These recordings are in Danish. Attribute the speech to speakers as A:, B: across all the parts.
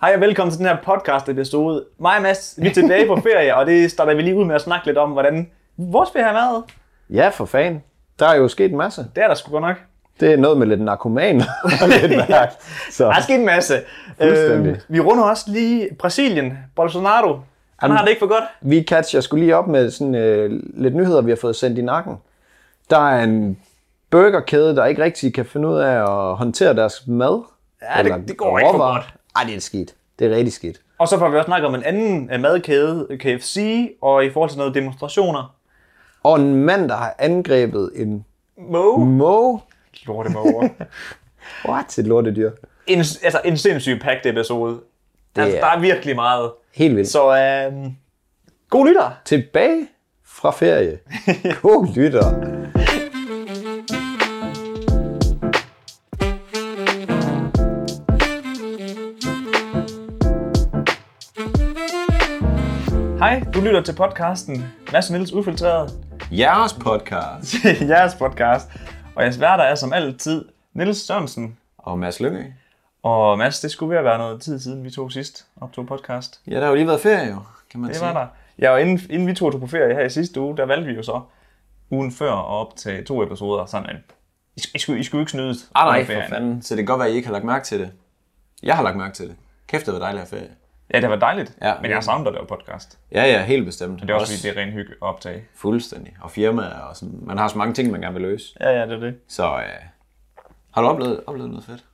A: Hej og velkommen til den her podcast episode. Mig og Mads, vi er tilbage på ferie, og det starter vi lige ud med at snakke lidt om, hvordan vores ferie har været.
B: Ja, for fanden. Der er jo sket en masse.
A: Det er der sgu godt nok.
B: Det er noget med lidt narkoman og lidt værk. Så
A: Der er sket en masse. Øhm,
B: Fuldstændig.
A: vi runder også lige Brasilien. Bolsonaro. Han har det ikke for godt.
B: vi catcher skulle lige op med sådan øh, lidt nyheder, vi har fået sendt i nakken. Der er en burgerkæde, der ikke rigtig kan finde ud af at håndtere deres mad.
A: Ja, det-
B: Eller
A: det går ikke for
B: råvarer.
A: godt.
B: Ej, det er skidt. Det er rigtig skidt.
A: Og så får vi også snakket om en anden øh, madkæde, KFC, og i forhold til noget demonstrationer.
B: Og en mand, der har angrebet en
A: Mo.
C: Mm.
B: måge.
A: Lorte måger.
B: What? Et lortedyr.
A: en, altså, en sindssyg packed episode. Det altså,
B: er-
A: der er virkelig meget.
B: Helt vildt.
A: Så øh, god lytter.
B: Tilbage fra ferie. God lytter.
A: Hej, du lytter til podcasten Mads og Niels Ufiltreret.
B: Jeres podcast.
A: jeres podcast. Og jeres værter er som altid Niels Sørensen.
B: Og Mads Lyngø.
A: Og Mads, det skulle ved at være noget tid siden, vi tog sidst optog podcast.
B: Ja, der har jo lige været ferie, jo, kan man
A: Det var der. Ja, og inden, inden vi tog på ferie her i sidste uge, der valgte vi jo så ugen før at optage to episoder. Sådan, at I, sk- I, skulle, I skulle ikke snydes.
C: Ah, nej,
A: under
C: for
A: ferien.
C: fanden. Så det kan godt være, at I ikke har lagt mærke til det. Jeg har lagt mærke til det. Kæft, det var dejligt at have ferie.
A: Ja, det var dejligt.
C: Ja.
A: men jeg savner at lave podcast.
C: Ja, ja, helt bestemt.
A: Det er også, fordi det er ren hygge at optage.
C: fuldstændig. Og firmaer og sådan. Man har så mange ting, man gerne vil løse.
A: Ja, ja, det er det.
C: Så øh, har du oplevet, oplevet noget fedt?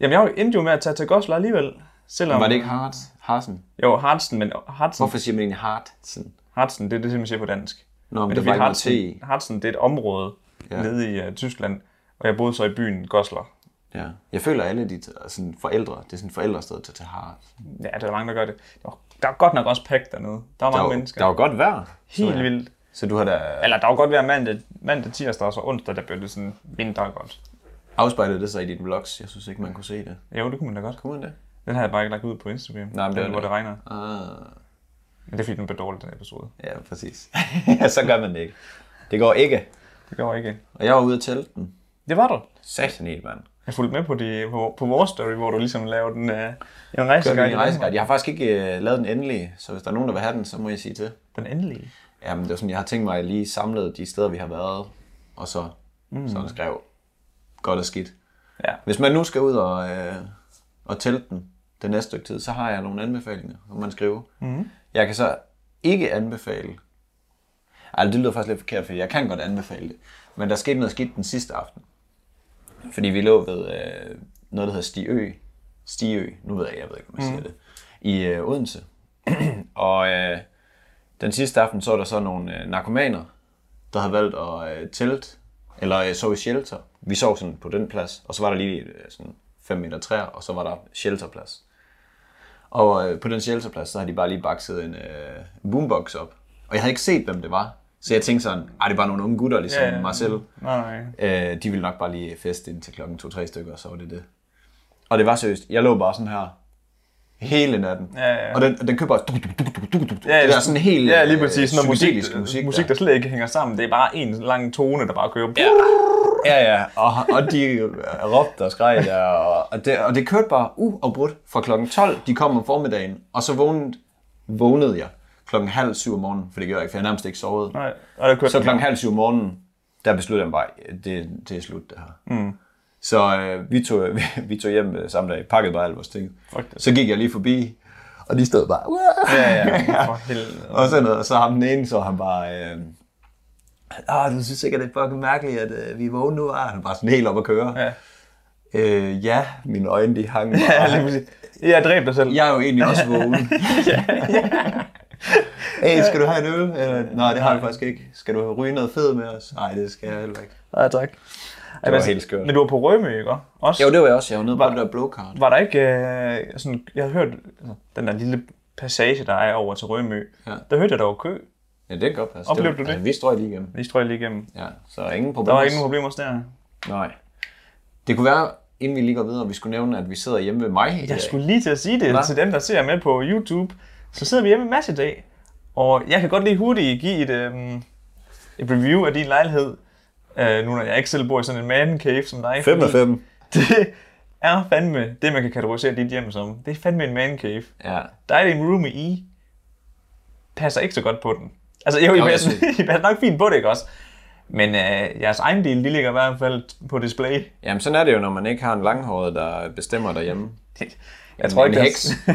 A: Jamen, jeg endte jo med at tage til Goslar alligevel. Selvom,
C: Var det ikke hard? Harsen?
A: Jo, Hartsen, men Hartsen,
C: Hvorfor siger man egentlig hardsen?
A: Hartsen, det er det, som jeg siger på dansk.
C: Nå, men,
A: Men
C: det
A: det er fordi
C: var ikke noget
A: Harzen,
C: T.
A: Harzen, det er et område ja.
C: Ja.
A: nede i uh, Tyskland, og jeg boede så i byen Goslar.
C: Ja. Jeg føler, at alle de t- sådan forældre, det er sådan forældrested til at tage hard.
A: Ja, der er mange, der gør det. Der var- Der er godt nok også pakket dernede. Der var
C: Der
A: mange
C: var,
A: mennesker.
C: der var godt vejr.
A: Helt vildt.
C: Så du har da
A: Eller der var godt være mandag, mandag, tirsdag og så onsdag, der blev det sådan mindre godt.
C: afspejlet det sig i dine vlogs. Jeg synes ikke, man kunne se det.
A: Jo, det kunne man da godt.
C: Kunne man det?
A: Den har jeg bare ikke lagt ud på Instagram,
C: Nej, men det
A: den, hvor
C: er
A: det
C: det.
A: regner.
C: Ah.
A: Men det er fordi, den blev dårlig, den episode.
C: Ja, præcis. så gør man det ikke. Det går ikke.
A: Det går ikke.
C: Og jeg var ude at tælle den.
A: Det var du.
C: Satan helt, mand.
A: Jeg fulgte med på, de, på, på vores story, hvor du ligesom lavede den, uh, en rejseguide. i
C: Min
A: Danmark.
C: rejseguide. Jeg har faktisk ikke øh, lavet den endelige, så hvis der er nogen, der vil have den, så må jeg sige til.
A: Den endelige.
C: Jamen, det er sådan, jeg har tænkt mig at lige samle de steder, vi har været, og så mm. sådan skrev godt og skidt.
A: Ja.
C: Hvis man nu skal ud og, øh, og tælle den det næste stykke tid, så har jeg nogle anbefalinger, som man skriver. Mm. Jeg kan så ikke anbefale... Ej, det lyder faktisk lidt forkert, for jeg kan godt anbefale det. Men der skete noget skidt den sidste aften. Fordi vi lå ved øh, noget, der hedder Stiø. Stiø, nu ved jeg, jeg ved ikke, om jeg siger det. I øh, Odense. og øh, den sidste aften så var der så nogle øh, narkomaner, der havde valgt at øh, telt, eller øh, sove i shelter. Vi sov sådan på den plads, og så var der lige øh, sådan 5 meter træer, og så var der shelterplads. Og øh, på den shelterplads, så havde de bare lige bakset en øh, boombox op. Og jeg havde ikke set, hvem det var. Så jeg tænkte sådan, ah, det er bare nogle unge gutter, ligesom
A: Ja, ja.
C: mig selv.
A: Nej, nej.
C: Øh, de ville nok bare lige feste ind til klokken 2-3 stykker, og så var det det. Og det var seriøst. Jeg lå bare sådan her hele natten.
A: Ja, ja.
C: Og den, og den køber bare... duk, duk, duk, duk, duk, duk.
A: Ja,
C: det der er sådan helt
A: ja, lige
C: øh,
A: præcis. Sådan noget
C: psykedelisk
A: musik, musik,
C: musik,
A: musik, der slet ikke hænger sammen. Det er bare en lang tone, der bare kører. Ja.
C: Ja, ja. Og, og de øh, råbte og skreg der, og, og, det, og det kørte bare uafbrudt fra klokken 12. De kom om formiddagen, og så vågnede, vågnede jeg klokken halv syv om morgenen, for det gjorde jeg ikke, for jeg havde nærmest ikke sovet.
A: Nej, og der kører
C: Så klokken halv syv om morgenen, der besluttede jeg mig bare, det, det er slut det her. Mm. Så øh, vi, tog, vi, vi tog hjem øh, samme dag, pakkede bare alle vores ting.
A: Fuck det.
C: Så gik jeg lige forbi, og de stod bare, "Uah!"
A: Ja, ja. For helvede.
C: og sådan noget. Og så ham den ene, så han bare, øh, ah, du synes sikkert, det er fucking mærkeligt, at øh, vi er vågne nu, ah, han var sådan helt op at køre.
A: Ja.
C: Øh, ja, mine øjne, de hang bare.
A: Ja, lige præcis. Jeg dræb dig selv.
C: Jeg er jo egentlig også vågen. Hey, skal du have en øl? Eller, nej, det har jeg faktisk ikke. Skal du ryge noget fed med os? Nej, det skal jeg heller ikke.
A: Ja, tak. Det
C: var helt skørt.
A: Men du var på Rømø, ikke? Også.
C: Jo, det var jeg også. Jeg var nede på det der blowcard.
A: Var der ikke øh, sådan... Jeg har hørt altså, den der lille passage, der er over til Rømø.
C: Ja.
A: Der hørte jeg, der var kø.
C: Ja, det kan godt passe.
A: Oplevede
C: var-
A: du det?
C: Altså, vi strøg lige igennem.
A: Vi strøg lige igennem.
C: Ja, så ingen
A: Der
C: problemer.
A: var ingen problemer også der.
C: Nej. Det kunne være, inden vi lige går videre, at vi skulle nævne, at vi sidder hjemme ved mig i dag.
A: Jeg skulle lige til at sige det
C: Hva?
A: til dem, der ser med på YouTube. Så sidder vi hjemme med Mads i dag, og jeg kan godt lige hurtigt give et, øhm, et review af din lejlighed. Øh, nu når jeg ikke selv bor i sådan en man cave som dig. fordi
C: 5.
A: Det, er fandme det, man kan kategorisere dit hjem som. Det er fandme en man cave.
C: Ja.
A: Dig, det er en roomie i, passer ikke så godt på den. Altså, jo, I,
C: Nå,
A: passer,
C: jeg
A: I passer nok fint på det, ikke også? Men øh, jeres egen del, de ligger i hvert fald på display.
C: Jamen, sådan er det jo, når man ikke har en langhåret, der bestemmer derhjemme.
A: Jeg tror ikke,
C: en
A: det er-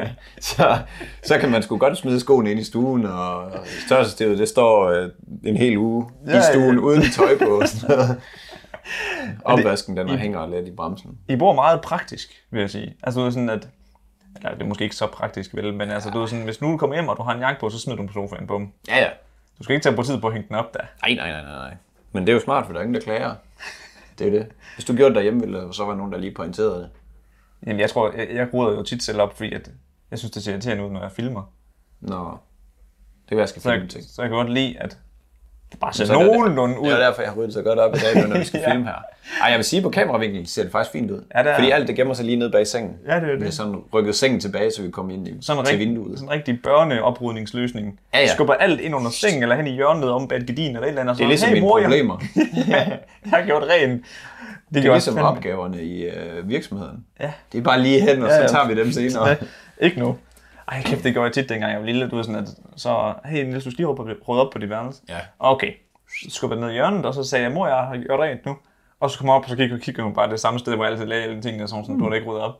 C: heks. så, så kan man sgu godt smide skoene ind i stuen, og størrelsesstedet, det står øh, en hel uge ja,
A: Ja,
C: i stuen
A: ja.
C: ja. uden tøj på. og sådan noget. Opvasken, den hænger lidt i bremsen.
A: I bor meget praktisk, vil jeg sige. Altså, du er sådan, at... Eller, det er måske ikke så praktisk, vel? Men altså, du er sådan, hvis nu du kommer hjem, og du har en jakke på, så smider du den på sofaen. Bum.
C: Ja, ja.
A: Du skal ikke tage på tid på at hænge den op, der.
C: Nej, nej, nej, nej, nej. Men det er jo smart, for der er ingen, der klager. Det er jo det. Hvis du gjorde det derhjemme, ville der så være nogen, der lige pointerede det.
A: Jamen, jeg tror, jeg, jeg ruder jo tit selv op, fordi at, jeg synes, det ser irriterende ud, når jeg filmer.
C: Nå, det kan være, jeg skal
A: Så
C: filme
A: jeg,
C: ting.
A: så jeg kan godt lide, at det bare ser
C: Så er det-
A: nogenlunde ud.
C: Det er jo derfor, jeg har ryddet så godt op i dag, nu, når vi skal
A: Ja.
C: filme her. Ej, jeg vil sige, på kameravinkel ser det faktisk fint ud.
A: Ja, det er-
C: Fordi alt det gemmer sig lige nede bag sengen.
A: Ja, det er jo det.
C: Vi har sådan rykket sengen tilbage, så vi kommer ind i,
A: Sådan en
C: til
A: rigtig,
C: vinduet.
A: Sådan en rigtig børneoprydningsløsning.
C: Ja, ja.
A: Skubber alt ind under sengen, eller hen i hjørnet om bag et gardin, eller et eller andet. og
C: Det er
A: sådan,
C: ligesom
A: hey,
C: mine
A: mor, jeg,
C: problemer.
A: jeg har gjort rent. Det,
C: Det er ligesom opgaverne i øh, virksomheden.
A: Ja.
C: Det er bare lige hen, og så
A: Ja, ja.
C: tager vi dem senere.
A: Ja, ikke nu. Ej, kæft, det gjorde jeg tit, dengang jeg var lille. Du ved sådan, at så, hey Niels, du skal lige rydde op- rydde op på dit værelse.
C: Ja.
A: Okay. Så skubbede jeg ned i hjørnet, og så sagde jeg, mor, jeg har gjort rent nu. Og så kom jeg op, og så gik jeg og kiggede hun bare det samme sted, hvor jeg altid lagde alle tingene, og sådan, sådan, du har da ikke ryddet op.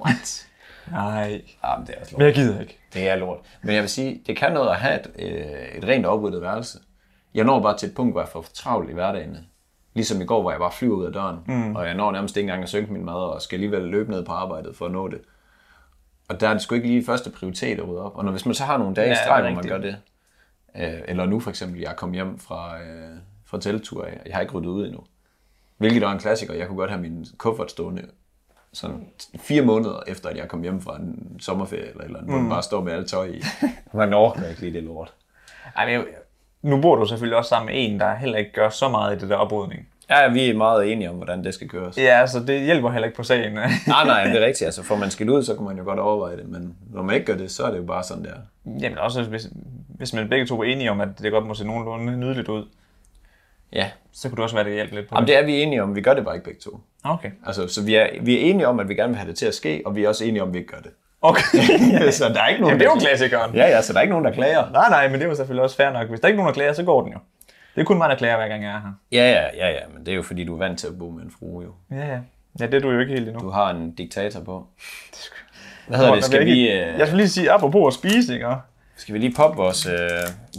C: What?
A: Nej,
C: Ja, men det er også lort.
A: men jeg gider ikke.
C: Det er lort. Men jeg vil sige, det kan noget at have et, øh, et rent opryddet værelse. Jeg når bare til et punkt, hvor jeg får for travlt i hverdagen. Ligesom i går, hvor jeg bare flyver ud af døren, mm. og jeg når nærmest ikke engang at synke min mad, og skal alligevel løbe ned på arbejdet for at nå det. Og der er det sgu ikke lige første prioritet at rydde op. Og når, hvis man så har nogle dage i
A: Ja, det er
C: streg, hvor man
A: rigtigt.
C: gør det, øh, eller nu for eksempel, jeg kom hjem fra, øh, fra teltur, af, og jeg har ikke ryddet ud endnu. Hvilket var en klassiker. Jeg kunne godt have min kuffert stående sådan fire måneder efter, at jeg kom hjem fra en sommerferie eller et eller andet, mm. hvor den bare står med alt tøj i. Man orker ikke lige det lort.
A: Ej, men jeg, nu bor du selvfølgelig også sammen med en, der heller ikke gør så meget i det der oprydning.
C: Ja, vi er meget enige om, hvordan det skal køres.
A: Ja, altså det hjælper heller ikke på sagen.
C: Nej, nej, det er rigtigt. Altså, får man skilt ud, så kan man jo godt overveje det, men når man ikke gør det, så er det jo bare sådan der.
A: Jamen også, hvis, hvis man begge to er enige om, at det godt må se nogenlunde nydeligt ud,
C: Ja.
A: så kunne det også være, at det hjælper lidt på
C: Jamen, det er vi enige om. Vi gør det bare ikke begge to.
A: Okay.
C: Altså, så vi er, vi er enige om, at vi gerne vil have det til at ske, og vi er også enige om, at vi ikke gør det.
A: Okay.
C: så der er ikke
A: Jamen,
C: nogen,
A: det er jo
C: der-
A: klassikeren.
C: Ja, ja, så der er ikke nogen, der klager.
A: Nej, nej, men det var selvfølgelig også fair nok. Hvis der ikke er nogen, der klager, så går den jo. Det er kun mig, der klager, hver gang jeg er her.
C: Ja, ja, ja, ja, men det er jo fordi, du er vant til at bo med en frue, jo.
A: Ja, ja. Ja, det er du jo ikke helt endnu.
C: Du har en diktator på. Hvad hedder det?
A: Nå,
C: Skal
A: jeg vil
C: vi,
A: ikke-
C: øh,
A: Jeg skal lige sige, apropos at spise, ikke?
C: skal vi lige poppe vores... Øh,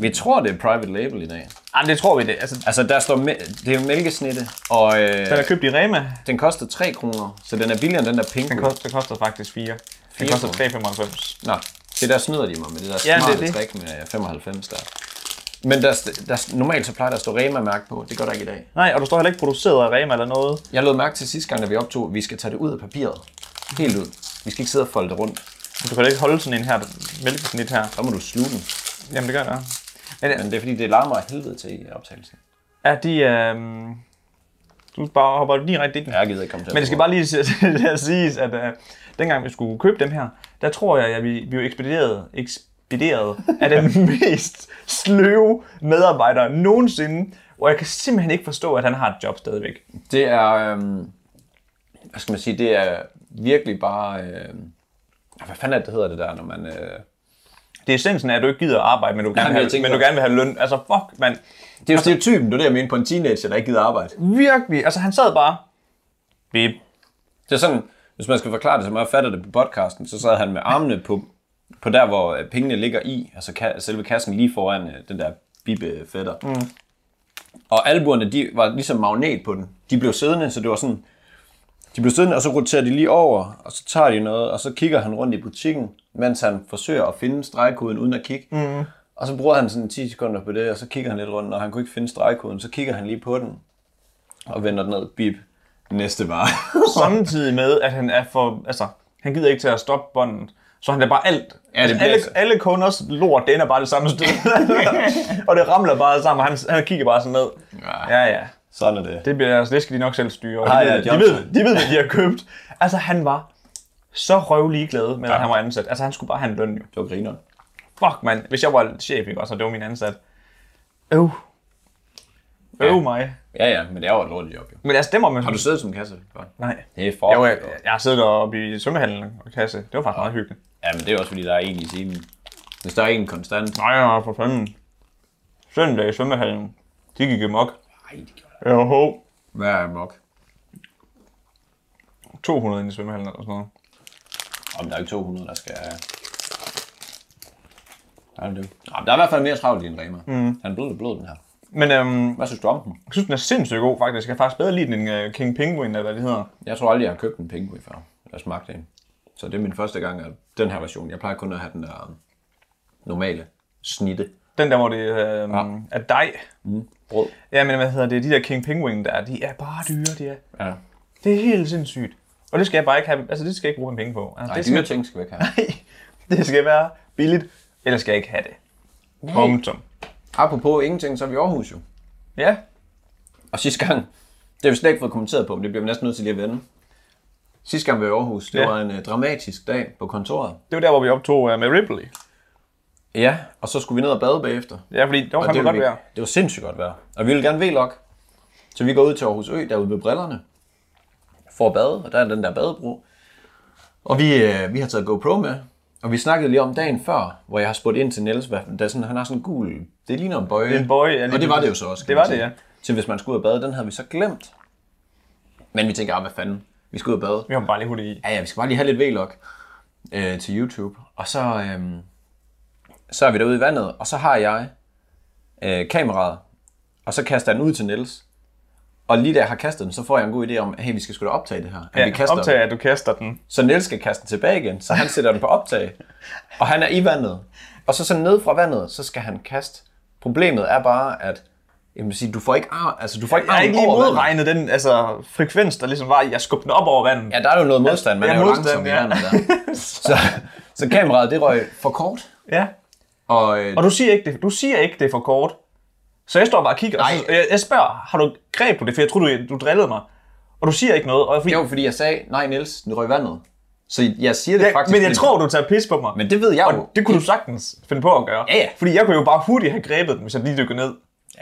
C: vi tror, det er private label i dag.
A: Jamen, det tror vi det. Altså,
C: Altså, der står... mæ- Det er jo mælkesnitte, og øh,
A: den er købt i Rema.
C: den koster 3 kroner, så den er billigere end den der pink.
A: Den koster, den koster faktisk 4. Den
C: Fire
A: koster
C: kroner.
A: 3,95.
C: Nå, det der snyder de mig med det der
A: Ja,
C: smarte
A: det er det.
C: trick med 95 der. Men der, st- der, st- normalt så plejer der at stå Rema-mærke på. Det gør der ikke i dag.
A: Nej, og du står heller ikke produceret af Rema eller noget.
C: Jeg lod mærke til sidste gang, da vi optog, at vi skal tage det ud af papiret. Helt ud. Vi skal ikke sidde og folde det rundt.
A: Men Du kan da ikke holde sådan en her mælkesnit her.
C: Så må du sluge den.
A: Jamen, det gør jeg. Men,
C: Men det er fordi, det larmer af helvede til i optagelsen.
A: er de... Øh, du bare hopper direkte i den.
C: Jeg gider ikke komme til at
A: Men det skal bare lige sige- siges, at øh, dengang vi skulle købe dem her, der tror jeg, at vi, vi var ekspederet, ekspederet af den mest sløve medarbejder nogensinde. Og jeg kan simpelthen ikke forstå, at han har et job stadigvæk.
C: Det er, øhm, hvad skal man sige, det er virkelig bare, øhm, ah, hvad fanden er det, det hedder det der, når man, øh,
A: Det er essensen af, at du ikke gider at arbejde, men du gerne,
C: men
A: vil,
C: jeg
A: have,
C: tænker-
A: men du gerne vil have løn. Altså fuck, mand.
C: det er jo stereotypen, det er det, jeg mener på en teenager, der ikke gider arbejde.
A: Virkelig. Altså han sad bare... Bip.
C: Det er sådan, hvis man skal forklare det, som jeg fatter det på podcasten, så sad han med armene på, på der, hvor øh, pengene ligger i, altså ka- selve kassen lige foran øh, den der bibe fætter. Mm. Og albuerne, de var ligesom magnet på den. De blev siddende, så det var sådan, de blev siddende, og så roterer de lige over, og så tager de noget, og så kigger han rundt i butikken, mens han forsøger at finde stregkoden uden at kigge. Mm. Og så bruger han sådan 10 sekunder på det, og så kigger han lidt rundt, og han kunne ikke finde stregkoden, så kigger han lige på den, og vender den ned, bip, næste vare.
A: Samtidig med, at han er for... Altså, han gider ikke til at stoppe båndet. Så han er bare alt.
C: det
A: altså,
C: bliver
A: alle,
C: altså-
A: alle kunders lort, den er bare det samme sted. og det ramler bare sammen, og han, han kigger bare sådan ned.
C: Ja.
A: Ja, ja.
C: Sådan er det.
A: Det, bliver, altså, det skal de nok selv styre. og
C: Ah,
A: de,
C: ja,
A: ved,
C: de
A: de,
C: optager
A: ved, de ved, hvad de har købt. Altså, han var så røvlig glad med, at han var ansat. Altså, han skulle bare have en løn, jo.
C: Det var grineren.
A: Fuck, mand. Hvis jeg var chef, ikke også, og det var min ansat. Øv. øve mig.
C: Ja, ja, men det er jo et lortet job, jo.
A: Men altså, det må man...
C: Har du siddet som kasse? Bare?
A: Nej.
C: Det er
A: Jeg,
C: for...
A: var, jeg har siddet oppe i svømmehallen og kasse. Det var faktisk meget hyggeligt.
C: Ja, men det er også fordi, der er en i timen. Hvis der er en konstant...
A: Nej, ja, for fanden. Søndag i svømmehallen. De gik i mok.
C: Nej, det gjorde
A: Jo,
C: det.
A: ho.
C: Hvad er mok?
A: 200 ind i svømmehallen eller sådan noget.
C: Om der er ikke 200, der skal... Er det det? Nå, men der er i hvert fald mere travlt i en Rema. Mm. Han er blød, blød, den her.
A: Men øhm,
C: Hvad synes du om den?
A: jeg synes, den er sindssygt god faktisk. Jeg kan faktisk bedre lide den end øh, King Penguin, eller hvad det hedder.
C: Jeg tror aldrig, jeg har købt en penguin før. Jeg smagte en. Så det er min første gang af den her version. Jeg plejer kun at have den der øhm, normale snitte.
A: Den der, hvor det øh, ja. er dej.
C: Brød.
A: Ja, men hvad hedder det? De der King Penguin der, de er bare dyre, de er.
C: Ja.
A: Det er helt sindssygt. Og det skal jeg bare ikke have, altså det skal jeg ikke bruge mine penge på. Altså,
C: Nej,
A: det,
C: dyre
A: skal,
C: ting skal vi ikke have.
A: det skal være billigt, ellers skal jeg ikke have det. Punktum.
C: Apropos ingenting, så er vi i Aarhus jo.
A: Ja,
C: Og sidste gang, det har vi slet ikke fået kommenteret på, men det bliver vi næsten nødt til lige at vende. Sidste gang vi var i Aarhus, det
A: Ja.
C: ja. var en øh, dramatisk dag på kontoret.
A: det var der, hvor vi optog øh, med Ripley.
C: Ja, og så skulle vi ned og bade bagefter.
A: Ja, fordi der var
C: Og det,
A: fandme
C: ville
A: godt
C: vi,
A: vejr.
C: det var sindssygt godt vejr. Og vi ville gerne vlog. Så vi går ud til Aarhus Ø, derude ved brillerne, for at bade, og der er den der badebro. Og vi, øh, vi har taget GoPro med, og vi snakkede lige om dagen før, hvor jeg har spurgt ind til Niels, hvad, der er sådan, han har sådan en gul, det ligner en bøje.
A: En bøje, ja, lige
C: og det var det jo
A: præcis.
C: så også.
A: Det
C: kan man
A: var det,
C: sige.
A: ja.
C: Så hvis man skulle ud og bade, den havde vi så glemt. Men vi tænker, ah, hvad fanden, vi skal ud og bade.
A: Vi har bare lige hurtigt i.
C: Ja, ja, vi skal bare lige have lidt vlog øh, til YouTube. Og så, øh, så er vi derude i vandet, og så har jeg øh, kameraet, og så kaster jeg den ud til Niels. Og lige da jeg har kastet den, så får jeg en god idé om, hey, vi skal sgu da optage det her. At vi
A: Ja,
C: kaster
A: optag, at du kaster den.
C: Den. Så Niels skal kaste den tilbage igen, så han sætter den på optag. Og han er i vandet. Og så sådan ned fra vandet, så skal han kaste. Problemet er bare, at jeg vil sige, du får ikke arm, altså du får ikke
A: Jeg har
C: armen
A: ikke lige
C: over vandet.
A: modregnet den altså, frekvens, der ligesom var i at skubbe den op over vandet.
C: Ja, der er jo noget modstand, man
A: Ja,
C: er jo
A: modstand,
C: langsom i
A: ja.
C: vandet der. Så, så kameraet, det røg for kort.
A: ja.
C: Og, øh,
A: Og du siger, ikke det, du siger ikke, det er for kort. Så jeg står bare og kigger, og så,
C: Nej.
A: jeg, jeg spørger, har du greb på det, for jeg troede, du, du drillede mig. Og du siger ikke noget, og jeg, fordi,
C: det var fordi, jeg sagde, nej Niels, den røg i vandet. Så jeg siger det
A: jeg,
C: faktisk.
A: men jeg
C: fordi-
A: tror, du tager pis på mig.
C: Men det ved jeg jo.
A: Og det kunne du sagtens finde på at gøre.
C: Ja, ja.
A: Fordi jeg kunne jo bare hurtigt have grebet den, hvis jeg lige dykkede ned
C: ja,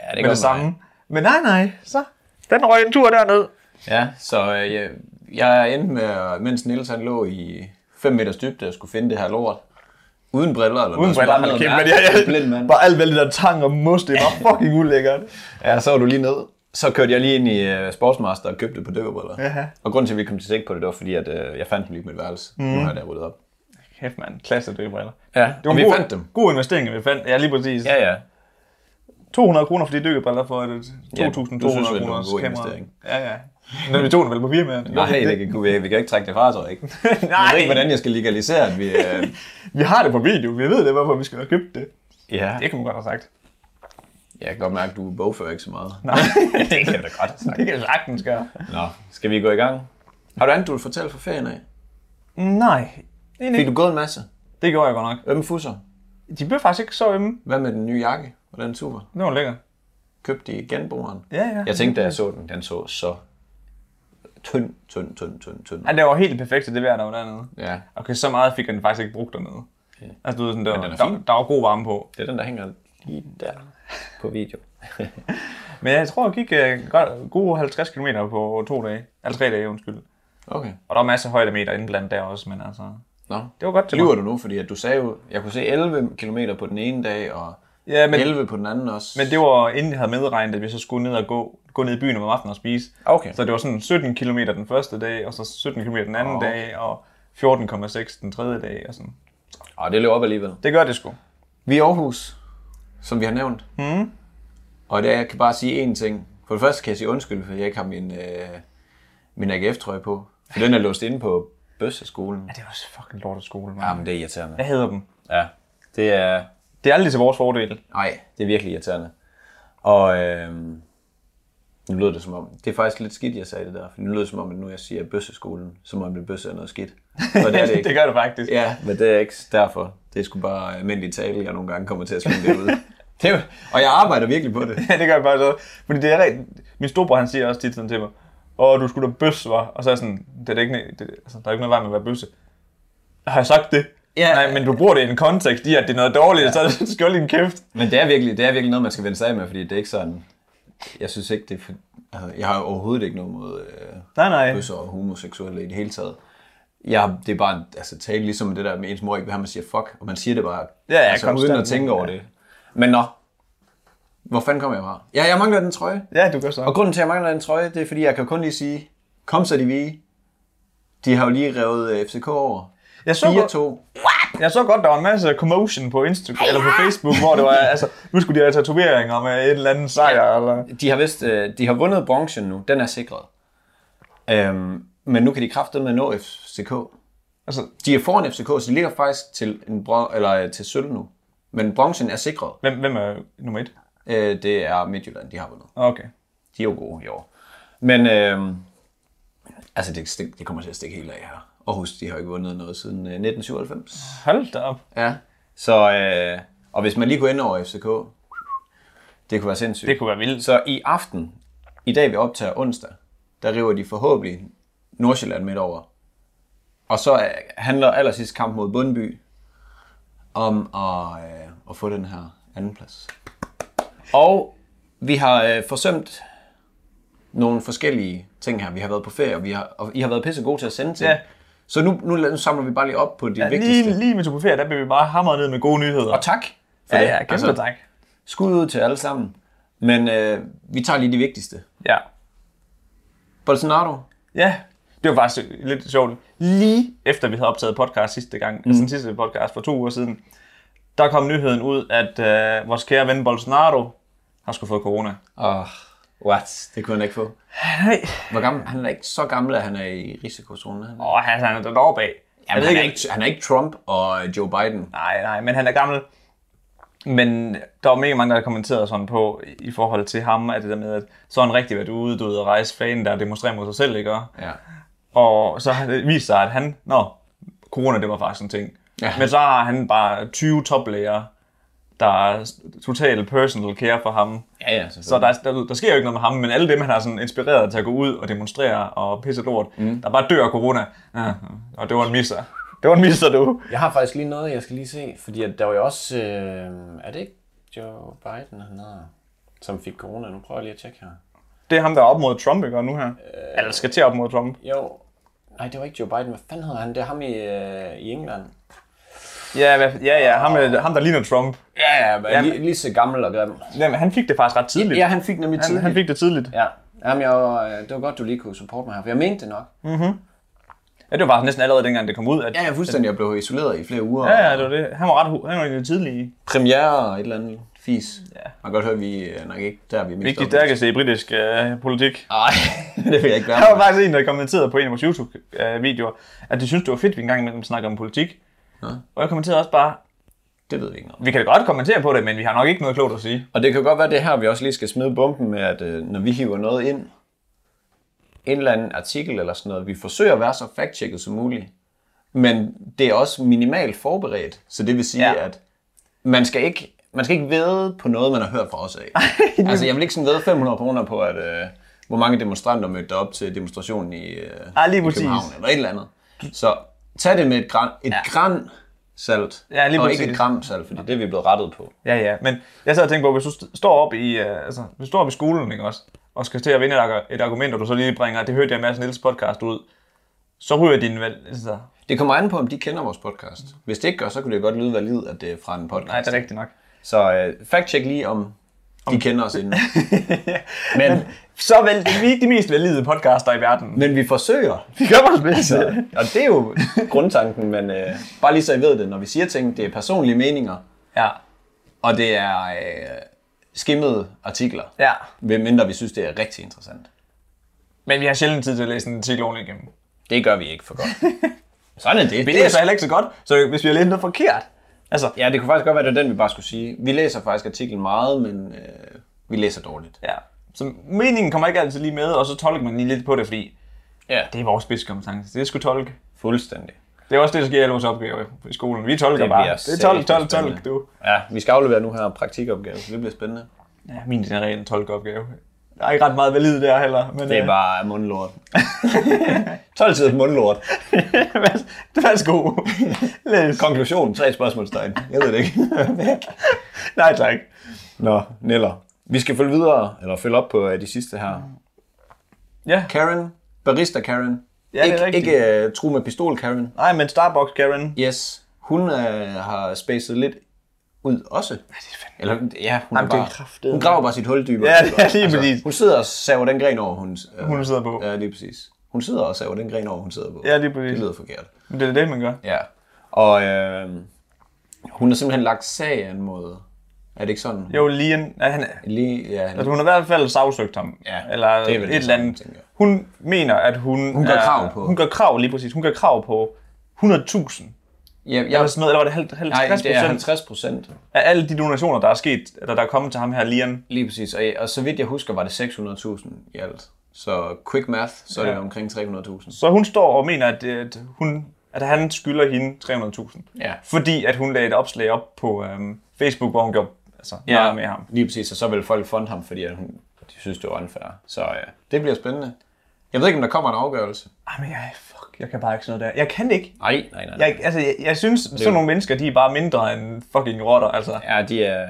C: det
A: med
C: gør
A: det samme.
C: man.
A: Men nej, nej, så den røg en tur derned.
C: Ja, så øh, jeg, jeg endte med, at- mens Niels han lå i 5 meters dybde og skulle finde det her lort. Uden briller eller
A: Uden
C: noget. så
A: briller,
C: Altså, bare
A: han
C: noget
A: kæmpe, men
C: mærkeligt,
A: jeg,
C: en blind
A: jeg,
C: mand.
A: bare alt hvad det der tang og mos, det var fucking ulækkert.
C: Ja, så var du lige ned. Så kørte jeg lige ind i uh, Sportsmaster og købte på dykkerbriller.
A: Jaha.
C: Og grunden til, at vi kom til sigt på det, det var fordi, at uh, jeg fandt dem lige på mit værelse. Mm. Nu har jeg det ryddet op.
A: Kæft mand, klasse dykkerbriller.
C: Ja,
A: Mhm. Det var
C: og
A: en
C: vi
A: god,
C: fandt dem.
A: God investering, vi fandt. Ja, lige præcis. Ja.
C: Ja, ja.
A: 200 kroner for de dykkerbriller for et 2.200
C: Ja, du synes jo,
A: kroner
C: det var en god
A: kamera.
C: investering.
A: Ja, ja. Men vi tog den vel på firmaet.
C: Nej, det kan, vi, vi kan ikke trække det fra, tror jeg ikke. Nej. Jeg ved ikke, hvordan jeg skal legalisere, at vi... Øh...
A: Vi har det på video, vi ved det, hvorfor vi skal have købt det.
C: ja.
A: Det kunne man godt have sagt.
C: Jeg kan godt mærke, at du bogfører ikke så meget.
A: Nej,
C: det kan jeg da godt have sagt.
A: det kan jeg sagtens gøre.
C: Nå, skal vi gå i gang? Har du andet, du vil fortælle fra ferien af?
A: Nej, egentlig
C: Fik
A: ikke.
C: du gået en masse?
A: Det gjorde jeg godt nok.
C: Ømme fusser?
A: De blev faktisk ikke så ømme.
C: Hvad med den nye jakke? Hvordan den super?
A: Det var lækker.
C: Købte i genbrugeren?
A: Ja, ja.
C: Jeg tænkte, da jeg så den, den så så tynd, tynd, tynd, tynd, tynd.
A: Ja, det var helt perfekt til det vejr, der var dernede.
C: Ja,
A: Okay, så meget fik jeg den faktisk ikke brugt dernede. Altså, du ved, sådan, der,
C: den er
A: der,
C: fin.
A: der, var god varme på.
C: det er den, der hænger lige der på video.
A: Men jeg tror, jeg gik øh, godt, gode 50 km på to dage. Eller tre dage, undskyld.
C: Okay.
A: Og der var masser af højdemeter indblandet der også, men altså...
C: Nå,
A: Det var godt til
C: Lyver
A: mig.
C: du nu, fordi at du sagde jo, jeg kunne se 11 km på den ene dag, og
A: Ja, men,
C: 11 på den anden også.
A: men det var inden jeg havde medregnet, at vi så skulle ned og gå, gå ned i byen om aftenen og spise.
C: Okay.
A: Så det var sådan 17 km den første dag, og så 17 km den anden
C: Okay.
A: dag, og 14,6 den tredje dag, og sådan.
C: Og det løb op alligevel.
A: Det gør det sgu.
C: Vi er i Aarhus, som vi har nævnt. Mm. Og det er, jeg kan bare sige én ting. For det første kan jeg sige undskyld, for jeg ikke har min, øh, min AGF-trøje på. For den er låst inde på bøsseskolen.
A: Ja, det var også fucking lort af skole, man.
C: Jamen, det er irriterende.
A: Jeg hader dem.
C: Ja, det er...
A: Det er aldrig til vores fordel.
C: Nej, det er virkelig irriterende. Og øh, nu lød det som om... Det er faktisk lidt skidt, jeg sagde det der. For nu lød det som om, at nu jeg siger bøsseskolen, som om det bøsse er noget skidt. Og det er det ikke.
A: det gør det faktisk.
C: Ja, men det er ikke derfor. Det er sgu bare almindelig tale, jeg nogle gange kommer til at svinge det ud. Det er, jo- og jeg arbejder virkelig på det.
A: Ja, det gør jeg faktisk også. Fordi det er rigtigt. Min storebror, han siger også tit sådan til mig, åh, du skulle da bøsse, var. Og så er jeg sådan, det er da ikke, det, altså, der er ikke noget vej med at være bøsse. Har jeg sagt det?
C: Ja.
A: Nej, men du bruger det i en kontekst i, at det er noget dårligt, ja. så er det skjold i en kæft.
C: Men det er virkelig, det er virkelig noget, man skal vende sig af med, fordi det er ikke sådan... Jeg synes ikke, det er for... altså, Jeg har jo overhovedet ikke noget mod øh,
A: Nej, nej.
C: bøsser og homoseksuelle i det hele taget. Jeg, det er bare en altså, tale ligesom det der med ens mor ikke vil have, man siger fuck, og man siger det bare
A: Ja, ja,
C: altså, uden at
A: konstant.
C: tænke over det. Men nå, hvor fanden kommer jeg fra? Ja, jeg mangler den trøje.
A: Ja, du gør så.
C: Og grunden til, at jeg mangler den trøje, det er, fordi jeg kan kun lige sige, kom så de vige. De har jo lige revet øh, FCK over.
A: Jeg så, godt,
C: 4-2.
A: jeg så godt, der var en masse commotion på Instagram, eller på Facebook, hvor det var, altså, nu skulle de have tatoveringer med et eller andet sejr, eller...
C: De har, vist, øh, de har vundet bronzen nu. Den er sikret. Øhm, men nu kan de kraftedeme med nå FCK.
A: Altså,
C: De er foran FCK, så de ligger faktisk til, en bron- eller, øh, til sølv nu. Men bronzen er sikret.
A: hvem, hvem er nummer et?
C: Øh, det er Midtjylland, de har vundet.
A: Okay.
C: De er jo gode i år. Men øh, altså, det, stik, det kommer til at stikke helt af her. Aarhus, de har jo ikke vundet noget siden øh, 1997.
A: Hold da op.
C: Ja. Så, øh, og hvis man lige kunne ende over FCK, det kunne være sindssygt.
A: Det kunne være vildt.
C: Så i aften, i dag vi optager onsdag, der river de forhåbentlig Nordsjælland midt over. Og så øh, handler allersidst kamp mod Bundby om at, øh, at få den her anden plads. Og vi har øh, forsømt nogle forskellige ting her. Vi har været på ferie, og, vi har, og I har været pisse gode til at sende til.
A: Ja.
C: Så nu, nu, nu samler vi bare lige op på de ja, vigtigste.
A: Lige, lige med Topofer, der blev vi bare hamret ned med gode nyheder.
C: Og tak for
A: Ja,
C: det.
A: ja, kæmpe altså, tak.
C: Skud ud til alle sammen. Men øh, vi tager lige de vigtigste.
A: Ja.
C: Bolsonaro.
A: Ja, det var faktisk lidt sjovt. Lige efter vi havde optaget podcast sidste gang, mm. altså den sidste podcast for to uger siden, der kom nyheden ud, at øh, vores kære ven Bolsonaro har skulle fået corona.
C: Åh, oh, what? Det kunne han ikke få.
A: Nej.
C: Hvor gammel? Han er ikke så gammel, at han er i risikozonen. er Han,
A: Åh, altså, han er der dog bag.
C: Jamen,
A: ved
C: han, er ikke, han er ikke Trump og Joe Biden.
A: Nej, nej, men han er gammel. Men der var mega mange, der kommenterede sådan på i forhold til ham, at det der med, at så har han rigtig været ude, du ved, og rejse fanen, der demonstrerer mod sig selv, ikke? Og-
C: Ja.
A: Og så har det vist sig, at han, nå, corona det var faktisk en ting.
C: Ja.
A: Ja. Men så har han bare 20 toplæger, der er total personal care for ham.
C: Ja, ja,
A: Så der, der, der sker jo ikke noget med ham, men alle dem, han har sådan inspireret til at gå ud og demonstrere og pisse lort, mm. der bare dør af corona. Ja, og det var en misser. Det var en misser, du.
D: Jeg har faktisk lige noget, jeg skal lige se, fordi at der var jo også, øh, er det ikke Joe Biden, han hedder, som fik corona? Nu prøver jeg lige at tjekke her.
A: Det er ham, der er op mod Trump, ikke? Og nu her. Øh... Eller skal til op mod Trump.
D: Jo, nej, det var ikke Joe Biden. Hvad fanden hedder han? Det er ham i, øh, i England.
A: Ja, hvad- ja, ja. Ham, er- ham der ligner Trump.
D: Ja, ja, men
A: Jamen-
D: lige, lige så gammel og grim.
A: Jamen, han fik det faktisk ret tidligt.
D: Ja, han fik nemlig
A: han,
D: tidligt.
A: han fik det tidligt.
D: Ja, Jamen, jeg, var- øh, det var godt, du lige kunne supporte mig her, for jeg mente det nok.
A: Ja, det var bare næsten allerede dengang, det kom ud. At...
C: Ja, ja, fuldstændig. Jeg blev isoleret i flere uger.
A: ja, ja, det var det. Han var ret hu- han var egentlig tidlig.
C: Premiere og et eller andet fis.
A: Ja.
C: Man kan godt høre, at vi er nok ikke der, vi er mest
A: Vigtigt
C: oplyst.
A: stærkeste i britisk øh, politik.
C: Nej, det vil jeg ikke være.
A: Der var
C: med.
A: faktisk en, der kommenterede på en af vores YouTube-videoer, at de synes, det var fedt, at vi en gang imellem snakker om politik.
C: Nå.
A: Og jeg kommenterede også bare,
C: Det ved vi ikke noget. om.
A: vi kan da godt kommentere på det, men vi har nok ikke noget klogt at sige.
C: Og det kan godt være, det er her, vi også lige skal smide bomben med, at øh, når vi hiver noget ind, en eller anden artikel eller sådan noget, vi forsøger at være så fact som muligt, men det er også minimalt forberedt, så det vil sige, ja.
A: Ja.
C: at man skal ikke man skal ikke vede på noget, man har hørt fra os af. altså, jeg vil ikke sådan vede 500 kroner på, at, øh, hvor mange demonstranter mødte op til demonstrationen i, øh,
A: Ah, lige
C: i
A: præcis.
C: København, eller et eller andet. Så tag det med et gran, et ja. gran salt,
A: Ja, lige
C: og
A: præcis.
C: ikke et gram salt, fordi det er vi blevet rettet på.
A: Ja, ja, men jeg sad og tænkte på, hvis du st- står op i, øh, altså, hvis du står op i skolen, ikke også, og skal til at vinde et, arg- et argument, og du så lige bringer, det hørte jeg i Mads Niels podcast ud, så ryger din vel... Altså,
C: Det kommer an på, om de kender vores podcast. Hvis det ikke gør, så kunne det godt lyde valid, at det er fra en podcast.
A: nej, det er rigtigt nok.
C: Så øh, fact-check lige, om de kender os inden. men,
A: Så vel, vi er ikke de mest valide podcaster i verden.
C: men vi forsøger.
A: Vi gør vores bedste.
C: Så, og det er jo grundtanken, men øh, bare lige så I ved det. Når vi siger ting, det er personlige meninger,
A: Ja,
C: og det er øh, skimmede artikler.
A: ja.
C: Hvem mindre vi synes, det er rigtig interessant.
A: Men vi har sjældent tid til at læse en artikel ordentligt igennem.
C: Det gør vi ikke for godt. Sådan er det.
A: Vi læser heller ikke så godt, så hvis vi har læst noget forkert. Altså,
C: Ja, det kunne faktisk godt være, det var den, vi bare skulle sige. Vi læser faktisk artiklen meget, men øh, vi læser dårligt.
A: ja. Så meningen kommer ikke altid lige med, og så tolker man lige lidt på det, fordi
C: Ja.
A: det er vores spidskompetence. Det skulle tolke.
C: Fuldstændig.
A: Det er også det, der sker i alle vores opgaver i skolen. Vi tolker
C: Det
A: det bare.
C: bliver
A: Det er tolk, tolk,
C: spændende.
A: tolk, du.
C: Ja, vi skal aflevere nu her praktikopgave, så det bliver spændende.
A: Ja, min er ren tolkeopgave. Der er ikke ret meget valid der heller. Men, øh,
C: Det er bare mundlort. 12 siders mundlort.
A: bare... Værsgo. Læs.
C: Konklusion, tre spørgsmålstegn. Jeg ved det ikke.
A: Nej, tak.
C: Nå, Neller. Vi skal følge videre, eller følge op på øh, de sidste her.
A: Ja.
C: Karen, barista Karen.
A: Ja, det er
C: ikke
A: rigtigt.
C: ikke uh, tro med pistol Karen.
A: Nej, men Starbucks, Karen.
C: Yes. Hun uh, har spacet lidt ud også. Eller, ja, hun,
A: Jamen,
C: Jamen,
A: det er
C: bare,
A: kraftedeme.
C: hun graver bare sit hul dybere. Altså,
A: Ja, det er lige præcis.
C: hun sidder og saver den gren over, hun, øh,
A: Hun sidder på.
C: Ja, lige præcis. Hun sidder og saver den gren over, hun sidder på.
A: Ja, lige præcis.
C: Det lyder forkert.
A: Men Det er det, man gør.
C: Ja. Og øh, hun har simpelthen lagt sagen mod... Er det ikke sådan?
A: Jo, lige en, ja, han,
C: Lige, ja, han,
A: altså, hun har i hvert fald sagsøgt ham.
C: Ja,
A: eller
C: det er vel
A: et
C: det
A: eller
C: samme,
A: andet.
C: tænker jeg.
A: Hun mener, at hun...
C: Hun gør
A: er-
C: krav på-
A: Hun gør krav, lige præcis. Hun gør krav på 100.000.
C: ja,
A: Eller
C: jeg,
A: sådan noget, eller var det halv-
C: nej,
A: 50
C: det er
A: procent
C: 50 procent.
A: af alle de donationer, der er sket, der, der er kommet til ham her, Lian?
C: Lige præcis. Og, og så vidt jeg husker, var det 600.000 i alt. Så quick math, så er det
A: Ja.
C: omkring 300.000.
A: Så hun står og mener, at, øh, at, hun, at han skylder hende 300.000.
C: Ja.
A: Fordi at hun lagde et opslag op på øhm, Facebook, hvor hun gjorde altså, ja. meget med ham.
C: Lige præcis, og så vil folk funde ham, fordi at hun, de synes, det var unfair. Så ja, det bliver spændende. Jeg ved ikke, om der kommer en afgørelse.
A: Ej, men jeg, fuck, jeg kan bare ikke sådan noget der. Jeg kan det ikke.
C: Nej, nej, nej.
A: Jeg, altså, jeg, jeg synes, sådan nogle mennesker, de er bare mindre end fucking rotter, altså.
C: Ja, de er...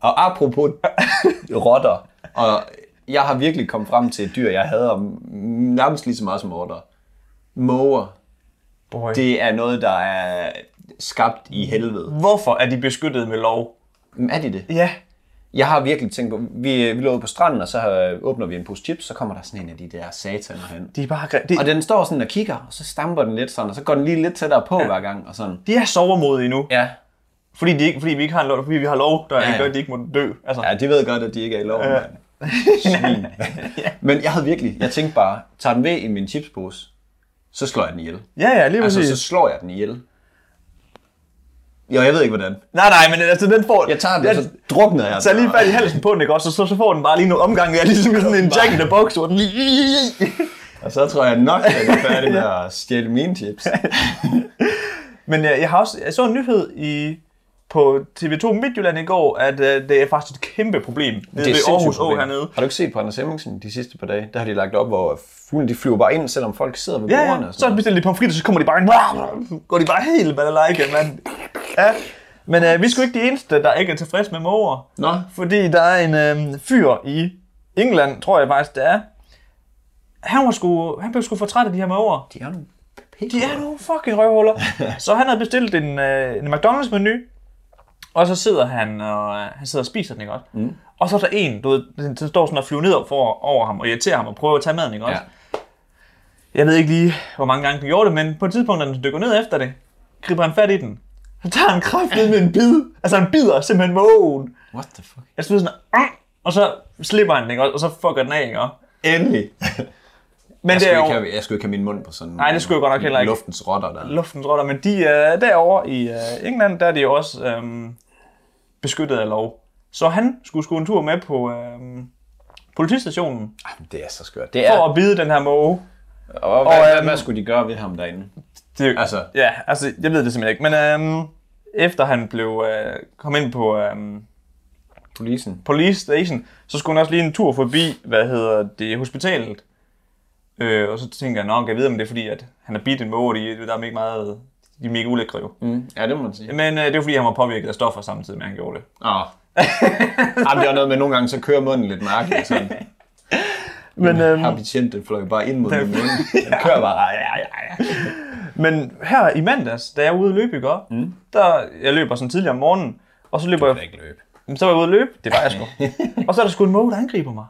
C: og apropos rotter, og jeg har virkelig kommet frem til et dyr, jeg hader nærmest lige så meget som rotter. Måger,
A: Boy. Det...
C: det er noget, der er skabt i helvede.
A: Hvorfor er de beskyttet med lov?
C: Men Er de det?
A: Ja.
C: Jeg har virkelig tænkt på, vi, vi lå ude på stranden, og så øh, åbner vi en pose chips, så kommer der sådan en af de der sataner hen.
A: De er bare... gre- De,
C: Og den står sådan og kigger, og så stamper den lidt sådan, og så går den lige lidt tættere på ja. hver gang, og sådan.
A: de er sovermodige nu.
C: Ja.
A: Fordi, de ikke, fordi vi ikke har en lov, fordi vi har lov, der
C: Ja,
A: ja.
C: ja.
A: gør, at de ikke må dø. Altså, ja.
C: Ja, de ved godt, at de ikke er i lov. Ja. Svin. Men jeg havde virkelig, jeg tænkte bare, tager den ved i min chipspose, så slår jeg den ihjel.
A: ja, ja, lige
C: Altså,
A: præcis.
C: så slår jeg den ihjel. Jo, jeg ved ikke, hvordan.
A: Nej, nej, men altså, den får...
C: Jeg tager den, og så drukner jeg
A: Så
C: den.
A: lige fat i halsen på den, ikke også? Og så, så får den bare lige nogle omgange, jeg ligesom sådan en jack in the box, hvor den lige...
C: Og så tror jeg nok, at jeg er færdig med at stjæle mine chips.
A: Men øh, jeg, jeg har også... Jeg så en nyhed i på TV2 Midtjylland i går, at øh, det er faktisk et kæmpe problem nede ved
C: sindssygt
A: Aarhus Å
C: problem.
A: hernede.
C: Har du ikke set på Anders Hemmingsen de sidste par dage? Der har de lagt op, hvor fuglene de flyver bare ind, selvom folk sidder ved
A: Ja,
C: bordene.
A: ja.
C: og
A: Så
C: sådan
A: bestiller de pomfritter, så kommer de bare ind. Går de bare helt balalajka, mand. Ja. Men øh, vi er sgu ikke de eneste, der ikke er tilfredse med måger.
C: noget. Nå,
A: Fordi der er en øh, fyr i England, tror jeg faktisk det er. Han, var sgu, han blev sgu for træt af de her måger.
C: de er nogle
A: De er nogle fucking røvhuller. så han havde bestilt en, øh, en McDonald's-menu, og så sidder han og, øh, han sidder og spiser den, ikke også? Mm. Og så er der en, du ved, den, den står sådan og flyver ned op for, over ham og irriterer ham og prøver at tage maden, ikke også? Ja. Jeg ved ikke lige, hvor mange gange den gjorde det, men på et tidspunkt, da den dykker ned efter det, griber han fat i den. Så tager han kraft ned med en bid. Altså han bider simpelthen mågen.
C: What the fuck?
A: Jeg synes sådan, "Ah!" og så slipper han den, ikke også? Og så fucker den af, ikke også?
C: Endelig.
A: Men
C: Jeg
A: det
C: skulle,
A: er
C: ikke
A: jo
C: have, jeg skulle ikke have min mund på sådan
A: Nej, det skulle jeg godt nok heller ikke.
C: Luftens rotter der.
A: luftens rotter, men de er derovre i øh, England, der er de jo også øhm, beskyttet af lov. Så han skulle sgu en tur med på øhm, politistationen
C: Jamen, Ah, det er så skørt. Det er,
A: for at bide den her måge.
C: og, hvad, hvad,
A: øhm,
C: hvad, skulle de gøre ved ham derinde?
A: Det,
C: Altså.
A: Ja, altså, jeg ved det simpelthen ikke, men øhm, efter han blev øh, kom ind på øhm,
C: Polisen.
A: police station, så skulle han også lige en tur forbi, hvad hedder det, hospitalet. Øh, og så tænker jeg, nå, kan jeg vide, om det er fordi, at han har bidt en måge, og de, der er ikke meget, de er mega ulækre jo.
C: Mm. Ja, det må man sige.
A: Men øh, det var fordi, han var påvirket af stoffer samtidig med, at han gjorde det.
C: Åh. Jamen, det var noget med, nogle gange så kører munden lidt mærkeligt. Sådan.
A: Men, øhm,
C: Har betjent, den fløj bare ind mod min mund. Den kører bare. Ja, ja, ja.
A: Men her i mandags, da jeg er ude at løbe i går, mm. der, jeg løber sådan tidligere om morgenen, og så løber jeg,
C: ikke løbe.
A: jamen, så var jeg ude at løbe, det var jeg sgu. og så er der sgu en måge, der angriber mig.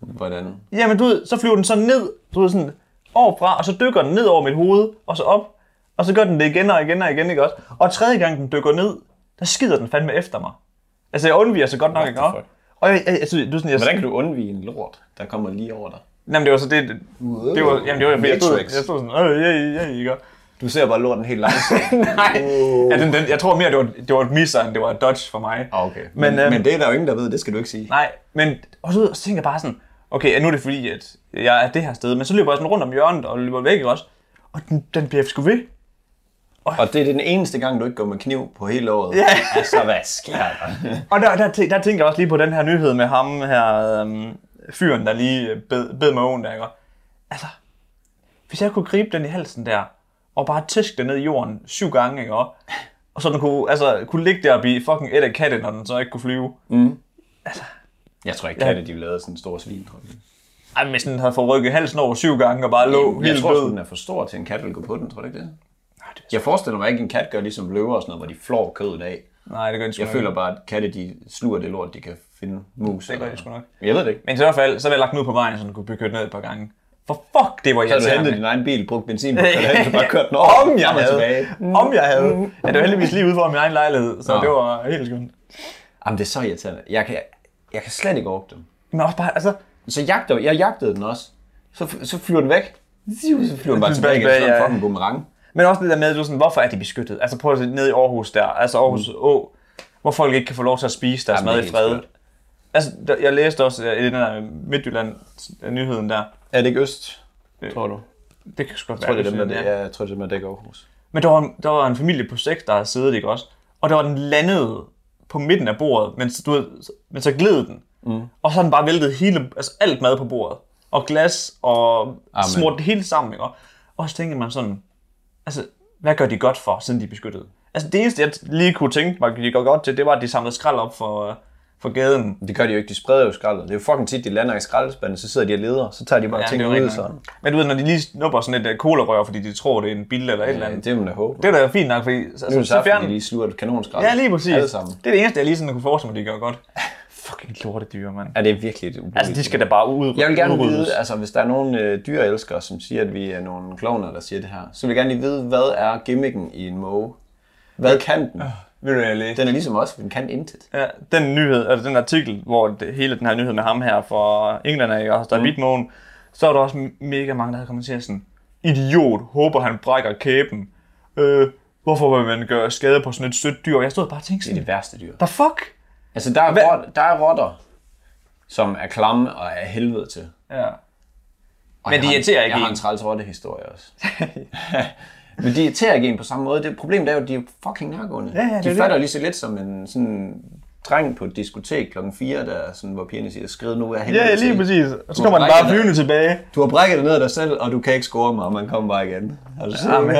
C: Hvordan?
A: Jamen du ved, så flyver den så ned, du ved sådan overfra, og så dykker den ned over mit hoved, og så op, og så gør den det igen og igen og igen, ikke også? Og tredje gang den dykker ned, der skider den fandme efter mig. Altså jeg undviger så godt nok, ikke også?
C: fuck?
A: Og jeg, jeg, jeg, jeg, du, sådan, jeg,
C: Hvordan kan du undvige en lort, der kommer lige over dig?
A: Jamen det var så det, det, det var, jamen det var, jeg stod,
C: Matrix.
A: jeg stod sådan, øh, ja, ja, ja, ikke også?
C: Du ser bare lorten helt langsomt.
A: Nej, ja, den, den, jeg tror mere, det var, det var et misser, end det var et dodge for mig.
C: Oh. Ah, okay. Men,
A: Men,
C: men,
A: øhm,
C: men, det er der jo ingen, der ved. Det skal du ikke sige.
A: Nej, men og så, og så tænker jeg bare sådan, okay, nu er det fordi, at jeg er det her sted, men så løber jeg sådan rundt om hjørnet og løber væk, ikke også? Og den, den bliver sgu ved.
C: Og det er den eneste gang, du ikke går med kniv på hele året.
A: Ja.
C: Altså, hvad sker der?
A: Og der, der, tæ- der tænker jeg også lige på den her nyhed med ham her, øhm, fyren, der lige øh, bed, bed med åen der, ikke også? Altså, hvis jeg kunne gribe den i halsen der, og bare tæske den ned i jorden syv gange, ikke også? Og så den kunne, altså, kunne ligge der og blive fucking et af katte, når den så ikke kunne flyve. Mm.
C: Jeg tror ikke, katte, de lavede sådan en stor svin, tror jeg.
A: Ej, men hvis den havde fået rykket halsen over syv gange og bare lå
C: Jeg
A: helt
C: tror,
A: død.
C: den er for stor til, at en kat vil gå på den, tror du ikke det? Jeg forestiller mig ikke, at en kat gør ligesom løver og sådan noget, hvor de flår kødet af.
A: Nej, det gør den sgu
C: Jeg
A: nok.
C: føler bare, at katte de sluger det lort, de kan finde mus.
A: Det gør
C: eller-
A: de sgu nok.
C: Jeg ved det ikke.
A: Men i så fald, så havde jeg lagt den ud på vejen, så den kunne blive kørt ned et par gange. For fuck, det var
C: Så
A: jeg
C: Altså, havde du hentet din egen bil, brugt benzin på, og havde du bare kørt den over.
A: Om jeg
C: frem og
A: havde.
C: Tilbage.
A: Om jeg havde. Ja, det var heldigvis lige ude for min egen lejlighed, så
C: Nå.
A: det var helt skønt.
C: Jamen, det er så irriterende. Jeg kan, jeg kan slet ikke overgå dem.
A: Men også bare, altså,
C: Så jagter, jeg jagtede den også. Så, så flyver den væk. Ziu, Så flyver den bare
A: Den
C: tilbage igen,
A: tilbage,
C: så er den
A: ja.
C: fucking boomerang.
A: Men også det der med, at du er sådan, hvorfor er de beskyttet? Altså prøv at se ned i Aarhus der, altså Aarhus mm. Å, hvor folk ikke kan få lov til at spise deres
C: Jamen,
A: mad
C: det
A: i
C: er
A: fred.
C: helt
A: Altså, der, jeg læste også øh, i den der Midtjylland-nyheden der,
C: Er det ikke øst, Øh, tror du?
A: det kan sgu godt
C: Jeg tror,
A: være,
C: det er dem, der,
A: sådan,
C: ja, jeg tror, det er dem, der dækker Aarhus.
A: Men der var, der var en familie på seks, der havde siddet, ikke også? Og der var den landet på midten af bordet, men, så- du ved, men så gled den. Mm. Og så har den bare væltet hele, altså alt mad på bordet. Og glas og
C: Ah,
A: Amen. smurt det hele sammen, ikke? også? Og så tænker man sådan, altså, hvad gør de godt for, siden de er beskyttet? Altså det eneste, jeg lige kunne tænke mig, at de gør godt til, det var, at de samlede skrald op for, øh, for gaden.
C: Det gør de jo ikke, de spreder jo skraldet. Det er jo fucking tit, de lander i skraldespanden, så sidder de og leder, så tager de bare ja,
A: Ja,
C: ting
A: det er
C: ud
A: rigtigt
C: sådan.
A: nok. Men du ved, når de lige snupper sådan et øh, colarør, fordi de tror, det er en bil eller et eller
C: Ja,
A: andet.
C: det må man da håbe.
A: Det er da fint nok, fordi altså,
C: Nu er det så,
A: så
C: aften,
A: fjerner
C: de lige sluger et kanonskrald.
A: Ja, lige præcis.
C: Alle sammen.
A: Det er det eneste, jeg lige sådan kunne forestille mig, de gør godt. Fucking lorte dyr, mand.
C: Ja, det er virkelig et ubrugeligt
A: Altså, de skal da bare ud.
C: Jeg vil gerne
A: udryddes.
C: vide, altså hvis der er nogen øh, dyrelskere, som siger, at vi er nogle klovner, der siger det her, så vil jeg gerne lige vide, hvad er gimmicken i en måge? Hvad Øh. kan den?
A: Ved du, hvad jeg læste?
C: Den er ligesom os, for den kan intet.
A: Ja, den nyhed, altså den artikel, hvor det, hele den her nyhed med ham her fra England, ikke, også, der er mm. så er der også m- mega mange, der havde kommenteret sådan, idiot, håber han brækker kæben. Øh, hvorfor vil man gøre skade på sådan et sødt dyr? Og jeg stod bare og tænkte
C: Det er
A: sådan,
C: det værste dyr.
A: the fuck?
C: Altså der er,
A: Hvad-
C: rot, der er rotter, som er klamme og er helvede til.
A: Ja.
C: Og
A: Men
C: jeg
A: de
C: har en-
A: irriterer ikke
C: Jeg har
A: en.
C: en træls rottehistorie også. Men de irriterer ikke en på samme måde. Det problemet er jo, at de er jo fucking nærgående.
A: ja, det er
C: de
A: det.
C: fatter lige så lidt som en sådan dreng på et diskotek klokken 4, der er sådan, hvor pigerne siger, skrid nu af helvede
A: Ja,
C: til."
A: lige præcis. Og så
C: Du
A: kommer den
C: brækker
A: bare
C: dig.
A: flyvende tilbage.
C: Du har brækket dig ned af dig selv, og du kan ikke score mig, man kommer bare igen. Er du ja, men...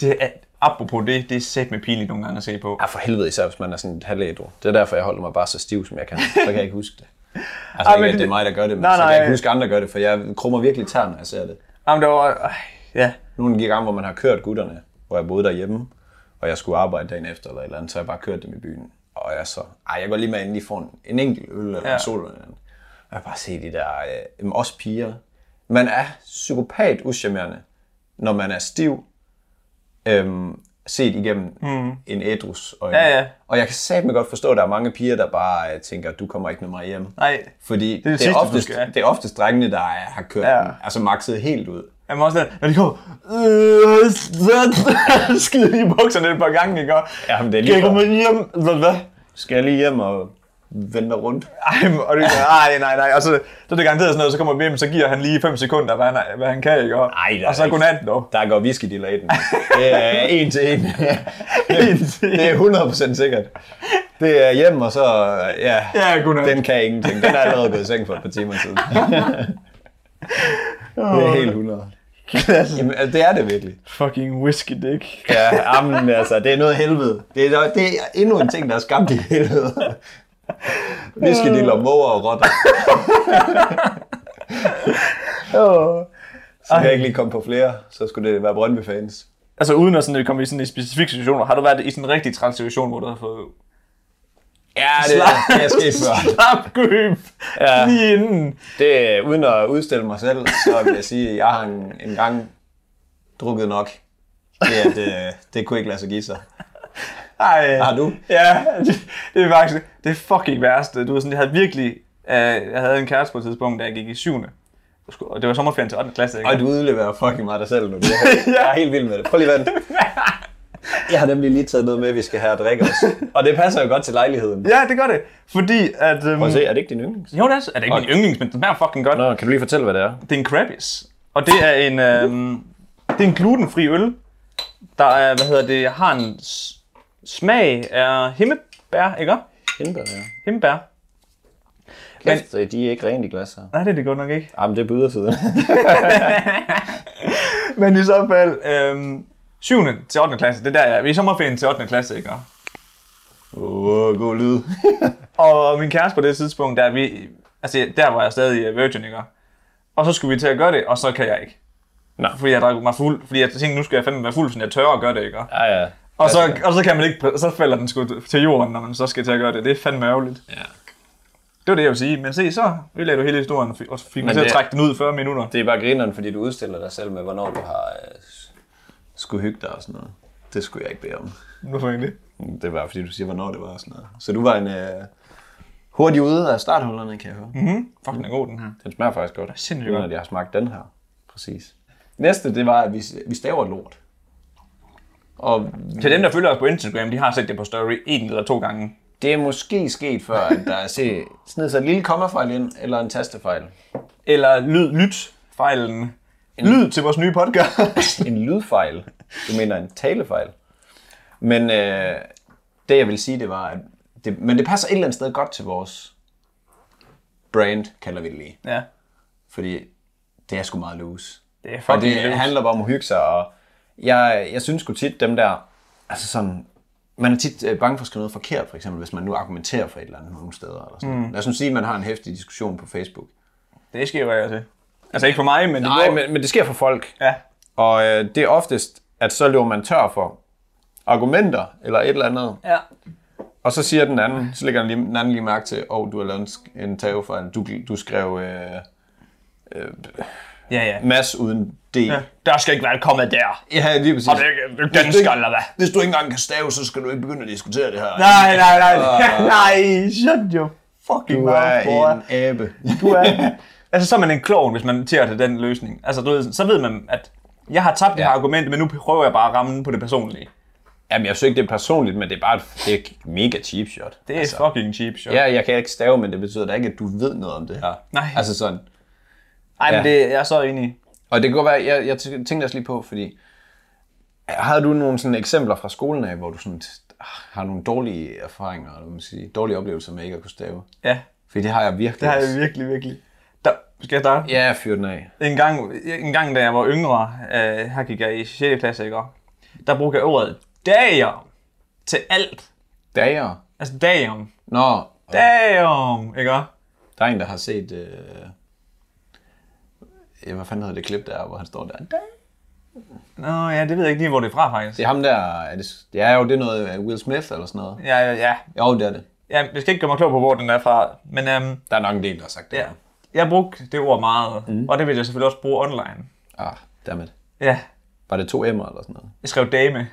A: Det er, apropos det, det er sæt med pinligt nogle gange at se på.
C: ja, for helvede, især hvis man er sådan halvædro. Det er derfor, jeg holder mig bare så stiv, som jeg kan. Så kan jeg ikke huske det. Altså,
A: Ej,
C: ikke,
A: men
C: at det er
A: det-
C: mig, der gør det, men
A: Nej,
C: nej, så kan
A: nej.
C: jeg ikke huske, at andre gør det, for jeg krummer virkelig tær, når jeg ser det.
A: Jamen, det var, øh, ja,
C: Nogle af de gange, hvor man har kørt gutterne, hvor jeg boede derhjemme, og jeg skulle arbejde dagen efter eller et eller andet, så har jeg bare kørt dem i byen. Og jeg så, ej, jeg går lige med, inden de får en, en enkelt øl eller ja.
A: Ja.
C: en sol eller andet. Og jeg bare se de der, øh, jamen, også piger. Man er psykopat uschammerende, når man er stiv, øhm, set igennem mm. en ædrus. Og,
A: Ja, ja.
C: og jeg kan satme godt forstå, at der er mange piger, der bare øh, tænker, du kommer ikke med mig hjem.
A: nej.
C: Fordi det
A: det
C: er, det
A: sidste,
C: er,
A: du
C: oftest,
A: skal.
C: det er oftest drengene, der er, har kørt ja.
A: Ja.
C: den, altså maxet helt ud.
A: Jeg må også lade, når de går, øh, så skider de i bukserne et par gange, ikke? Og,
C: Ja, men det er
A: kan jeg
C: for-
A: komme hjem? Hvad, hvad?
C: Skal jeg lige hjem og vende mig rundt?
A: Ej, og det, ej, nej, nej. Og så, så er det garanteret sådan noget, så kommer vi hjem, så giver han lige 5 sekunder, hvad han, hvad han kan, ikke? Og,
C: Ej, der er
A: og så
C: ikke-
A: godnat, dog.
C: Der går whisky dealer i den. Det er en til en.
A: En til en.
C: Det er 100% sikkert. Det er hjem, og så... Ja,
A: Ja, godnat.
C: den kan ingenting. Den er allerede gået i seng for et par timer siden. Det er helt 100. Jamen, altså, det er det virkelig.
A: Fucking whisky dick.
C: Ja, amen, altså, det er noget helvede. Det er, det er endnu en ting, der er skabt i helvede. Whisky dealer, måger og rotter. Så kan jeg ikke lige komme på flere, så skulle det være Brøndby-fans.
A: Altså uden at sådan, komme i sådan en specifik situation, har du været i sådan en rigtig træls situation, hvor du har fået
C: Ja, det, det er sket før.
A: slap køb
C: Ja.
A: ja. lige inden?
C: Det, uden at udstille mig selv, så vil jeg sige, at jeg har en, en gang drukket nok. Det, at, det, det kunne ikke lade sig give sig.
A: Ej.
C: Har du?
A: Ja, det, det er faktisk det fucking værste. Du ved sådan, jeg havde virkelig... Øh, jeg havde en kæreste på et tidspunkt, da jeg gik i 7. Og det var sommerferien til 8. klasse, ikke?
C: Og du udleverer fucking meget dig selv nu. Jeg er, jeg er helt vild med det. Prøv lige vent. Jeg har nemlig lige taget noget med, vi skal have at drikke os. Og det passer jo godt til lejligheden.
A: Ja, det gør det. Fordi at... Øhm,
C: Prøv at se, er det ikke din yndlings?
A: jo, det er, er det ikke min yndlings, men den her er fucking godt.
C: Nå, kan du lige fortælle, hvad det er?
A: Det er en Krabbis. Og det er en, øhm, det er en glutenfri øl. Der er, hvad hedder det, jeg har en s- smag af himmebær, ikke?
C: Hindbær, ja.
A: Himmebær.
C: Kæft, øh, de er ikke rent i glas her.
A: Nej, det er det godt nok ikke.
C: Jamen, det er på ydersiden.
A: Men i så fald, øhm, 7. til 8. klasse, det er der, jeg, vi er i sommerferien til 8. klasse, ikke?
C: Åh, oh, god lyd.
A: Og min kæreste på det tidspunkt, der, vi, altså, der var jeg stadig virgin, ikke? Og så skulle vi til at gøre det, og så kan jeg ikke.
D: Nå.
A: Fordi jeg drak mig fuld. Fordi jeg tænkte, nu skal jeg fandme være fuld, så jeg tør at gøre det, ikke?
D: Ja, ja.
A: Og så, og så kan man ikke, så falder den sgu til jorden, når man så skal til at gøre det. Det er fandme ærgerligt.
D: ja.
A: Det var det, jeg ville sige. Men se, så ødelagde du hele historien, og fik- og fik mig
D: Men
A: til at
D: det-
A: trække den ud i 40 minutter.
D: Det er bare grineren, fordi du udstiller dig selv med, hvornår du har... Øh...
C: Skulle hygge dig og sådan noget. Det skulle jeg ikke bede om.
A: Nu får jeg det.
C: Det var fordi du siger, hvornår det var og sådan noget. Så du var en øh, hurtig ude af starthullerne, kan jeg høre.
A: Mhm. Fuck, den er god, den her.
D: Den smager faktisk godt.
A: Sindssygt
C: Uden
A: godt.
C: at jeg har smagt den her. Præcis. Næste, det var, at vi, vi staver lort. Og
A: Til dem, der følger os på Instagram, de har set det på story en eller to gange.
C: det er måske sket før, at der er se, sned sig et lille kommafejl ind, eller en tastefejl.
A: Eller lyd, lyt fejlen. Lyd til vores nye podcast.
C: En lydfejl. Du mener en talefejl. Men øh, det, jeg vil sige, det var, at det, men det passer et eller andet sted godt til vores brand, kalder vi det lige.
A: ja,
C: Fordi det er sgu meget loose.
A: det er
C: Og
A: fucking
C: det
A: løs.
C: handler bare om at hygge sig, og jeg, jeg synes sgu tit dem der, altså sådan, man er tit øh, bange for at skrive noget forkert, for eksempel, hvis man nu argumenterer for et eller andet nogle steder. Eller sådan. Mm. Lad os nu sige, at man har en hæftig diskussion på Facebook.
A: Det sker jo af og til. Altså ikke for mig, men... det
C: Nej,
A: går-
C: men, men det sker for folk.
A: Ja,
C: Og øh, det er oftest, at så løber man tør for argumenter eller et eller andet.
A: Ja.
C: Og så siger den anden, så lægger den, lige, den anden lige mærke til, åh, oh, du har lavet en sk- en tagefejl. Du, du skrev øh,
A: ja, ja.
C: mas uden D. Ja,
A: Der skal ikke være et kommet der.
C: ja lige præcis.
A: Og det er ikke- det er ikke dansker, eller hvad?
C: Hvis du ikke engang kan stave, så skal du ikke begynde at diskutere det her.
A: Nej, nej, nej. nej, shut your fucking
C: Ah. Du
A: mouth,
C: er
A: boy.
C: en abe.
A: Du er... altså, så er man en klovn, hvis man tager til den løsning. Altså, du ved, så ved man, at jeg har tabt det her argument, men nu prøver jeg bare at ramme på det personlige.
C: Jamen, jeg synes ikke, det er personligt, men det er bare et, det er et mega cheap shot.
A: Det er altså, fucking cheap shot.
C: Ja, jeg kan ikke stave, men det betyder da ikke, at du ved noget om det her.
A: Nej.
C: Altså sådan.
A: Ej, men
C: Ja.
A: det jeg er så enig i.
C: Og det kan godt være, jeg, jeg tæ- tænkte også lige på, fordi havde du nogle sådan eksempler fra skolen af, hvor du sådan, ah, har nogle dårlige erfaringer, eller hvad man siger, dårlige oplevelser med ikke at kunne stave?
A: Ja,
C: Fordi det har jeg virkelig.
A: det har
C: også.
A: jeg virkelig, virkelig. Der, skal jeg starte?
C: Ja, jeg fyrer den af.
A: En gang, en gang, da jeg var yngre, øh, her gik jeg i 6. klasse, ikke? der brugte jeg ordet dager til alt.
C: Dager.
A: Altså damn.
C: Nå,
A: Damn, ikke?
C: der er en, der har set... Øh... Ja, hvad fanden hedder det klip der, hvor han står der?
A: Nå ja, det ved jeg ikke lige, hvor det er fra faktisk.
C: Det er ham der, er det, det er jo det er noget af Will Smith eller sådan noget.
A: Ja, ja, ja.
C: Jo, det er det.
A: ja jeg skal ikke gøre mig klog på, hvor den er fra. Men øhm,
C: Der er nok en del, der har sagt det.
A: ja. jeg brugte det ord meget, mm. og det vil jeg selvfølgelig også bruge online.
C: Ah, dammit.
A: Ja,
C: Var det to M'er eller sådan noget?
A: jeg skrev dame.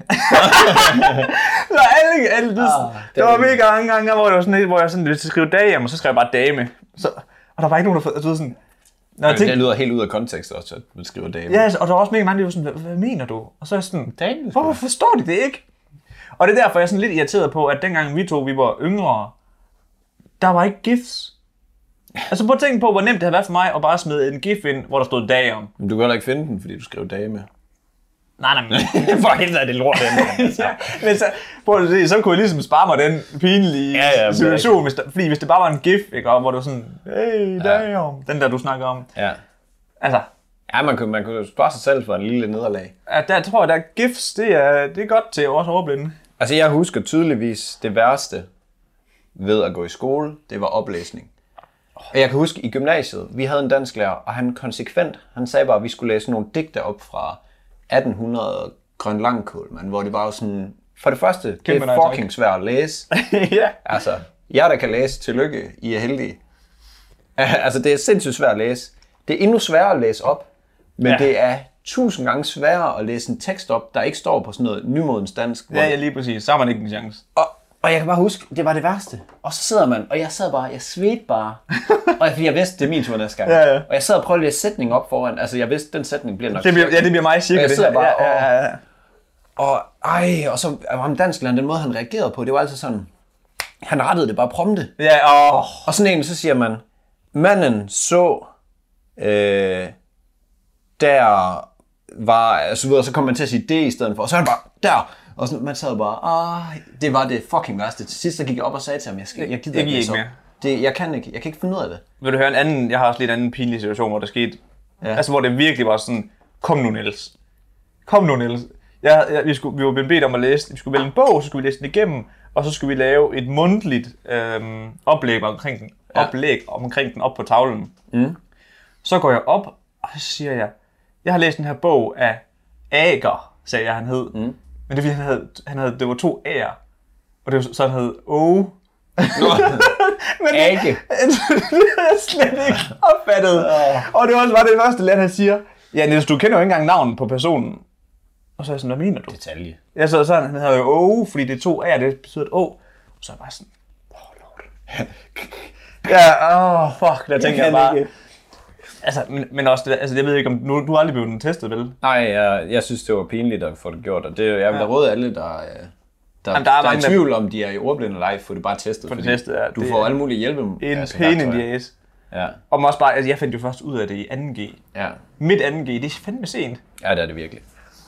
A: så alle, alle det, ah, der var
C: dame.
A: mega mange gange, hvor, det var sådan, lidt, hvor jeg sådan, hvis jeg skrev dame, så skrev jeg bare dame. Så, og der var ikke nogen, der... altså, Du ved sådan, når jeg
C: Det, det
A: tænkte,
C: lyder helt ud af kontekst også, at man skriver dame.
A: ja, altså, og der var også mega mange, der var sådan, hvad, hvad mener du? Og så er jeg sådan,
C: Dame,
A: Hvorfor forstår de det ikke? Og det er derfor, jeg er sådan lidt irriteret på, at dengang vi to vi var yngre, der var ikke gifs. Altså prøv at tænke på, hvor nemt det havde været for mig at bare smide en gif ind, hvor der stod dag om.
C: Men du kan heller ikke finde den, fordi du skrev dame.
A: Nej, nej, men for helvede er det lort, den. altså. men så, prøv at se, så kunne jeg ligesom spare mig den pinlige
D: Ja,
A: ja,
D: ja,
A: ja,
D: men
A: situation, hvis der, fordi hvis det bare var en gif, ikke, og hvor du sådan, hey, dag om, den der du snakker om.
C: Ja.
A: Altså,
C: Ja, man kunne, man kunne spare sig selv for en lille nederlag.
A: at der tror jeg, der er gifs, det er, det er godt til også overblinde.
C: Altså, jeg husker tydeligvis det værste ved at gå i skole, det var oplæsning. Og jeg kan huske i gymnasiet, vi havde en dansklærer, og han konsekvent, han sagde bare, at vi skulle læse nogle digte op fra 1800 Grøn Langkål, men hvor det var jo sådan, for det første, det
A: Kæmpe nej
C: er
A: tak.
C: fucking svært at læse.
A: ja.
C: Altså, jeg der kan læse, tillykke, I er heldige. altså, det er sindssygt svært at læse. Det er endnu sværere at læse op, men
A: Ja.
C: ja. det er tusind gange sværere at læse en tekst op, der ikke står på sådan noget nymodens dansk. hvor-
A: Ja, ja, lige præcis. Så har man ikke en chance.
C: og, og jeg kan bare huske, det var det værste. Og så sidder man, og jeg sad bare, jeg svedte bare. og jeg, fordi jeg vidste, det er min tur næste gang.
A: Ja, ja.
C: Og jeg sad og prøvede at læse sætningen op foran. Altså, jeg vidste, den sætning bliver nok...
A: Det bliver, ja, det bliver mig cirka
C: Jeg
A: det
C: sidder
A: her.
C: bare
A: ja, ja, ja, ja.
C: Og ej, og så var ham dansklæren, den måde, han reagerede på, det var altså sådan... Han rettede det bare prompte.
A: Ja, og
C: Og sådan en, så siger man, manden så, øh, der var, altså, ved, og så kom man til at sige det i stedet for, og så er han bare, der, og sådan, man sad bare, ah, det var det fucking værste. Til sidst, så gik jeg op og sagde til ham, jeg, skal, jeg gider
A: Jeg
C: ikke,
A: giver
C: læse
A: ikke
C: op. Det, jeg kan ikke, jeg kan ikke finde ud af det.
A: vil du høre en anden, jeg har også lidt anden pinlig situation, hvor der skete, ja. altså hvor det virkelig var sådan, kom nu Niels, kom nu Niels. Jeg, jeg, vi, skulle, vi var blevet bedt om at læse, vi skulle vælge en bog, så skulle vi læse den igennem, og så skulle vi lave et mundtligt øhm, oplæg, omkring den, ja. oplæg omkring den op på tavlen. Mm. Så går jeg op, og så siger jeg, jeg har læst den her bog af Ager, sagde jeg, han hed. Mm. Men det er fordi, han havde, han havde, det var to A'er, og det var, så han hed O. Men det-
C: Age.
A: det havde jeg slet ikke opfattet. Og det var også bare det første land, han siger, ja Niels, du kender jo ikke engang navnet på personen. Og så er jeg sådan, hvad mener du?
D: Detalje.
A: Jeg sad sådan, han havde jo O, fordi det er to A'er, det betyder et O. Og så er jeg bare sådan, åh, oh, lord. ja, åh, oh, fuck, der tænker jeg,
C: kan
A: bare.
C: ikke.
A: Altså, men, men også, det, der- altså, jeg ved ikke, om du, du har aldrig blevet den testet, vel?
D: Nej, jeg, jeg synes, det var pinligt at få det gjort, og det,
C: Jeg vil da råde alle, der, øh, der,
A: Jamen,
C: Jamen,
A: der
C: der,
A: er
C: er der er
A: mange,
C: i
A: der-
C: tvivl om, de er i ordblinde eller ej, få det bare testet.
A: Få det
C: fordi
A: testet, ja.
C: Du
A: Det
C: får
A: er
C: alle mulige hjælpe. En
A: En altså, pæn
C: ja.
A: NDA's.
D: ja,
A: Og også bare, altså, jeg fandt jo først ud af det i 2G.
C: ja.
A: Mit 2G, det er fandme sent.
D: ja, det er det virkelig.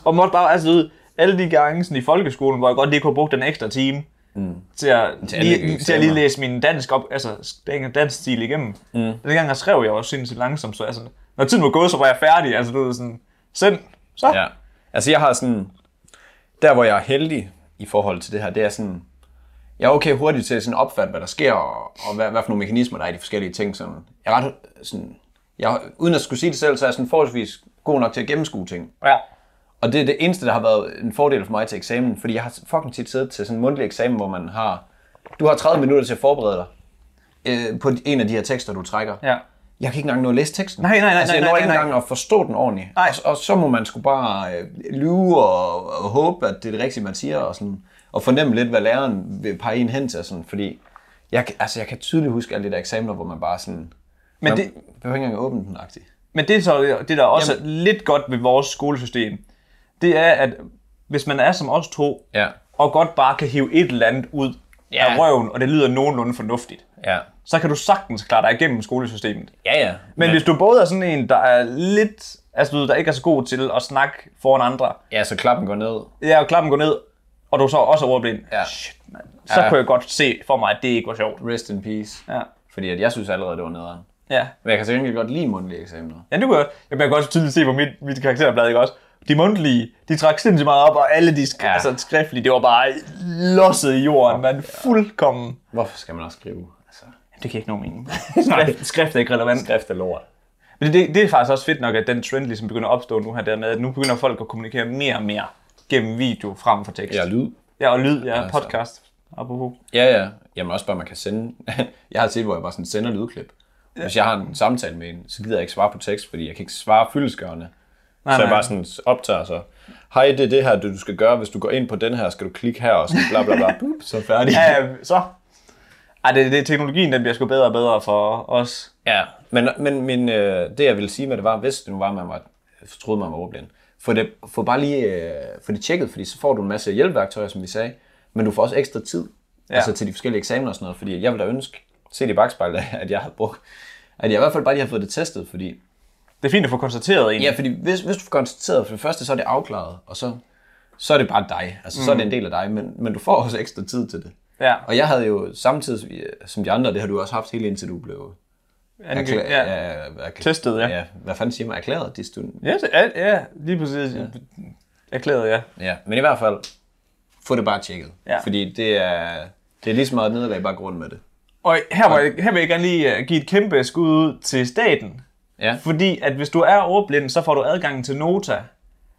A: Og måtte bare, altså, du ved, alle de gange sådan i folkeskolen, hvor jeg godt lige kunne bruge den ekstra time, mm. til, at,
C: Til
A: til,
C: alle
A: lige, til at lige
C: eksaminer.
A: læse min dansk op, altså den- dansk stil igennem. Mm. Dengang jeg skrev, jeg var sindssygt langsom, så altså, når tiden var gået, så var jeg færdig, altså du ved sådan, send, så. Ja.
D: Ja.
C: Altså jeg har sådan, der hvor jeg er heldig i forhold til det her, det er sådan, jeg er okay hurtigt til at sådan opfatte, hvad der sker, og, og hvad, hvad for nogle mekanismer, der er i de forskellige ting. Sådan. Jeg er ret, sådan, jeg, uden at skulle sige det selv, så er jeg sådan forholdsvis god nok til at gennemskue ting.
A: ja.
C: Og det er det eneste, der har været en fordel for mig til eksamen, fordi jeg har fucking tit siddet til sådan en mundtlig eksamen, hvor man har, du har 30 minutter til at forberede dig øh, på en af de her tekster, du trækker.
A: ja.
C: Jeg kan ikke engang nå at læse teksten.
A: Nej, nej, nej,
C: altså, jeg
A: nej,
C: når
A: nej,
C: ikke
A: nej.
C: engang at forstå den ordentligt.
A: Nej.
C: Og, og, så må man sgu bare øh, lyve og, og, håbe, at det er det rigtige, man siger, og, sådan, og fornemme lidt, hvad læreren vil pege en hen til. Sådan, fordi jeg, kan- altså, jeg kan tydeligt huske alle de der eksamener, hvor man bare sådan...
A: Men
C: man
A: det-
C: behøver ikke engang at åbne den, agtigt.
A: Men det er så det, der også Jamen. er lidt godt ved vores skolesystem, det er, at hvis man er som os to,
D: Ja.
A: og godt bare kan hive et eller andet ud ja.
D: Ja.
A: af røven, og det lyder nogenlunde fornuftigt,
D: Ja.
A: så kan du sagtens klare dig igennem skolesystemet.
D: Ja, ja.
A: Men ja. hvis du både er sådan en, der er lidt, altså du ved, der ikke er så god til at snakke foran andre,
D: Ja, så klappen går ned.
A: ja, og klappen går ned, og du så også er ordblind,
C: Ja.
A: shit, man. så ja. kunne jeg godt se for mig, at det ikke var sjovt.
C: Rest in peace.
A: Ja.
C: Fordi at jeg synes allerede, det var nederen.
A: Ja,
C: Men jeg kan til gengæld godt lide mundtlige eksamener.
A: ja det kunne jeg også. Jeg kan godt tydeligt se på mit, mit karakterblad, ikke også? De mundtlige, de trak sindssygt meget op, og alle de sk- ja.
C: Ja.
A: altså, skriftlige, det var bare losset i jorden, man. Fuldkommen.
C: Hvorfor skal man også skrive? Altså,
A: Det giver ikke nogen mening. Skrift, skrift er ikke relevant.
D: Skrift er lort.
A: Men det, det er faktisk også fedt nok, at den trend ligesom begynder at opstå nu her dermed, at nu begynder folk at kommunikere mere og mere gennem video frem for tekst.
D: Ja, lyd.
A: Ja, og lyd, ja, podcast. Apropos.
C: Ja, ja. Jamen også bare, man kan sende... jeg har set, hvor jeg bare sådan sender lydklip. Hvis jeg har en samtale med en, så gider jeg ikke svare på tekst, fordi jeg kan ikke svare fyldesgørende.
A: Nej,
D: Så jeg
A: nej.
D: bare sådan optager så. Hej, det er det her, du du skal gøre. Hvis du går ind på den her, skal du klikke her, og sådan bla bla bla. Boop, så færdig.
A: Ja, ja, så. Ej, det, det, teknologien den bliver sgu bedre og bedre for os.
D: Ja,
C: Men, men, men øh, det, jeg ville sige med det var, hvis det nu var, man var, troede, man var ordblind, få det, få bare lige øh, få det tjekket, fordi så får du en masse hjælpeværktøjer, som vi sagde, men du får også ekstra tid ja. altså til de forskellige eksamener og sådan noget, fordi jeg ville da ønske, set i bagspejlet, at jeg havde brugt, at jeg i hvert fald bare lige havde fået det testet, fordi,
A: Det er fint at få konstateret en.
C: ja, fordi hvis, hvis du får konstateret, for det første, så er det afklaret, og så, så er det bare dig, altså så er det en del af dig, men, men du får også ekstra tid til det.
A: Ja,
C: Og jeg havde jo samtidig øh, som de andre, det har du også haft helt indtil du blev
A: angiv,
C: Erklæ-
A: ja.
C: ja. erklæ-
A: Testet, ja.
C: ja. Hvad fanden siger man? Erklæret de studier?
A: Ja, det er, ja, lige præcis. Ja. Erklæret, ja.
C: Ja, men i hvert fald, få det bare tjekket.
A: Ja.
C: Fordi det er, det er lige så meget nederlag bare grund med det.
A: Og her, var, her vil jeg gerne lige øh, give et kæmpe skud ud til staten.
C: Ja.
A: Fordi at hvis du er ordblind, så får du adgang til Nota, ja.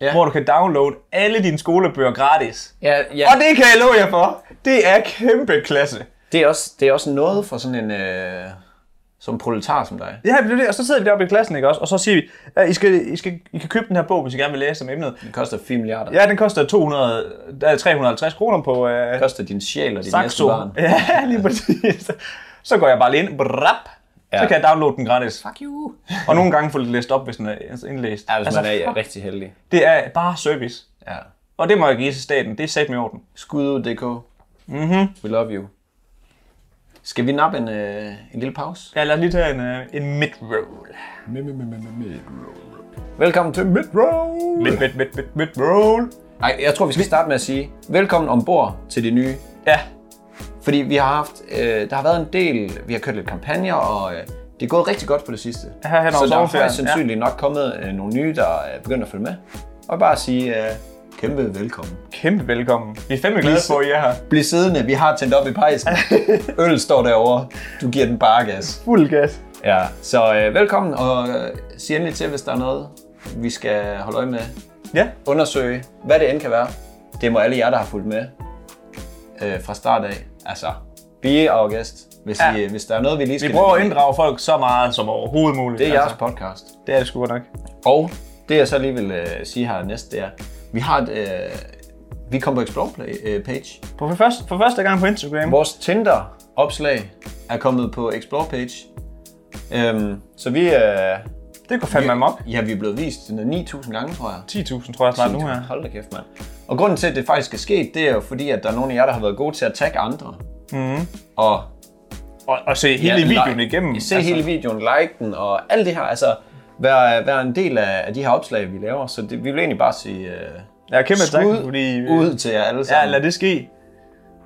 C: Ja.
A: hvor du kan downloade alle dine skolebøger gratis.
C: Ja, ja.
A: Og det kan jeg love jer for. Det er kæmpe klasse.
C: det, er også, det er også noget for sådan en... Øh, som proletar som dig.
A: Ja, men det er det. og så sidder vi deroppe i klassen, ikke også? Og så siger vi, at I, skal, I, skal, I kan købe den her bog, hvis I gerne vil læse om emnet.
C: Det koster 4 milliarder.
A: Ja, den koster 200, der er 350 kroner på øh,
C: Det koster din sjæl og din næste
A: Saxo.
C: barn.
A: Ja, lige præcis. Så går jeg bare lige ind, brap, så
D: Ja.
A: kan jeg downloade den gratis.
C: Fuck you.
A: Og nogle gange få det læst op, hvis den er indlæst.
D: ja hvis altså, man er
A: fuck,
D: rigtig heldig.
A: det er bare service.
C: Ja.
A: Og det må jeg give til staten. Det er sat med orden.
C: Skud ud, DK. Mm-hmm. We love you. Skal vi nappe en, øh, en lille pause?
A: Ja, lad os lige tage en, øh, en mid-roll.
C: Velkommen til Midroll.
A: Mid, mid, mid, mid, mid-roll.
C: Ej, jeg tror, vi skal starte med at sige velkommen ombord til det nye.
A: Ja,
C: Fordi vi har haft, øh, der har været en del, vi har kørt lidt kampagner, og øh, det er gået rigtig godt på det sidste.
A: Her hen over
C: Så der er
A: sommerferien,
C: højst sandsynligt nok kommet øh, nogle nye, der er begyndt at følge med. Og bare sige, øh, Kæmpe velkommen.
A: Kæmpe velkommen. Vi er fandme glade for, at I er her.
C: Bliv siddende, vi har tændt op i pejsen. Øl står derovre. Du giver den bare gas.
A: Fuld gas.
C: Ja, så øh, velkommen, og øh, sig endelig til, hvis der er noget, vi skal holde øje med.
A: Ja,
C: Undersøge, hvad det end kan være. Det må alle jer, der har fulgt med øh, fra start af. Altså, be our guest, hvis,
A: Ja.
C: ja. I, øh, hvis der er noget, vi lige
A: vi
C: skal...
A: prøver at inddrage folk så meget som overhovedet muligt. Altså,
C: Det er jeres podcast.
A: Det er det sgu godt nok.
C: Og det jeg så lige vil øh, sige her næst, det er, vi har et, øh, vi kom på Explore Play, øh, page.
A: På for, første, for første gang på Instagram.
C: Vores Tinder opslag er kommet på Explore page. Øhm, så vi, øh,
A: Det går fandme mig op.
C: ja, vi er blevet vist den er 9.000 gange, tror jeg.
A: 10.000 tror jeg snart nu her.
C: Hold da kæft, mand. Og grunden til, at det faktisk er sket, det er jo fordi, at der er nogle af jer, der har været gode til at tagge andre. Mm.
A: Mhm.
C: Og
A: Og, og se hele
C: Ja,
A: videoen
C: like-
A: igennem.
C: Se altså. hele videoen, like den og alt det her. Altså, vær, vær en del af, af de her opslag, vi laver. Så det, vi vil egentlig bare sige... Øh,
A: Ja, kæmpe tak,
C: Skud
A: fordi... øh,
C: ud til jer alle
A: Ja,
C: sammen.
A: lad det ske.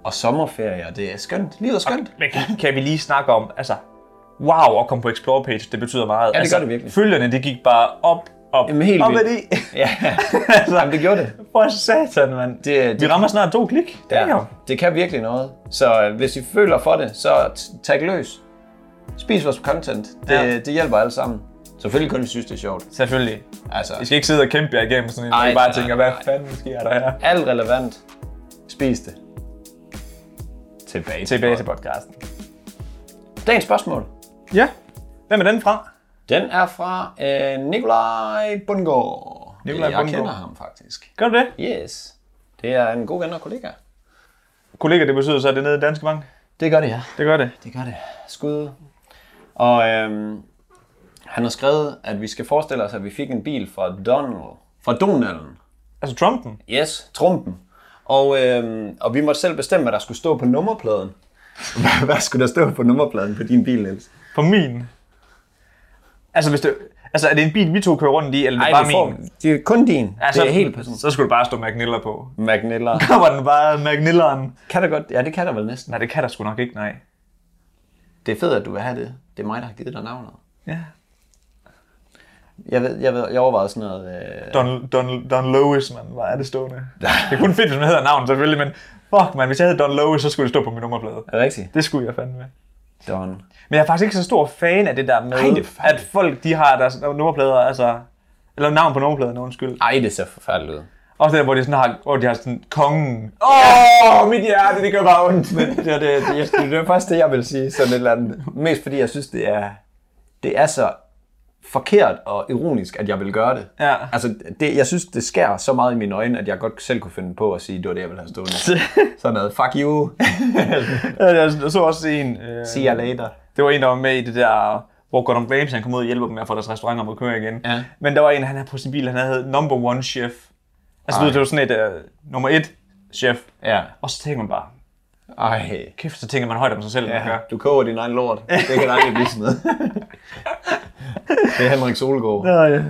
C: Og sommerferie, og det er skønt. Livet er skønt.
A: Men kan, kan vi lige snakke om, altså, wow, at komme på Explore page, det betyder meget.
C: det
A: altså,
C: gør det virkelig.
A: Følgerne, de gik bare op, op,
C: Jamen, helt
A: op
C: vildt.
A: ad det.
C: Ja,
A: altså,
C: Jamen, det gjorde det.
A: for satan, mand. Det,
C: Det,
A: vi
C: det,
A: rammer snart to klik.
C: ja,
A: Damn.
C: det kan virkelig noget. Så øh, hvis I føler for det, så t- tag løs. Spis vores content. Det,
A: Ja.
C: ja. det hjælper alle sammen. Selvfølgelig kun, hvis I synes, det er sjovt.
A: Selvfølgelig.
C: Altså,
A: I skal ikke sidde og kæmpe jer igennem sådan en, hvor
C: Ej,
A: I bare
C: nej,
A: tænker, hvad
C: nej.
A: fanden sker der her?
C: alt relevant. Spis det. Tilbage til,
A: Tilbage til podcasten.
C: Dagens spørgsmål.
A: Ja. Hvem er den fra?
C: Den er fra øh, Nikolaj Bundgaard.
A: Nikolaj
C: Jeg
A: Bundgaard.
C: kender ham faktisk.
A: Gør du det?
C: Yes. Det er en god ven og kollega.
A: Kollega, det betyder så, at det er nede i Danske Bank.
C: Det gør det, ja.
A: Det gør det.
C: Det gør det. Skud. Og øhm, han har skrevet, at vi skal forestille os, at vi fik en bil fra Donald. Fra Donalden.
A: Altså Trumpen.
C: Yes, Trumpen. Og, øhm, og vi måtte selv bestemme, hvad der skulle stå på nummerpladen. Hvad, hvad skulle der stå på nummerpladen på din bil, Niels?
A: På min. Altså, hvis det, altså, er det en bil, vi to kører rundt i, eller er
C: Nej,
A: det bare
C: det, får,
A: min?
C: det er kun din.
A: Altså,
C: Altså, det er helt personligt.
A: Så skulle du bare stå Magnilla på.
C: Magnilla.
A: Der var den bare Magnilleren.
C: Kan der godt? Ja, det kan der vel næsten.
A: Nej, det kan der sgu nok ikke, nej.
C: Det er fedt, at du vil have det. Det er mig, der har givet dig navnet.
A: Ja.
C: Jeg, ved, jeg, ved, jeg overvejede sådan noget... Øh,
A: Don, Don, Don Lewis, man. Hvor er det stående? Det er kun fedt, hvis man hedder navn, selvfølgelig, men fuck, man. Hvis jeg hed Don Lewis, så skulle det stå på min nummerplade.
C: er det rigtigt?
A: Det skulle jeg fandme.
C: Don.
A: Men jeg er faktisk ikke så stor fan af det der med,
C: Ej, det er fandme-
A: at folk de har deres nummerplader, altså... Eller navn på nummerpladen, undskyld.
C: Ej, det ser forfærdeligt ud.
A: Også det der, hvor de, sådan har, hvor de har sådan, kongen. Åh, oh, mit hjerte, det gør bare ondt.
C: Men det, er det, det, jeg, det er faktisk det, jeg vil sige, sådan et eller andet. Mest fordi jeg synes, det er, det er så forkert og ironisk, at jeg vil gøre det.
A: Ja.
C: Altså, det, jeg synes, det skærer så meget i mine øjne, at jeg godt selv kunne finde på at sige, det var det, jeg ville have stående. Sådan noget, fuck you,
A: Jeg jeg så også en... Øh,
C: see you later.
A: Det var en, der var med i det der, hvor Gordon Ramsay han kom ud og hjælper dem med at få deres restaurant op at køre igen.
C: Ja.
A: Men der var en, han havde på sin bil, han havde number one chef. Altså, du ved, det var sådan et uh, nummer et chef.
C: Ja.
A: Og så tænker man bare,
C: Ej.
A: kæft, så tænker man højt om sig selv.
C: Ja,
A: Ja.
C: du koger din egen lort. Det kan aldrig blive sådan noget. Det er Henrik Solgaard.
A: Ja, ja.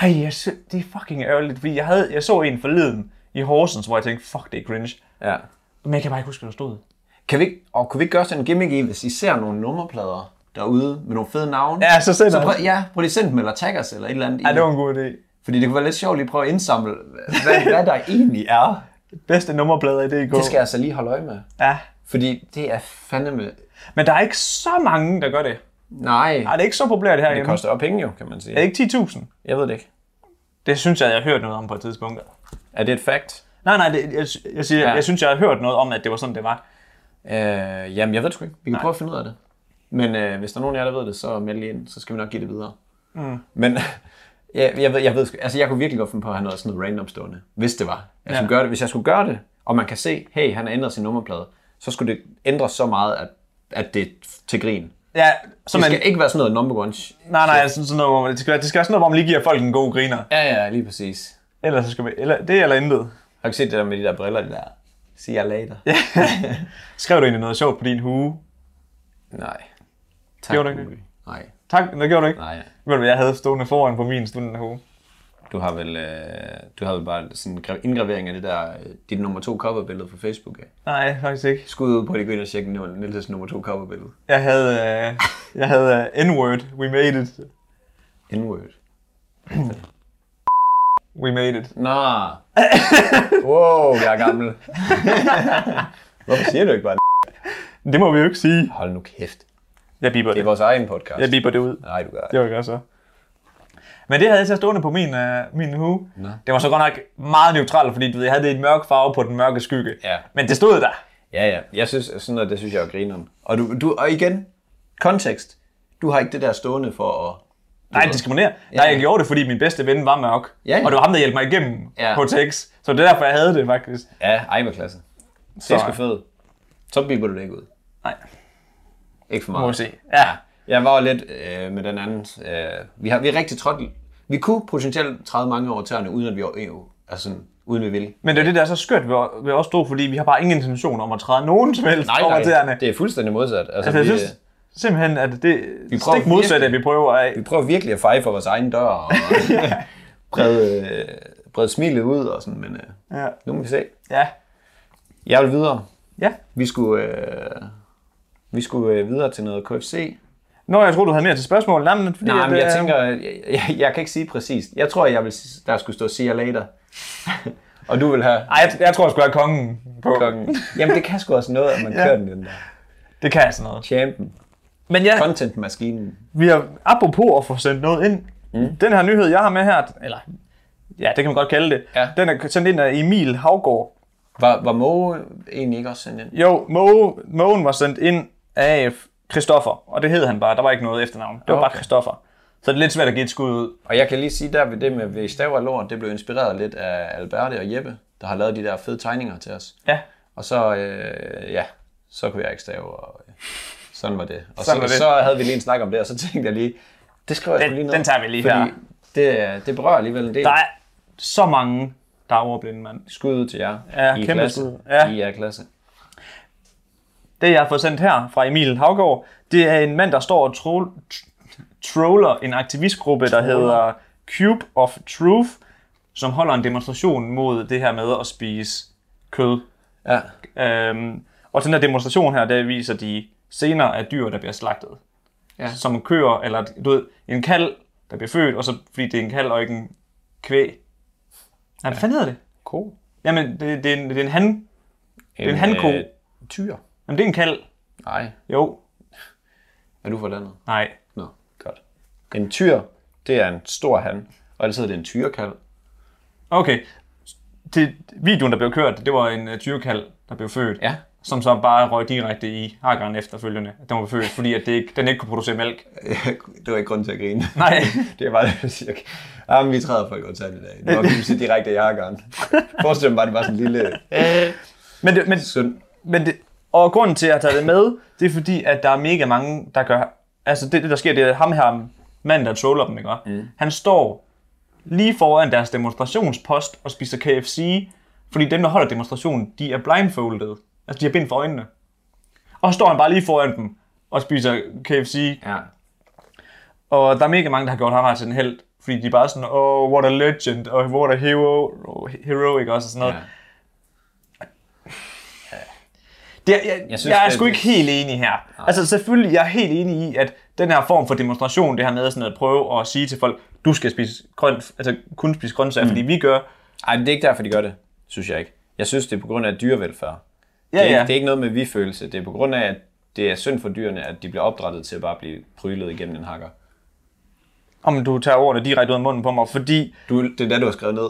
A: Ej, jeg sy- det er fucking ærgerligt, fordi jeg, havde, jeg så en forleden i Horsens, hvor jeg tænkte, fuck, det er cringe.
C: Ja.
A: Men jeg kan bare ikke huske, hvad der stod.
C: Kan vi ikke, og kunne vi ikke gøre sådan en gimmick i, hvis I ser nogle nummerplader derude med nogle fede navne?
A: Ja, så sender
C: Så prøv,
A: jeg.
C: ja, prøv lige at sende dem, eller tag os, eller et eller andet.
A: Ja,
C: i-
A: det var en god idé.
C: Fordi det kunne være lidt sjovt lige at prøve at indsamle, hvad, hvad der egentlig er.
A: Bedste nummerplader i DK.
C: Det skal jeg altså lige holde øje med.
A: Ja.
C: Fordi det er fandeme...
A: Men der er ikke så mange, der gør det.
C: Nej,
A: Ej, det er ikke så populært herhjemme.
C: det koster jo penge jo, kan man
A: Er det
C: sige.
A: ikke 10.000?
C: Jeg ved det ikke.
A: Det synes jeg, jeg har hørt noget om på et tidspunkt.
C: Er det et fact?
A: Nej, nej, det, jeg, jeg, siger, ja.
C: Ja.
A: jeg synes, jeg har hørt noget om, at det var sådan, det var.
C: Øh, jamen, jeg ved det sgu ikke. Vi kan Nej. prøve at finde ud af det. Men øh, hvis der er nogen af jer, der ved det, så meld lige ind. Så skal vi nok give det videre. Mm. Men jeg, jeg, ved, jeg ved sgu- altså jeg kunne virkelig godt finde på at have noget sådan noget random stående. Hvis det var. Jeg
A: Ja.
C: ja. skulle gøre det. Hvis jeg skulle gøre det, og man kan se, hey, han har ændret sin nummerplade, så skulle det ændres så meget, at, at det er til grin.
A: Ja, så
C: Det
A: man,
C: skal ikke være sådan noget number one.
A: nej, nej, sådan, sådan noget, hvor man, det, skal, være- det skal være sådan noget, hvor man lige giver folk en god griner.
C: Ja, ja, lige præcis.
A: Ellers så skal man, eller, det er eller intet.
C: Har du ikke set det der med de der briller, de der? See you later.
A: Skrev du egentlig noget sjovt på din hue?
C: Nej. Tak,
A: Gjorde du ikke det?
C: Uri. Nej,
A: Tak, det gjorde du ikke.
C: nej.
A: Ved du, hvad jeg havde stående foran på min stående hue?
C: Du har vel, øh, du har vel bare sådan en gra- indgravering af det der, øh, dit nummer to coverbillede på Facebook. Ja.
A: Nej, faktisk ikke.
C: Skud ud på det, gå ind og tjekke nu- Niels' nummer to coverbillede.
A: Jeg havde, øh, jeg havde øh, N-word, we made it.
C: N-word.
A: We made it.
D: Nå. Wow, jeg er gammel.
C: Hvorfor siger du ikke bare
A: Det må vi jo ikke sige.
C: Hold nu kæft.
A: Jeg biber
D: Det
A: det.
D: er vores egen podcast.
A: Jeg biber det ud.
D: Nej, du gør ikke.
A: Det var jeg gøre så. Men det havde jeg så stående på min, øh, min hue. Det var så godt nok meget neutralt, fordi du ved, jeg havde det i en mørk farve på den mørke skygge.
D: Ja.
A: Men det stod der.
C: Ja, ja. Jeg synes, sådan noget, det synes jeg er grineren. Og, du, du, og igen, kontekst. Du har ikke det der stående for at...
A: Nej, diskriminere. Ja. Nej, jeg gjorde det, fordi min bedste ven var mørk.
C: Ja, ja.
A: Og det var ham, der hjalp mig igennem
C: Ja.
A: på tekst. Så det er derfor, jeg havde det faktisk.
C: Ja, ej, hvor klasse. Det er sgu fedt. Så biber du det ikke ud.
A: Nej,
C: Ikke for
A: må vi
C: meget.
A: se. Ja.
C: Jeg var jo lidt øh, med den anden. Øh, vi, har, vi er rigtig trådt... Vi kunne potentielt træde mange over tæerne, uden at vi var EU. Altså sådan, uden vi ville.
A: Men det er det, der er så skørt ved, ved os to, fordi vi har bare ingen intention om at træde nogen som helst
C: Nej,
A: over
C: nej.
A: tæerne.
D: Det er fuldstændig modsat. Altså,
A: Altså, jeg
D: vi,
A: synes
C: øh,
A: simpelthen, at det vi
C: prøver
A: stik modsatte, at vi prøver af.
C: Vi prøver virkelig at feje for vores egen dør og brede, øh, brede smilet ud og sådan, men øh,
A: Ja.
C: nu må vi se.
A: Ja.
C: Jeg vil videre.
A: ja.
C: Vi skulle, øh, vi skulle øh, videre til noget KFC.
A: Nå, jeg tror du havde mere til spørgsmål. Nej, men, fordi,
C: Nej,
A: at,
C: men jeg
A: øh,
C: tænker, jeg, jeg, jeg kan ikke sige præcist. Jeg tror, jeg vil, s- der skulle stå see you later. og du vil have
A: Ej, jeg, jeg tror sgu, jeg er kongen på.
C: klokken. Jamen, det kan sgu også noget, at man kører den, den der.
A: Det kan jeg sådan noget.
C: Champen.
A: Men ja,
C: Content-maskinen.
A: vi har apropos at få sendt noget ind. Mm. Den her nyhed, jeg har med her, eller ja, det kan man godt kalde det.
C: Ja.
A: Den er sendt ind af Emil Havgård.
C: Var, var Moe egentlig ikke også sendt ind?
A: Jo, Moe, Moen var sendt ind af Christoffer, og det hed han bare. Der var ikke noget efternavn. Det var bare Christoffer. Så det er lidt svært at give et skud ud.
C: Og jeg kan lige sige der ved det med ved stav og lort, det blev inspireret lidt af Alberte og Jeppe, der har lavet de der fede tegninger til os.
A: Ja,
C: Og så, øh, ja, så kunne jeg ikke stave, og øh, sådan var det. Og
A: Sådan
C: så,
A: var det.
C: så havde vi lige en snak om det, og så tænkte jeg lige, det skriver jeg
A: Den-
C: sgu lige ned.
A: den tager vi lige
C: fordi
A: her.
C: Det, øh, det berører alligevel en del.
A: der er så mange, der er ordblinde, mand.
C: Skud ud til jer.
A: Ja,
C: I er
A: kæmpe
C: klasse.
A: skud. Ja.
C: I er klasse.
A: Det, jeg har fået sendt her fra Emil Havgård, det er en mand, der står og troll, t- troller en aktivistgruppe, der hedder Cube of Truth, som holder en demonstration mod det her med at spise kød.
C: Ja.
A: Øhm, og den her demonstration her, der viser de senere af dyr, der bliver slagtet.
C: Ja.
A: Som køer, eller du ved, en kalv, der bliver født, og så fordi det er en kalv og ikke en kvæg. Nej, hvad fanden hedder det?
C: Ko.
A: Jamen, det, det, er, en, det er en han. Det er en hanko.
C: øh, Tyr.
A: Jamen, det er en kalv.
C: Nej,
A: Jo.
C: er du fra landet?
A: Nej.
C: Nå, godt. En tyr, det er en stor han, og ellers hedder det en tyrekald.
A: Okay. Det, videoen, der blev kørt, det var en uh, tyrkald, der blev født.
C: Ja.
A: Som så bare røg direkte i hakkeren efterfølgende, at den var født, fordi at det ikke, den ikke kunne producere mælk.
C: det var ikke grund til at grine.
A: Nej.
C: Det er bare det, jeg siger. Ah, men vi træder folk over tanden i dag. Det var ikke direkte i jakkeren. Forestil dig bare, det var sådan en lille
A: Men, det, men,
C: synd.
A: men det, og grunden til, at jeg tager det med, det er fordi, at der er mega mange, der gør... Altså det, det der sker, det er at ham her, manden, der troller dem, ikke? Mm. Han står lige foran deres demonstrationspost og spiser KFC, fordi dem, der holder demonstrationen, de er blindfolded. Altså, de har bind for øjnene. Og så står han bare lige foran dem og spiser KFC.
C: Ja.
A: Og der er mega mange, der har gjort ham her til en held, fordi de er bare sådan, oh, what a legend, og oh, what a hero, oh, hero ikke også, og sådan noget.
C: Ja.
A: Ja. Det, er- jeg, jeg,
C: synes,
A: synes, jeg er
C: det-
A: sgu ikke helt enig her. Nej. Altså selvfølgelig, jeg er helt enig i, at den her form for demonstration, det her med sådan at prøve at sige til folk, du skal spise grønt, altså kun spise grøntsager, mm. fordi vi gør.
C: Ej, men det er ikke derfor, de gør det, synes jeg ikke. Jeg synes, det er på grund af dyrevelfærd.
A: Ja,
C: Det er,
A: ja.
C: ikke, det er ikke noget med vi-følelse. Det er på grund af, at det er synd for dyrene, at de bliver opdrettet til at bare blive prylet igennem en hakker.
A: Om du tager ordene direkte ud af munden på mig, fordi...
C: Du, det er det, du har skrevet ned.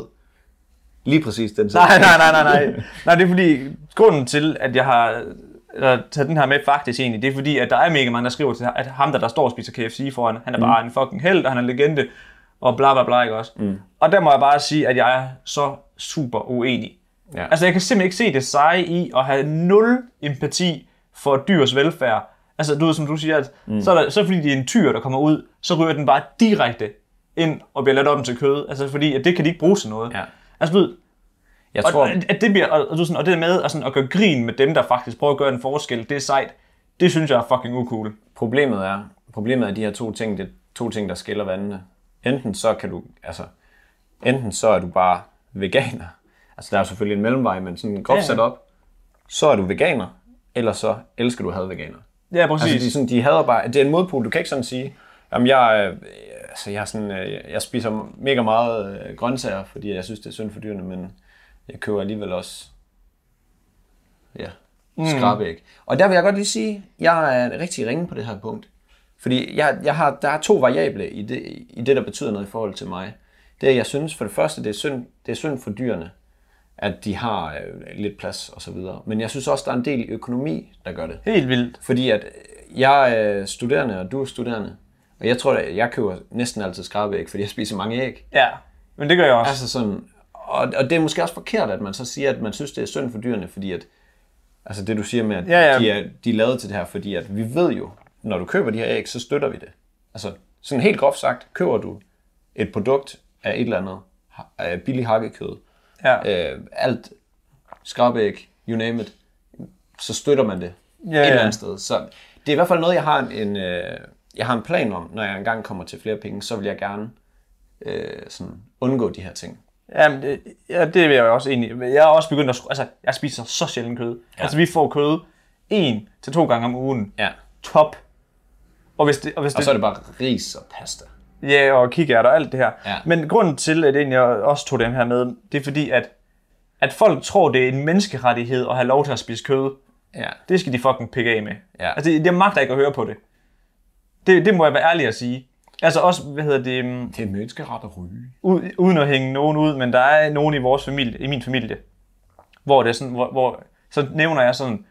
C: Lige præcis den side.
A: Nej, nej, nej, nej, nej. nej, det er fordi, grunden til, at jeg har eller, taget den her med faktisk egentlig, det er fordi, at der er mega mange, der skriver til at ham, der, der står og spiser KFC foran, han er bare en fucking held, og han er en legende, og bla bla bla, ikke også? Mm. Og der må jeg bare sige, at jeg er så super uenig.
C: Ja.
A: Altså, jeg kan simpelthen ikke se det seje i at have nul empati for dyrs velfærd. Altså, du ved, som du siger, at mm. så, er der, så fordi det er en tyr, der kommer ud, så ryger den bare direkte ind og bliver ladt om til kød. Altså, fordi at det kan de ikke bruge til noget.
C: Ja.
A: Altså, du ved,
C: Jeg
A: og,
C: tror,
A: at- at det bliver, og, og, du ved sådan, og det der med at, sådan, at gøre grin med dem, der faktisk prøver at gøre en forskel, det er sejt. Det synes jeg er fucking ucool.
C: problemet er, problemet er de her to ting, det er to ting, der skiller vandene. Enten så kan du, altså, enten så er du bare veganer. Altså, der er selvfølgelig en mellemvej, men sådan groft
A: Ja, ja.
C: sat op. Så er du veganer, eller så elsker du at have veganer.
A: Ja, præcis.
C: Altså, de, er sådan, de hader bare, det er en modpol, du kan ikke sådan sige,
D: Jamen, jeg, øh, altså, jeg, er sådan, øh, jeg spiser mega meget øh, grøntsager, fordi jeg synes, det er synd for dyrene, men jeg køber alligevel også
C: Ja,
A: Mm.
C: skrabæg. Og der vil jeg godt lige sige, at jeg er rigtig ringe på det her punkt. Fordi jeg, jeg har, der er to variable i det, i det, der betyder noget i forhold til mig. Det er, jeg synes for det første, det er synd, det er synd for dyrene, at de har øh, lidt plads og så videre. Men jeg synes også, der er en del i økonomi, der gør det.
A: Helt vildt.
C: Fordi at øh, jeg er studerende, og du er studerende. Og jeg tror, at jeg køber næsten altid skrabæg, fordi jeg spiser mange æg.
A: Ja, men det gør jeg også.
C: Altså sådan, og, og det er måske også forkert, at man så siger, at man synes, det er synd for dyrene, fordi at, altså det du siger med, at
A: Ja, ja.
C: De, er, de er lavet til det her, fordi at vi ved jo, når du køber de her æg, så støtter vi det. Altså sådan helt groft sagt, køber du et produkt af et eller andet, ha- af billig hakkekød,
A: ja.
C: øh, alt, skrabæg, you name it, så støtter man det ja, et
A: ja.
C: eller andet sted. Så det er i hvert fald noget, jeg har en, en, øh, jeg har en plan om, når jeg engang kommer til flere penge, så vil jeg gerne øh, sådan undgå de her ting.
A: Jamen, det, ja, det vil jeg også egentlig. Men Jeg er også begyndt at... sku- Altså, jeg spiser så sjældent kød. Ja. Altså, vi får kød en til to gange om ugen.
C: Ja.
A: Top. Og hvis det, og hvis
C: Og
A: det,
C: så er det bare ris og pasta.
A: Ja, og kikærter og alt det her.
C: Ja.
A: Men grunden til, at egentlig jeg også tog den her med, det er fordi, at, at folk tror, det er en menneskerettighed at have lov til at spise kød.
C: Ja.
A: Det skal de fucking pikke af med.
C: Ja.
A: Altså, det, det magter jeg ikke at høre på det. det. Det må jeg være ærlig at sige. Altså også, hvad hedder det, um,
C: Det er menneskeret at ryge.
A: ud, uden at hænge nogen ud, men der er nogen i vores familie, i min familie, hvor det er sådan, hvor, hvor så nævner jeg sådan,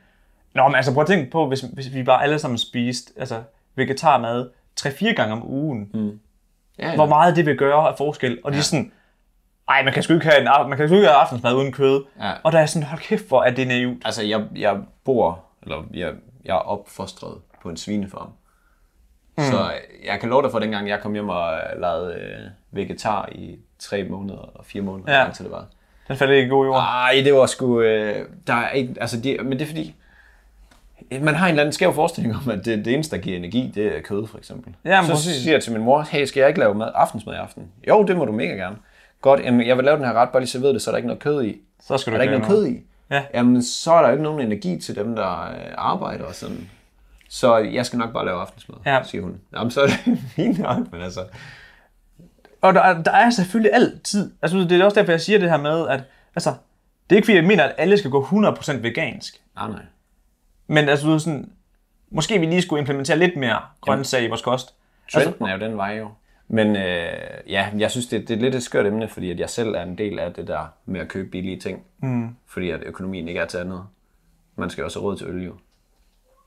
A: Nå, men altså prøv at tænke på, hvis, hvis vi bare alle sammen spiste altså, vegetarmad 3-4 gange om ugen,
C: Mm. Ja,
A: hvor meget det vil gøre af forskel. Og de er sådan, nej, man kan sgu ikke have, en, af- man kan sgu ikke have aftensmad uden kød.
C: Ja.
A: Og der er sådan, hold kæft, hvor er det naivt.
C: Altså, jeg, jeg bor, eller jeg, jeg er opfostret på en svinefarm. Mm. Så jeg kan love dig for, at dengang jeg kom hjem og øh, lavede øh, vegetar i tre måneder og fire måneder,
A: Ja.
C: ja. indtil det var.
A: Den faldt ikke i god jord.
C: Nej, det var sgu... Øh, der er ikke, altså det, men det er fordi, øh, man har en eller anden skæv forestilling om, at det, det eneste, der giver energi, det er kød, for eksempel.
A: Jamen,
C: så
A: præcis.
C: siger jeg til min mor, hey, skal jeg ikke lave mad, aftensmad i aften? Jo, det må du mega gerne. Godt, jamen, jeg vil lave den her ret, bare lige så jeg ved det, så er der ikke noget kød i.
A: Så skal du
C: Er der ikke noget kød i?
A: Ja.
C: Jamen, så er der jo ikke nogen energi til dem, der øh, arbejder og sådan. Så jeg skal nok bare lave aftensmad,
A: Ja.
C: siger hun. Jamen, så er det fint nok, men altså...
A: Og der, er- der er selvfølgelig altid, altså det er også derfor, jeg siger det her med, at altså, det er ikke fordi, jeg mener, at alle skal gå 100% vegansk.
C: Nej, nej.
A: Men altså, du ved, sådan, måske vi lige skulle implementere lidt mere grøntsager i vores kost.
C: Trenden altså, er jo den vej jo. Men øh, ja, jeg synes, det, det er lidt et skørt emne, fordi at jeg selv er en del af det der med at købe billige ting. Mm. Fordi at økonomien ikke er til andet. Man skal jo også have råd til øl jo.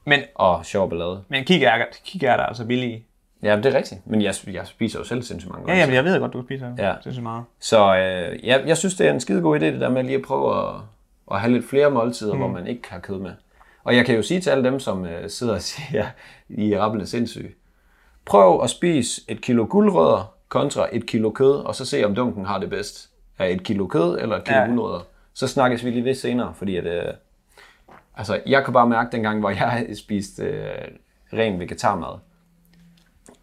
A: Men,
C: Og sjov ballade.
A: men kikærter, kikærter er altså billige.
C: Ja, det er rigtigt. Men jeg, jeg spiser jo selv sindssygt mange
A: Ja,
C: grøntsager.
A: jamen, jeg ved godt, du spiser
C: Ja.
A: Altså. ja. så meget.
C: Så øh, jeg, jeg synes, det er en skide god idé, det der med lige at prøve at, at have lidt flere måltider, mm. hvor man ikke har kød med. Og jeg kan jo sige til alle dem, som øh, sidder og siger, I er rappelende sindssyge, prøv at spise et kilo guldrødder kontra et kilo kød, og så se, om dunken har det bedst af et kilo kød eller et kilo
A: Ja.
C: ja. guldrødder. Så snakkes vi lige ved senere, fordi at, øh, altså, jeg kan bare mærke dengang, hvor jeg spiste øh, ren vegetarmad,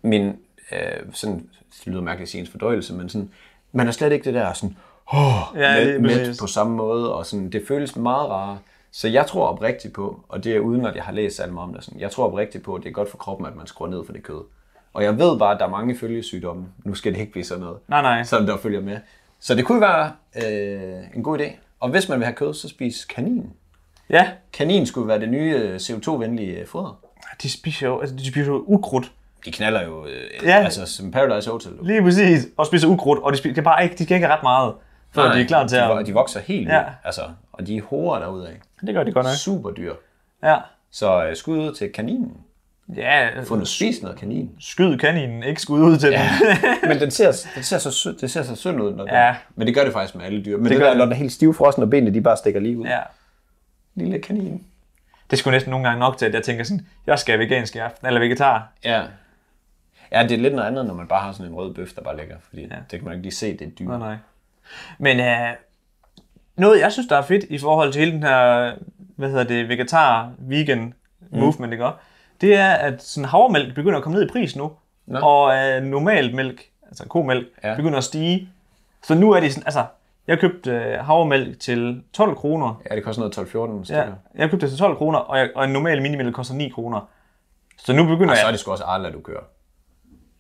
C: min, øh, sådan, det lyder mærkeligt at sige ens fordøjelse, men sådan, man er slet ikke det der sådan, åh,
A: Ja,
C: ja,
A: lige
C: mæt, mæt
A: præcis.
C: på samme måde, og sådan, det føles meget rarere. Så jeg tror oprigtigt på, og det er uden at jeg har læst særlig meget om det, sådan, jeg tror oprigtigt på, at det er godt for kroppen, at man skruer ned for det kød. Og jeg ved bare, at der er mange følgesygdomme. Nu skal det ikke blive sådan noget,
A: Nej, nej.
C: som der følger med. Så det kunne være øh, en god idé. Og hvis man vil have kød, så spis kanin.
A: Ja,
C: Kanin skulle være det nye øh, CO2-venlige øh, foder.
A: de spiser jo, altså, de spiser jo ukrudt.
C: De knaller jo, øh,
A: Ja.
C: ja. altså som Paradise Hotel. Du.
A: Lige præcis. Og spiser ukrudt, og de, spiser, de, bare ikke, de skal ikke have ret meget, før de er klar til
C: de,
A: at...
C: vo- De vokser helt
A: Ja.
C: ja. altså, og de er hårde derude af.
A: Det gør de godt nok.
C: Super dyr.
A: Ja.
C: Så øh, skud ud til kaninen.
A: Ja,
C: Få noget spist noget kanin.
A: skyd kaninen, ikke skud ud til ja. den.
C: Men den ser, den ser, så, sød, det ser så synd ud, når den,
A: Ja.
C: men det gør det faktisk med alle dyr. Men det, det
A: gør
C: gør,
A: det.
C: når den er helt stivfrossen, og benene de bare stikker lige ud.
A: ja.
C: Lille kanin.
A: Det skulle næsten nogle gange nok til, at jeg tænker sådan, jeg skal vegansk i aften, eller vegetar.
C: Ja. Ja, det er lidt noget andet, når man bare har sådan en rød bøf, der bare ligger. Fordi ja. det kan man ikke lige se, det er et dyr.
A: Nej, nej. Men øh, noget, jeg synes, der er fedt i forhold til hele den her, hvad hedder det, vegetar vegan
C: Mm.
A: movement, ikke også? det er, at sådan havremælk begynder at komme ned i pris nu, Nå. og øh, normal mælk, altså komælk, ja.
C: Ja.
A: begynder at stige. Så nu er det sådan, altså, jeg købte øh, havremælk til 12 kroner.
C: Ja, det koster noget 12-14 stykker.
A: Ja.
C: Ja.
A: Jeg købte det til 12 kroner, og, jeg, og en normal minimælk koster 9 kroner. Så nu begynder
C: Og så er
A: jeg...
C: det sgu også Arla, du kører.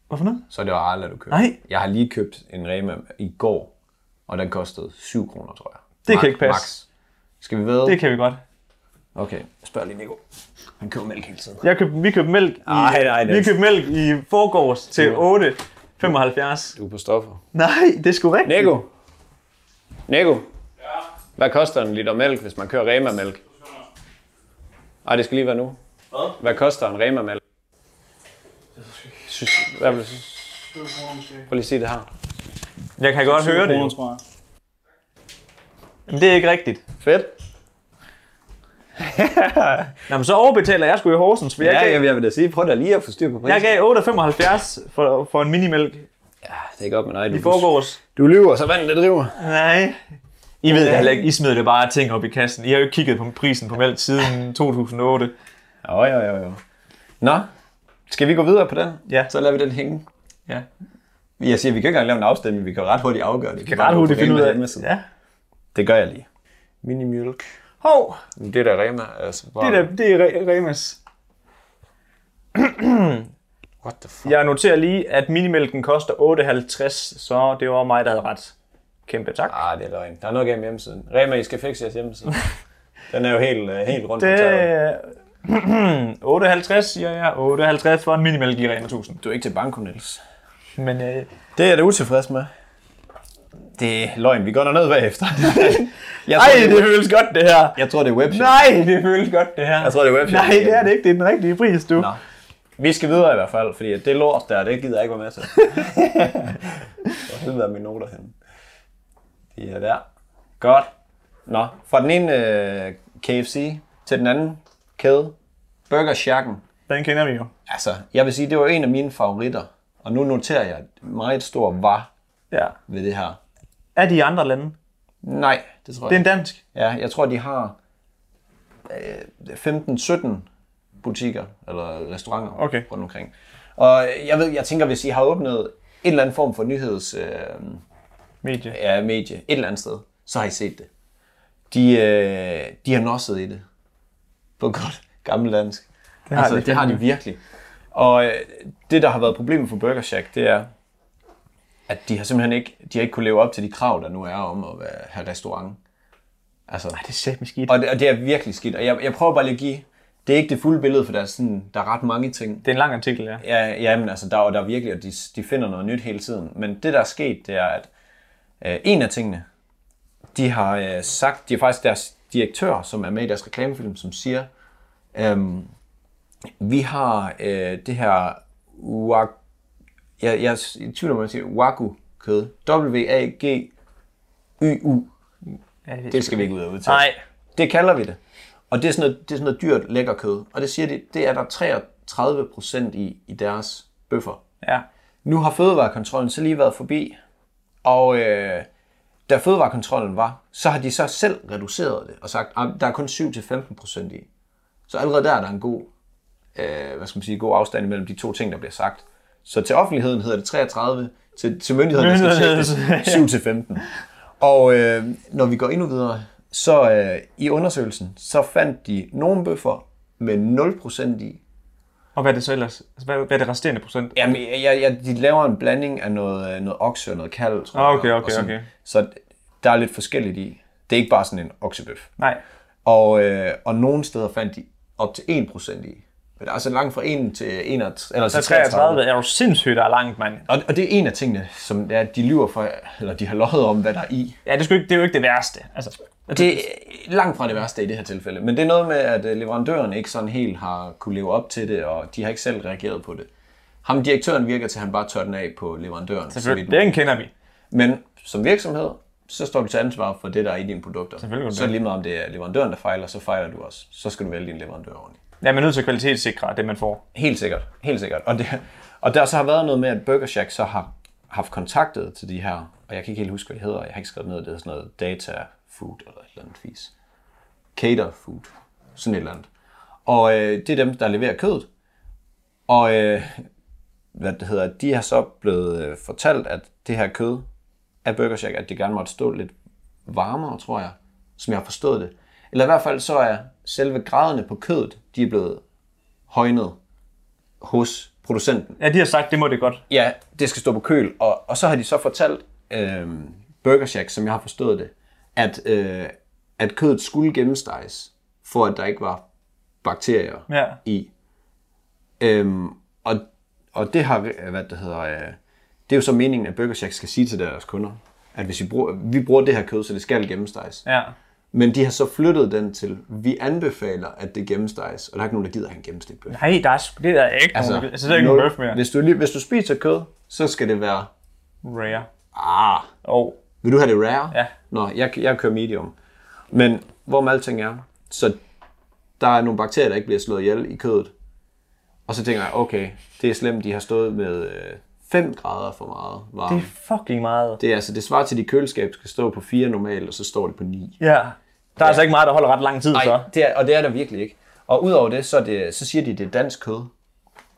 A: Hvorfor noget?
C: Så er det jo Arla, du køber.
A: Nej.
C: Jeg har lige købt en Rema i går, og den kostede 7 kroner, tror jeg.
A: Det
C: Ma-
A: kan ikke passe.
C: Max. Skal vi ved?
A: Det kan vi godt.
C: Okay, spørg lige Nico. Han køber mælk hele tiden.
A: Jeg køb, vi købte mælk i,
C: Ej, nej, det-
A: vi købte mælk i forgårs til 8,75.
C: Du er på stoffer.
A: Nej, det er sgu rigtigt.
C: Nico! Nico! Ja? Hvad koster en liter mælk, hvis man kører Rema-mælk? Ej, det skal lige være nu. Hvad? Hvad koster en Rema-mælk? Synes, hvad vil du synes? Prøv lige at sige det her.
A: Jeg kan godt høre det.
D: tror jeg.
A: Men det er ikke rigtigt.
C: Fedt.
A: Nå, men så overbetaler jeg sgu i Horsens, for jeg,
C: Ja,
A: gav,
C: jeg, jeg vil da sige, prøv da lige at få styr på prisen.
A: jeg gav 8,75 for, for en minimælk
C: Ah, Det er godt med dig, du.
A: i forgårs.
C: Du lyver, så vandet det driver.
A: Nej. I ved det heller ikke. I smider det bare ting op i kassen. I har jo ikke kigget på prisen på mælk siden 2008.
C: Jo, jo, jo, jo. Nå, skal vi gå videre på den?
A: Ja.
C: Så lader vi den hænge.
A: Ja.
C: Jeg siger, vi kan ikke engang lave en afstemning, vi kan ret hurtigt afgøre det. Vi kan
A: Ja.
C: Det gør jeg lige. Minimjølk.
A: Hov,
C: Det der Rema, altså bare...
A: det, der, det er Re- Remas.
C: What the fuck?
A: Jeg noterer lige, at minimælken koster 8,50, så det var mig, der havde ret. Kæmpe tak.
C: Ah, det er løgn. Der er noget gennem hjemmesiden. Rema, I skal fikse jeres hjemmeside. den er jo helt, øh, helt rundt
A: Det
C: det... på tøjet.
A: er 8,50, siger jeg. 8,50 for en minimælk i Rema 1000.
E: Du er ikke til banko, Niels.
A: Men øh,
C: Det er jeg da utilfreds med. Det er løgn. Vi går derned bagefter. jeg,
A: Ej,
C: tror, det...
A: det føles godt, det her.
C: jeg tror, det er webshop.
A: Nej, det føles godt, det her.
C: Jeg tror, det er webshop.
A: Nej, det er det ikke. Det er den rigtige pris, du.
C: Nå. Vi skal videre i hvert fald, fordi at det lort der, det gider jeg ikke være med til. Hvor helvede er mine noter henne? De er der. Godt. Nå, fra den ene øh, KFC til den anden kæde, Burger Shacken.
A: Den kender vi jo.
C: Altså, jeg vil sige, det var en af mine favoritter. Og nu noterer jeg et meget stor var
A: Ja.
C: ved det her.
A: Er de i andre lande?
C: Nej, det tror
A: Det er
C: jeg
A: en dansk.
C: Ja, jeg tror, de har øh, 15-17 butikker eller restauranter
A: Okay.
C: rundt omkring. Og jeg ved, jeg tænker, hvis I har åbnet en eller anden form for nyheds øh,
A: Medie.
C: ja, medie et eller andet sted, så har I set det. De, øh, de har nosset i det. På godt gammeldansk. Det
A: har
C: har, altså,
A: de
C: de, det har de virkelig. Og øh, det, der har været problemet for Burger Shack, det er, at de har simpelthen ikke, de har ikke kunne leve op til de krav, der nu er om at være, have restaurant. Altså,
A: Det er sæt med skidt.
C: og det, og det er virkelig skidt. Og jeg, jeg prøver bare lige at give... Det er ikke det fulde billede, for der er, sådan, der er ret mange ting.
A: Det er en lang artikel, ja.
C: Ja, ja men altså, der, er- der er virkelig, og de, de finder noget nyt hele tiden. Men det, der er sket, det er, at øh, en af tingene, de har øh, sagt, de er faktisk deres direktør, som er med i deres reklamefilm, som siger, øhm, vi har øh, det her wag, jeg, jeg er i tvivl om, man siger wagyu-kød. W-A-G-Y-U.
A: ja det,
C: Det skal vi ikke ud og udtale.
A: Nej.
C: Det kalder vi det. Og det er sådan noget, det er sådan noget dyrt, lækker kød. Og det siger de, det er der 33 procent i, i deres bøffer.
A: Ja.
C: Nu har Fødevarekontrollen så lige været forbi, og øh, da Fødevarekontrollen var, så har de så selv reduceret det og sagt, at der er kun 7-15 procent i. Så allerede der er der en god, øh, hvad skal man sige, god afstand mellem de to ting, der bliver sagt. Så til offentligheden hedder det 33, til, til myndighederne
A: Myndighederne,
C: skal det 7-15. Og øh, når vi går endnu videre, så øh, i undersøgelsen, så fandt de nogle bøffer med 0% i,
A: Og hvad er det så ellers? Altså, Hvad, hvad er det resterende procent?
C: Jamen, jeg, jeg, jeg, de laver en blanding af noget, øh, noget okse og noget kalv, tror
A: Ah,
C: jeg,
A: okay,
C: og
A: okay,
C: sådan.
A: okay.
C: Så der er lidt forskelligt i. Det er ikke bare sådan en oksebøf.
A: Nej.
C: Og, øh, og nogle steder fandt de op til 1% i. Men der er altså langt fra 1 til 61, eller
A: Så
C: til
A: 33 er jo sindssygt, der er langt, mand.
C: Og, og det er en af tingene, som er, at de lyver for, eller de har løjet om, hvad der er i.
A: Ja, det er, sgu ikke, det er jo ikke det værste. Altså,
C: Det er langt fra det værste i det her tilfælde. Men det er noget med, at øh, leverandøren ikke sådan helt har kunne leve op til det, og de har ikke selv reageret på det. Ham direktøren virker til, at han bare tør den af på leverandøren. så vidt
A: den kender vi.
C: Men som virksomhed, så står du til ansvar for det, der er i dine produkter.
A: Selvfølgelig gør du
C: Så
A: det.
C: lige meget om det er leverandøren, der fejler, så fejler du også. Så skal du vælge din leverandør ordentligt.
A: Ja, man er nødt til at kvalitetssikre det, man får.
C: Helt sikkert. Helt sikkert. Og, det, og der så har været noget med, at Burger Shack så har haft kontaktet til de her, og jeg kan ikke helt huske, hvad det hedder. Jeg har ikke skrevet ned, det er sådan noget data food eller et eller andet fis. Cater food. Sådan et eller andet. Og øh, det er dem, der leverer kødet. Og øh, hvad det hedder, de har så blevet øh, fortalt, at det her kød af Burger Shack, at det gerne måtte stå lidt varmere, tror jeg, som jeg har forstået det. Eller i hvert fald så er selve graderne på kødet, de er blevet højnet hos producenten.
A: Ja, de har sagt, det må det godt.
C: Ja, det skal stå på køl. Og, og så har de så fortalt øh, Burger Shack, som jeg har forstået det, at, øh, at kødet skulle gennemsteges, for at der ikke var bakterier
A: Ja.
C: i. Øhm, og, og det har, øh, hvad det hedder, øh, det er jo så meningen, at Burger Shack skal sige til deres kunder, at hvis vi bruger, vi bruger det her kød, så det skal gennemsteges.
A: Ja.
C: Men de har så flyttet den til, vi anbefaler, at det gennemsteges, og der er ikke nogen, der gider have en gennemstegt bøf.
A: Nej, der er, sgu- det er der ikke altså, nogen, altså, der er ikke nogen bøf mere.
C: Hvis du, lige- hvis du spiser kød, så skal det være,
A: Rare.
C: ah,
A: Og
C: vil du have det rare?
A: Ja.
C: Nå, jeg, jeg kører medium. Men hvorom alting er, så der er nogle bakterier, der ikke bliver slået ihjel i kødet. Og så tænker jeg, okay, det er slemt, de har stået med 5 grader for meget varme.
A: det
C: Det,
A: er fucking meget.
C: det er altså, det svarer til, at de køleskab skal stå på 4 normalt, og så står det på 9.
A: Ja. Der er altså ikke meget, der holder ret lang tid, så.
C: Nej, det er, og det er der virkelig ikke. Og udover det, så, er det, så siger de, at det er dansk kød,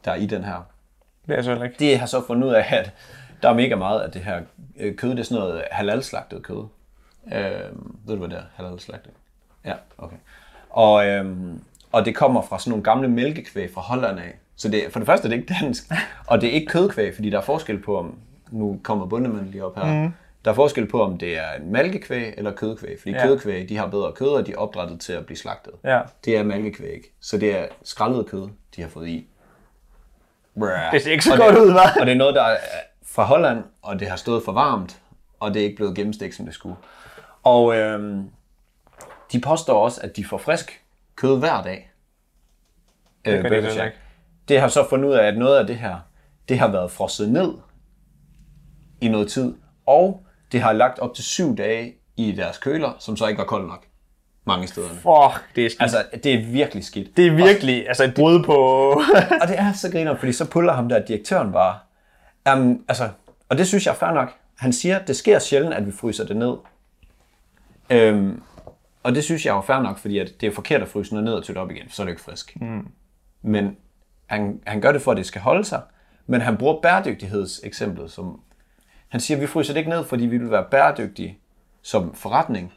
C: der er i den her.
A: Det er så heller ikke.
C: Det har så fundet ud af, at der er mega meget af det her øh, kød, det er sådan noget halalslagtet kød. Øh, ved du, hvad det er? Halalslagtet? Ja, okay. Og, øh, og det kommer fra sådan nogle gamle mælkekvæg fra Holland af. Så det, er- for det første er det ikke dansk, og det er ikke kødkvæg, fordi der er forskel på, om nu kommer bundemanden lige op her,
A: Mhm.
C: mm. der er forskel på, om det er en malkekvæg eller kødkvæg, fordi
A: Ja.
C: ja. kødkvæg, de har bedre kød, og de er opdrettet til at blive slagtet.
A: Ja.
C: Det er malkekvæg, så det er skrællet kød, de har fået i. Brrr.
A: Det ser ikke så
C: og
A: godt
C: det,
A: ud, hva'?
C: Og det er noget, der er fra Holland, og det har stået for varmt, og det er ikke blevet gennemstegt, som det skulle. Og øhm, de påstår også, at de får frisk kød hver dag. Øh,
A: gør de
C: Burger
A: så
C: Shack.
A: ikke.
C: det har så fundet ud af, at noget af det her, det har været frosset ned i noget tid, og det har lagt op til syv dage i deres køler, som så ikke var kold nok mange steder.
A: Fuck, det er skidt. Altså,
C: Altså, det er virkelig skidt.
A: det er virkelig altså et brud på...
C: Og det er så griner, fordi så puller ham der direktøren bare. Um, altså, og det synes jeg er fair nok. Han siger, det sker sjældent, at vi fryser det ned. Øhm, og det synes jeg er fair nok, fordi at det er forkert at fryse noget ned og tytte op igen, for så er det ikke frisk. Mm. Men han, han gør det for, at det skal holde sig. Men han bruger bæredygtighedseksemplet som... Han siger, vi fryser det ikke ned, fordi vi vil være bæredygtige som forretning.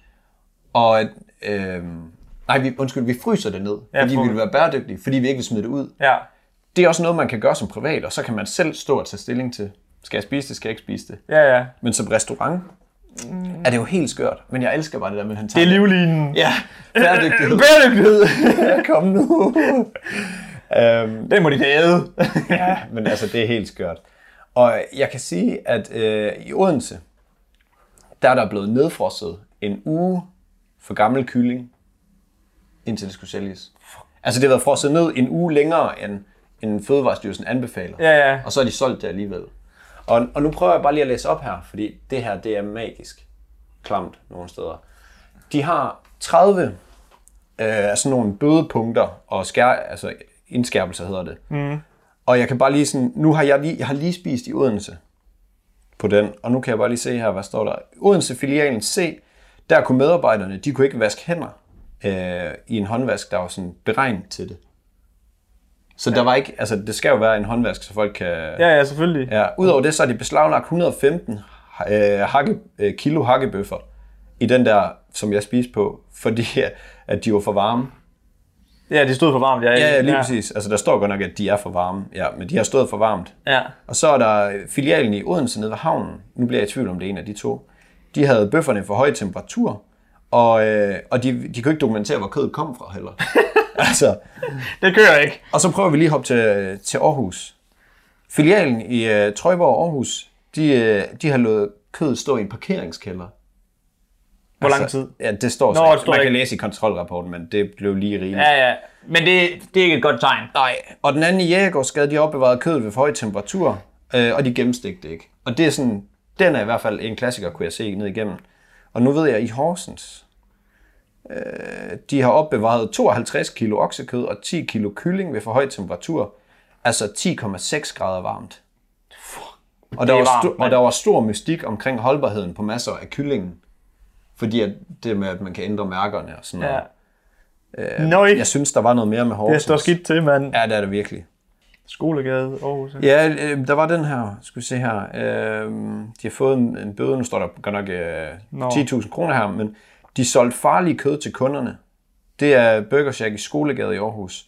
C: Og at... Øhm, nej, vi, undskyld, vi fryser det ned,
A: Ja,
C: ja, fordi
A: for-
C: vi vil være bæredygtige, fordi vi ikke vil smide det ud
A: ja.
C: det er også noget, man kan gøre som privat, og så kan man selv stå og tage stilling til, skal jeg spise det, skal jeg ikke spise det.
A: Ja, ja.
C: Men som restaurant mm. er det jo helt skørt, men jeg elsker bare det der med, at han
A: Det
C: tager
A: er livlinen.
C: Ja, bæredygtighed.
A: Bæredygtighed!
C: Kom nu. øhm,
A: Det må de da æde.
C: ja, men altså, det er helt skørt. Og jeg kan sige, at øh, i Odense, der er der blevet nedfrosset en uge for gammel kylling, indtil det skulle sælges. Altså, det har været frosset ned en uge længere, end, end Fødevarestyrelsen anbefaler.
A: Ja, ja.
C: Og så er de solgt det alligevel. Og, og nu prøver jeg bare lige at læse op her, fordi det her, det er magisk klamt nogle steder. De har 30 øh, af sådan nogle bødepunkter og skær, altså indskærpelser hedder det. Mm. Og jeg kan bare lige sådan, nu har jeg lige, jeg har lige spist i Odense på den, og nu kan jeg bare lige se her, hvad står der. Odense filialen C, der kunne medarbejderne, de kunne ikke vaske hænder øh, i en håndvask, der var sådan beregnet til det. Så ja. der var ikke, altså det skal jo være en håndvask, så folk kan...
A: Ja, ja, selvfølgelig.
C: Ja, udover det, så har de beslaglagt 115 øh, hakke, øh, kilo hakkebøffer i den der, som jeg spiste på, fordi at de var for varme.
A: Ja, det stod for varmt. Ja,
C: Ja, ja lige præcis. Altså, der står godt nok, at de er for varme. Ja, men de har stået for varmt.
A: Ja.
C: Og så er der øh, filialen i Odense nede ved havnen. Nu bliver jeg i tvivl om det er en af de to. De havde bøfferne for høj temperatur, og, øh, og de, de kunne ikke dokumentere, hvor kødet kom fra heller. altså,
A: Det kører ikke.
C: og så prøver vi lige at hoppe til, til Aarhus. Filialen i uh, Trøjborg og Aarhus, de, uh, de har lavet kødet stå i en parkeringskælder. Altså,
A: Hvor lang tid?
C: Ja, det står så.
A: Nå,
C: Nå,
A: det står
C: Man kan
A: ikke.
C: læse i kontrolrapporten, men det blev lige rigeligt.
A: Ja, ja. Men det, det er ikke et godt tegn.
C: Nej, og den anden i Jægergårdsgade, de har opbevaret kødet ved for høj temperatur, øh, og de gennemstegte ikke. Og det er sådan, den er i hvert fald en klassiker, kunne jeg se ned igennem. Og nu ved jeg, i Horsens, øh, de har opbevaret 52 kilo oksekød og 10 kilo kylling ved for høj temperatur, altså 10,6 grader varmt. Og
A: Det
C: der, var
A: er varmt,
C: sto- og
A: mand.
C: der var stor mystik omkring holdbarheden på masser af kyllingen, fordi at det med, at man kan ændre mærkerne og sådan noget.
A: Ja.
C: Ja.
A: Nøj,
C: Jeg synes, der var noget mere med
A: det
C: Horsens.
A: står skidt til, mand.
C: Ja, det er det virkelig.
A: Skolegade, Aarhus. Ja.
C: Ja, øh, der var den her, skal vi se her. Øh, de har fået en, en bøde, nu står der godt nok
A: Nå.
C: øh, 10.000 kroner her, men de solgte farlige kød til kunderne. Det er Burger Shack i Skolegade i Aarhus.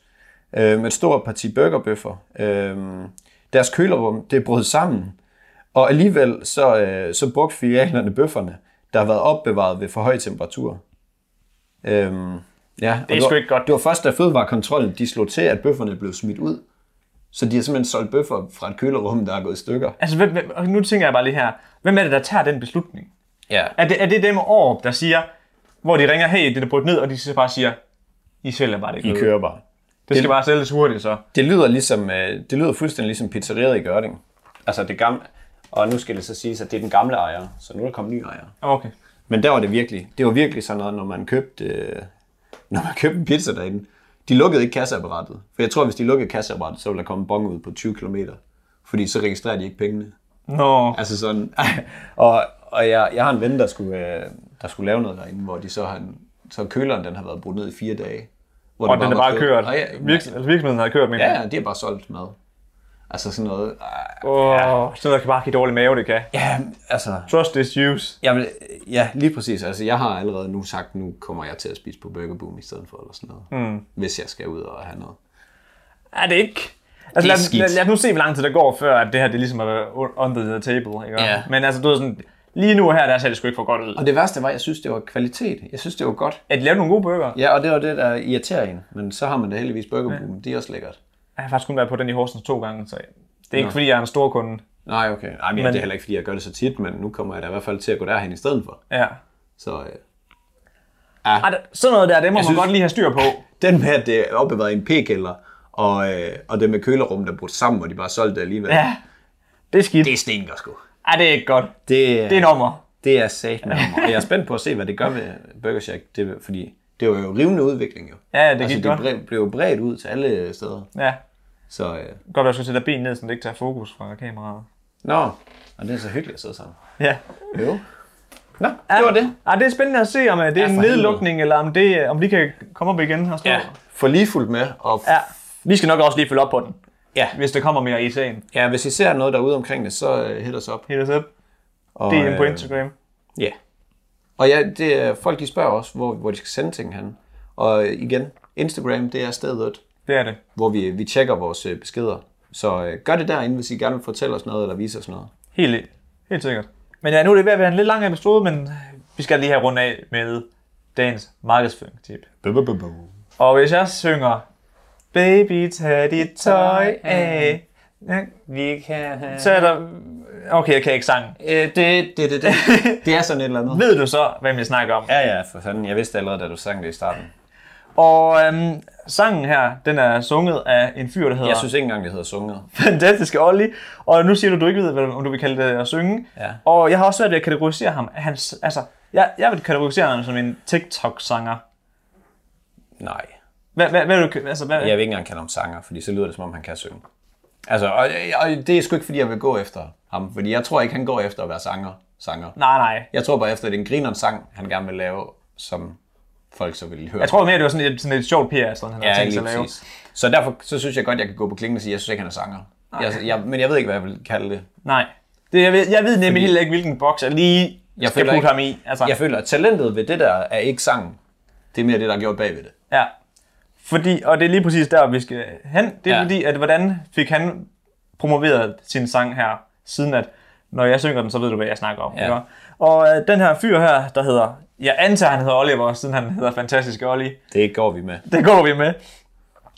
C: Øh, med et stort parti burgerbøffer. Øh, Deres kølerum, det er brudt sammen. Og alligevel så, øh, så brugte filialerne bøfferne, der har været opbevaret ved for høj temperatur. Øhm, ja, og
A: sgu
C: var-
A: ikke godt.
C: Det var først, da Fødevarekontrollen de slog til, at bøfferne blev smidt ud. Så de har simpelthen solgt bøffer fra et kølerum, der er gået i stykker.
A: Altså, hvem, hvem, og nu tænker jeg bare lige her. Hvem er det, der tager den beslutning?
C: Ja.
A: Er det, er det dem over, der siger, hvor de ringer, hey, det er brudt ned, og de så bare siger, I sælger bare det
C: I
A: kød.
C: kører bare.
A: Det skal bare sælges hurtigt, så.
C: Det lyder, ligesom, øh, det lyder fuldstændig ligesom pizzeriet i Gørding. Altså det gamle, og nu skal det så siges, at det er den gamle ejer, så nu er der kommet nye ejer.
A: Okay.
C: Men der var det virkelig, det var virkelig sådan noget, når man købte, øh, når man købte en pizza derinde. De lukkede ikke kasseapparatet, for jeg tror, hvis de lukkede kasseapparatet, så ville der komme en bong ud på 20 km, fordi så registrerer de ikke pengene.
A: Nå,
C: Altså sådan, og, og jeg, jeg har en ven, der skulle, øh, der skulle lave noget derinde, hvor de så, han, så køleren den har været brudt ned i fire dage. Hvor
A: og den er
C: var
A: bare
C: kød.
A: kørt.
C: Og
A: Ja,
C: Ja,
A: Virks, altså, virksomheden har kørt med.
C: ja, ja, det er bare solgt mad. Altså sådan noget,
A: Åh, sådan noget kan bare give dårlig mave, det kan.
C: Ja, altså...
A: Trust is use.
C: Jeg vil, ja, lige præcis. Altså, jeg har allerede nu sagt, nu kommer jeg til at spise på Burger Boom i stedet for, eller sådan noget. Mm. Hvis jeg skal ud og have noget.
A: Er det ikke? Altså,
C: Det er
A: lad, os-
C: skidt.
A: lad, lad, os nu se, hvor lang tid der går, før at det her det ligesom er on- on the table. Ikke?
C: Ja.
A: Men altså, du ved sådan, lige nu her, der ser det sgu ikke for godt ud.
C: Og det værste var, at jeg synes, det var kvalitet. Jeg synes, det var godt.
A: At de lavede nogle gode bøger, ja.
C: Ja, og det var det, der irriterer en. Men så har man da heldigvis Burger Boom. Det er også lækkert.
A: jeg har faktisk kun været på den i Horsens to gange, så det er ikke fordi, jeg er en stor kunde.
C: Nej, okay. Nej, men,
A: Men-
C: men, det er heller ikke, fordi jeg gør det så tit, men nu kommer jeg da i hvert fald til at gå derhen i stedet for.
A: Ja.
C: Så øh,
A: Ej, der, sådan noget der, det må man
C: synes-
A: godt lige have styr på.
C: den med, at det er opbevaret i en p-kælder, og, øh, og det med kølerum, der er brudt sammen, og de bare solgte det alligevel.
A: Ja. Det er skidt.
C: Det stinker sgu.
A: Ej, det er ikke godt.
C: Det,
A: Det er nummer.
C: Det er sat med Og jeg er spændt på at se, hvad det gør ved Burger Shack, det, fordi det var jo rivende udvikling jo.
A: Ja, det
C: altså,
A: gik
C: det
A: godt.
C: bre- blev jo bredt ud til alle steder.
A: Ja.
C: Så, øh,
A: Godt, at jeg skulle sætte ben ned, så det ikke tager fokus fra kameraet.
C: nå, og det er så hyggeligt at sidde sammen.
A: Ja.
C: Jo. Nå, det var det.
A: Ej, det er spændende at se, om øh, det er
C: Ja,
A: en
C: for helvede.
A: nedlukning, eller om, det, øh, om de kan komme op igen og stå.
C: Ja. For lige fuldt med. Og
A: ja. Vi skal nok også lige følge op på den.
C: Ja.
A: Hvis der kommer mere i sagen.
C: ja, hvis I ser noget derude omkring det, så øh, hit os op.
A: Hit os up.
C: Og,
A: DM på
C: øh,
A: Instagram.
C: Ja. Og ja, det, er- folk de spørger også, hvor, hvor de skal sende ting hen. Og øh, igen, Instagram, det er stedet.
A: Det er det.
C: hvor vi, vi tjekker vores øh, beskeder. Så øh, gør det derinde, hvis I gerne vil fortælle os noget, eller vise os noget.
A: Helt, helt sikkert. Men ja, nu er det ved at være en lidt lang episode, men vi skal lige have rundt af med dagens markedsføringstip.
C: Øh,
A: Og hvis jeg synger Baby, tag dit tøj af. Ja,
C: Vi kan...
A: Så er der... Okay, jeg kan ikke sang.
C: Øh, det, det, det, det. det er sådan et eller andet.
A: Ved du så, hvem jeg snakker om?
C: Ja, ja, for sådan. Jeg vidste allerede, da du sang det i starten.
A: Og øhm, sangen her, den er sunget af en fyr, der hedder
C: Jeg synes ikke engang, det hedder sunget.
A: Fantastiske Olli. Og nu siger du, du ikke ved, hvad- om du vil kalde det at synge.
C: Ja.
A: Og jeg har også svært ved at kategorisere ham. Han, altså, jeg, jeg vil kategorisere ham som en TikTok-sanger.
C: Nej.
A: Hvad, hvad, hvad, vil du, altså, hvad,
C: Jeg vil ikke engang kalde ham sanger, fordi så lyder det, som om han kan synge. Altså, og, og det er sgu ikke, fordi jeg vil gå efter ham. Fordi jeg tror ikke, han går efter at være sanger. sanger.
A: Nej, nej.
C: Jeg tror bare efter, at det er en grineren sang, han gerne vil lave, som folk så vil høre.
A: Jeg tror mere, det var sådan et, sådan et sjovt PR, sådan han havde
C: Ja,
A: tænkt sig
C: lige
A: at lave.
C: præcis. Så derfor så synes jeg godt, jeg kan gå på klingen og sige, at jeg synes ikke, han er sanger. Jeg, jeg, men jeg ved ikke, hvad jeg vil kalde det.
A: Nej. Det, jeg, ved, jeg ved nemlig heller ikke, hvilken boks jeg lige jeg
C: Jeg
A: skal
C: føler
A: putte
C: ikke-
A: ham i. Altså,
C: Jeg føler, at talentet ved det der er ikke sangen. Det er mere det, der er gjort bagved det.
A: ja. Fordi, og det er lige præcis der, vi skal hen. Det er ja.
C: Ja.
A: fordi, at hvordan fik han promoveret sin sang her, siden at når jeg synger den, så ved du, hvad jeg snakker om.
C: Ja.
A: Ja. Og øh, den her fyr her, der hedder, jeg antager, han hedder Oliver, siden han hedder Fantastisk Olli.
C: Det går vi med.
A: Det går vi med.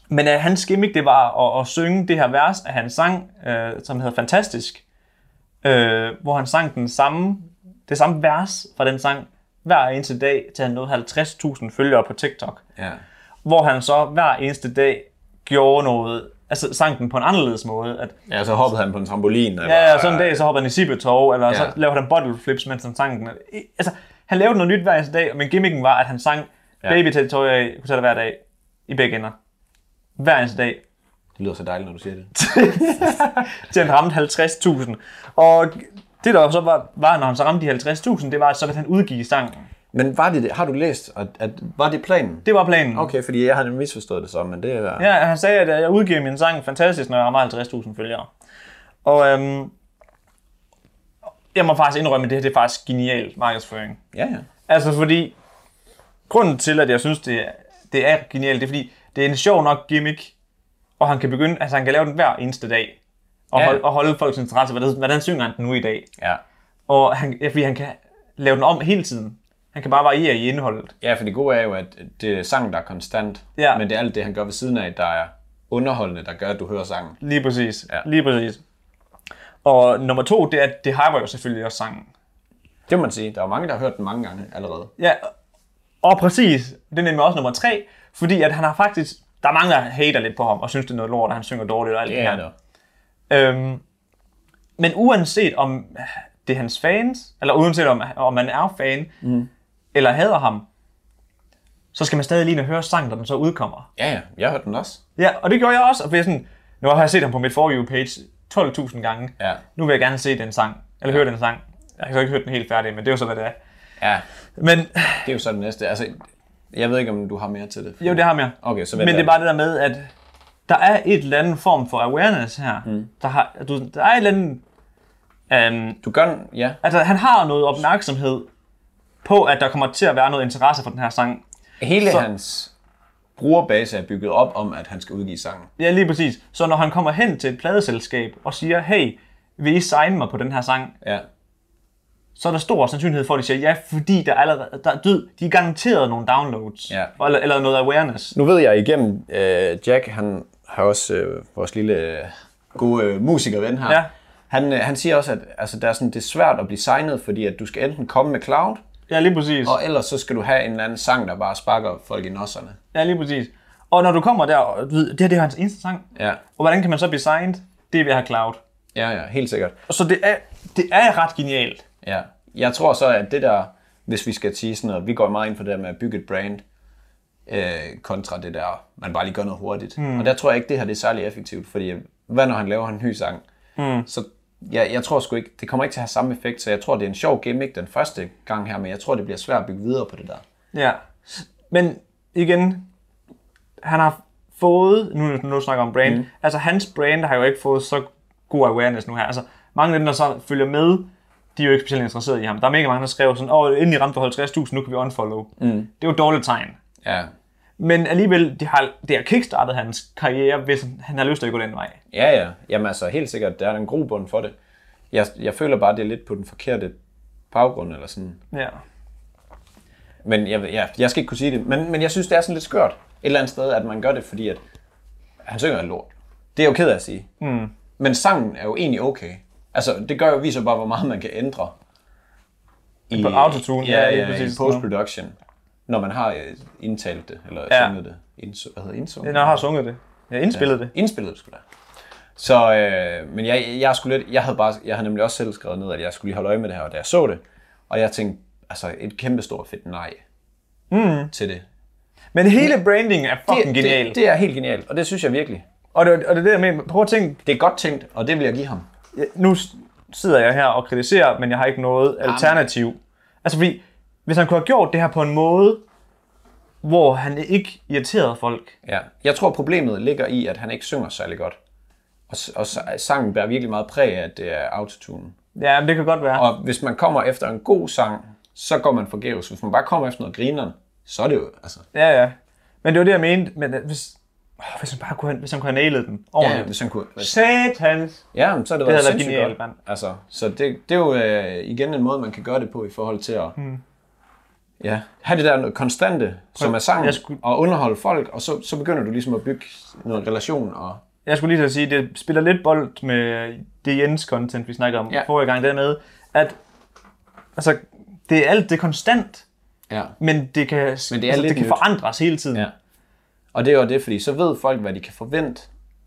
A: Men øh, hans gimmick, det var at, at synge det her vers af hans sang, øh, som hedder Fantastisk, øh, hvor han sang den samme, det samme vers fra den sang hver eneste dag, til han nåede 50.000 følgere på TikTok.
C: Ja.
A: Hvor han så hver eneste dag gjorde noget, altså sang den på en anderledes måde. At,
C: ja, så hoppede han på en trampolin. Eller,
A: ja, ja, sådan en dag, så hopper han i Sibetov, eller ja. så
C: Ja.
A: laver han bottle flips, mens han sang den. Altså, han lavede noget nyt hver eneste dag, men gimmicken var, at han sang ja. Baby til tøj af, kunne tage det hver dag, i begge ender. Hver eneste dag.
C: Det lyder så dejligt, når du siger det.
A: til han ramte 50.000. Og det der så var, var, når han så ramte de 50.000, det var, at så ville han udgive sangen.
C: Men var det, det har du læst, at, at var det planen?
A: Det var planen.
C: Okay, fordi jeg havde misforstået det så, men det er...
A: Ja, han sagde, at øh, jeg udgiver min sang fantastisk, når jeg rammer 50.000 følgere. Og øhm, jeg må faktisk indrømme, at det her det er faktisk genial markedsføring.
C: ja. ja.
A: Altså fordi, grunden til, at jeg synes, det er, det er genialt, det er fordi, det er en sjov nok gimmick, og han kan begynde, altså han kan lave den hver eneste dag. Og,
C: Ja.
A: holde, og holde folks interesse. Hvordan, hvordan synger han den nu i dag?
C: Ja.
A: Og han, ja, fordi han kan lave den om hele tiden. Han kan bare variere i indholdet.
C: Ja, for det gode er jo, at det er sangen, der er konstant,
A: Ja.
C: men det er alt det, han gør ved siden af, der er underholdende, der gør, at du hører sangen.
A: Lige præcis.
C: Ja.
A: Lige præcis. Og nummer to, det er, at det hyper jo selvfølgelig også sangen.
C: Det må man sige. Der er jo mange, der har hørt den mange gange allerede.
A: Ja, og præcis. Det er nemlig også nummer tre, fordi at han har faktisk... Der er mange, der hater lidt på ham, og synes, det er noget lort, og han synger dårligt og alt det her.
C: no.
A: Øhm, men uanset om det er hans fans, eller uanset om, om man er fan, mm. eller hader ham, så skal man stadig lige ind og høre sangen, når den så udkommer.
C: Ja, ja. Jeg hørte den også.
A: Ja, og det gjorde jeg også, og jeg sådan, nu har jeg set ham på mit For You-page 12.000 gange.
C: Ja.
A: Nu vil jeg gerne se den sang, eller høre den sang. Jeg har så ikke hørt den helt færdig, men det er jo så, hvad det er.
C: Ja,
A: Men
C: det er jo så det næste. Altså, jeg ved ikke, om du har mere til det.
A: Jo, det har jeg mere.
C: Okay, så vent
A: Men det er
C: lidt.
A: bare det der med, at der er et eller andet form for awareness her. Mm. Der, har, du, der er et eller andet... Um,
C: Du gør den, ja.
A: altså, han har noget opmærksomhed på, at der kommer til at være noget interesse for den her sang.
C: Hele
A: Så-
C: så... hans brugerbase er bygget op om, at han skal udgive sangen.
A: Ja, lige præcis. Så når han kommer hen til et pladeselskab og siger, hey, vil I signe mig på den her sang?
C: Ja.
A: Så er der stor sandsynlighed for, at de siger ja, fordi der er allerede, der, du, de er garanteret nogle downloads.
C: Ja.
A: Eller, eller noget awareness.
C: Nu ved jeg igennem, øh, Jack, han har også øh, vores lille øh, gode øh, musikerven her.
A: Ja.
C: Han, øh, han siger også, at altså, der er sådan, det er svært at blive signet, fordi at du skal enten komme med cloud,
A: Ja, lige præcis.
C: og ellers så skal du have en eller anden sang, der bare sparker folk i nosserne.
A: Ja, lige præcis. Og når du kommer der, og du ved, det her det er hans eneste sang,
C: Ja,
A: Og hvordan kan man så blive signed? Det er ved at have cloud.
C: ja, ja, helt sikkert.
A: Så det er, det er ret genialt.
C: Ja. Jeg tror så, at det der, hvis vi skal sige sådan noget, vi går meget ind for det der med at bygge et brand, øh, kontra det der, man bare lige gør noget hurtigt. Mm. Og der tror jeg ikke, det her det er særlig effektivt, fordi hvad når han laver en ny sang? Mm. Så ja, jeg tror sgu ikke, det kommer ikke til at have samme effekt, så jeg tror, det er en sjov gimmick den første gang her, men jeg tror, det bliver svært at bygge videre på det der.
A: Ja. Men igen, han har fået, nu, nu snakker jeg om brand, mm. altså hans brand har jo ikke fået så god awareness nu her. Altså mange af dem, der så følger med, de er jo ikke specielt interesserede i ham. Der er mega mange, der skrev sådan, åh, endelig ramte du 50.000, nu kan vi unfollow. Mm. Det er jo et dårligt tegn.
C: Ja,
A: Men alligevel, det har, det har kickstartet hans karriere, hvis han har lyst til at gå den vej.
C: Ja, ja. Jamen altså, helt sikkert, der er en grobund for det. Jeg, jeg føler bare, det er lidt på den forkerte baggrund, eller sådan.
A: Ja.
C: Men jeg, ved- ja, jeg skal ikke kunne sige det, men, men jeg synes, det er sådan lidt skørt et eller andet sted, at man gør det, fordi at han synger en lort. Det er jo ked af at sige. Mm. Men sangen er jo egentlig okay. Altså, det gør jo, viser bare, hvor meget man kan ændre. I,
A: På autotune, ja,
C: ja,
A: lige
C: ja, ja i
A: præcis.
C: post-production. Når man har øh, indtalt det, eller
A: Ja.
C: ja. sunget det. Inds- hvad hedder indsunget?
A: Når jeg har sunget det. Jeg har indspillet det.
C: Indspillet det skulle da. Så, øh, men jeg, jeg, skulle lidt, jeg, havde bare, jeg havde nemlig også selv skrevet ned, at jeg skulle lige holde øje med det her, og da jeg så det, og jeg tænkte, altså et kæmpestort fedt nej mm. til det.
A: Men hele brandingen er fucking
C: det,
A: genial.
C: det, det, er helt genialt, og det synes jeg virkelig.
A: Og det, og det er det, jeg mener. Prøv at tænke,
C: Det er godt tænkt, og det vil jeg give ham.
A: ja, nu s- sidder jeg her og kritiserer, men jeg har ikke noget alternativ. Altså fordi, hvis han kunne have gjort det her på en måde, hvor han ikke irriterede folk.
C: Ja. Jeg tror, problemet ligger i, at han ikke synger særlig godt. Og, s- og s- sangen bærer virkelig meget præg af, at det er autotune.
A: Ja, men det kan godt være.
C: Og hvis man kommer efter en god sang, så går man forgæves. Hvis man bare kommer efter noget grineren, så er det jo, altså,
A: Ja, ja. Men det var det, jeg mente. Men øh, hvis, åh, hvis han bare kunne, have- hvis han kunne have nailet den
C: ja,
A: ordentligt.
C: hvis han kunne,
A: Satans.
C: Ja, men så er
A: havde
C: det, det været
A: været
C: sindssygt
A: genialt,
C: genialt,
A: mand.
C: godt. Altså, så det, det er jo øh, igen en måde, man kan gøre det på i forhold til at
A: Mm.
C: hmm. ja, have det der noget konstante, som er
A: jeg
C: sangen,
A: skulle-
C: skulle... og underholde folk, og så, så begynder du ligesom at bygge noget relation. Og,
A: Jeg skulle lige til at sige, det spiller lidt bold med det Jens-content, vi snakkede om ja.
C: Ja.
A: forrige gang. Det med, at altså, det er alt, det er konstant,
C: ja.
A: men det kan, men det altså,
C: lidt
A: det kan
C: nyt.
A: forandres hele tiden.
C: Ja. og det er jo det, fordi så ved folk, hvad de kan forvente,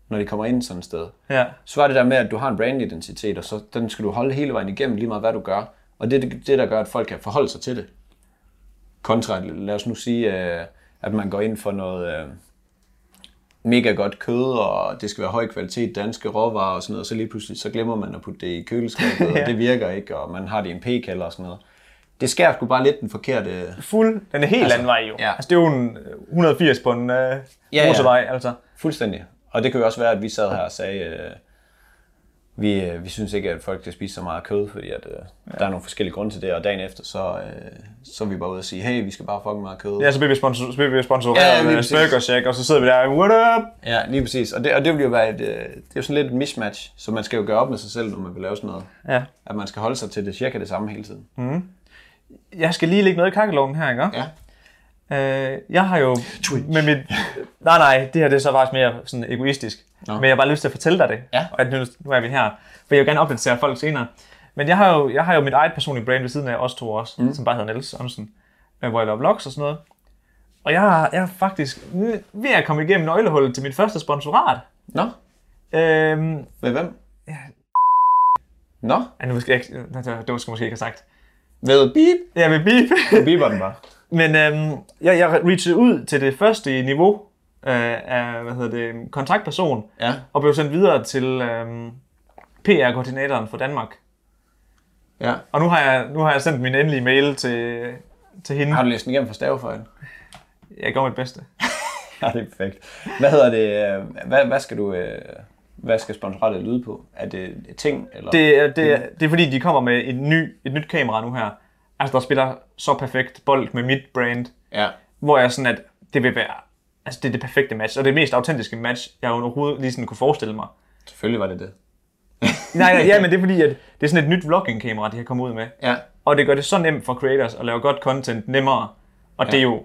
C: når de kommer ind sådan et sted.
A: ja.
C: Så er det der med, at du har en brandidentitet, og så den skal du holde hele vejen igennem, lige meget hvad du gør. Og det er det, det, der gør, at folk kan forholde sig til det. Kontra, lad os nu sige, øh, at man går ind for noget øh, mega godt kød, og det skal være høj kvalitet, danske råvarer og sådan noget, og så lige pludselig så glemmer man at putte det i køleskabet, og det virker ikke, og man har det i en p-kalder og sådan noget. Det skærer sgu bare lidt den forkerte...
A: fuld, den er helt altså, anden vej jo.
C: ja.
A: Altså det er jo en øh, 180 på en øh,
C: ja.
A: motorvej, altså.
C: Fuldstændig. Og det kan jo også være, at vi sad her og sagde, øh, Vi, øh, vi synes ikke, at folk skal spise så meget kød, fordi at, øh, ja. der er nogle forskellige grunde til det, og dagen efter, så, øh, så er vi bare ude og sige, hey, vi skal bare fucking meget kød.
A: Ja, så bliver vi, sponsor- så bliver vi sponsoreret
C: Ja,
A: ja,
C: lige
A: med
C: præcis.
A: Burger Shack, og så sidder vi der, what up?
C: Ja, lige præcis. Og det, og det vil jo være et, øh, det er jo sådan lidt et mismatch, så man skal jo gøre op med sig selv, når man vil lave sådan noget.
A: Ja.
C: At man skal holde sig til det cirka det samme hele tiden.
A: Jeg skal lige lægge noget i kakkeloven her, ikke?
C: Ja.
A: Øh, jeg har jo med mit... Nej, nej, det her det er så faktisk mere sådan egoistisk. Nå. Men jeg har bare lyst til at fortælle dig det.
C: Ja.
A: Og at nu, nu er vi her. For jeg vil gerne opdatere folk senere. Men jeg har jo, jeg har jo mit eget personlige brand ved siden af os to også, mm. som bare hedder Niels Andersen, øh, hvor jeg laver vlogs og sådan noget. Og jeg, har, jeg er faktisk n- ved at komme igennem nøglehullet til mit første sponsorat.
C: Nå,
A: Øhm,
C: med hvem? Ja. Nå,
A: ej, nu skal jeg ikke, det var- det var sgu måske ikke have sagt.
C: ved Bip.
A: Jeg vil beep.
C: Biber den bare.
A: Men øhm, jeg, jeg reachede ud til det første niveau øh, af, hvad hedder det, kontaktperson,
C: Ja.
A: og blev sendt videre til øhm, PR-koordinatoren for Danmark.
C: ja.
A: Og nu har, jeg, nu har jeg sendt min endelige mail til, til hende.
C: Har du læst den igennem for stavefejl?
A: Jeg gør mit bedste.
C: Ja, det er perfekt. Hvad hedder det? øh, Hvad, hvad skal du... øh, Hvad skal sponsoratet lyde på? Er det et ting, eller?
A: Det, er- det, er- det er fordi, de kommer med et, ny, et nyt kamera nu her. Altså, der spiller så perfekt bold med mit brand,
C: Ja.
A: hvor jeg sådan, at det vil være... Altså, det er det perfekte match, og det mest autentiske match, jeg overhovedet lige sådan kunne forestille mig.
C: Selvfølgelig var det det.
A: Nej, nej, ja, men det er fordi, at det er sådan et nyt vlogging-kamera, de har kommet ud med.
C: Ja.
A: Og det gør det så nemt for creators at lave godt content nemmere. Og ja. det er jo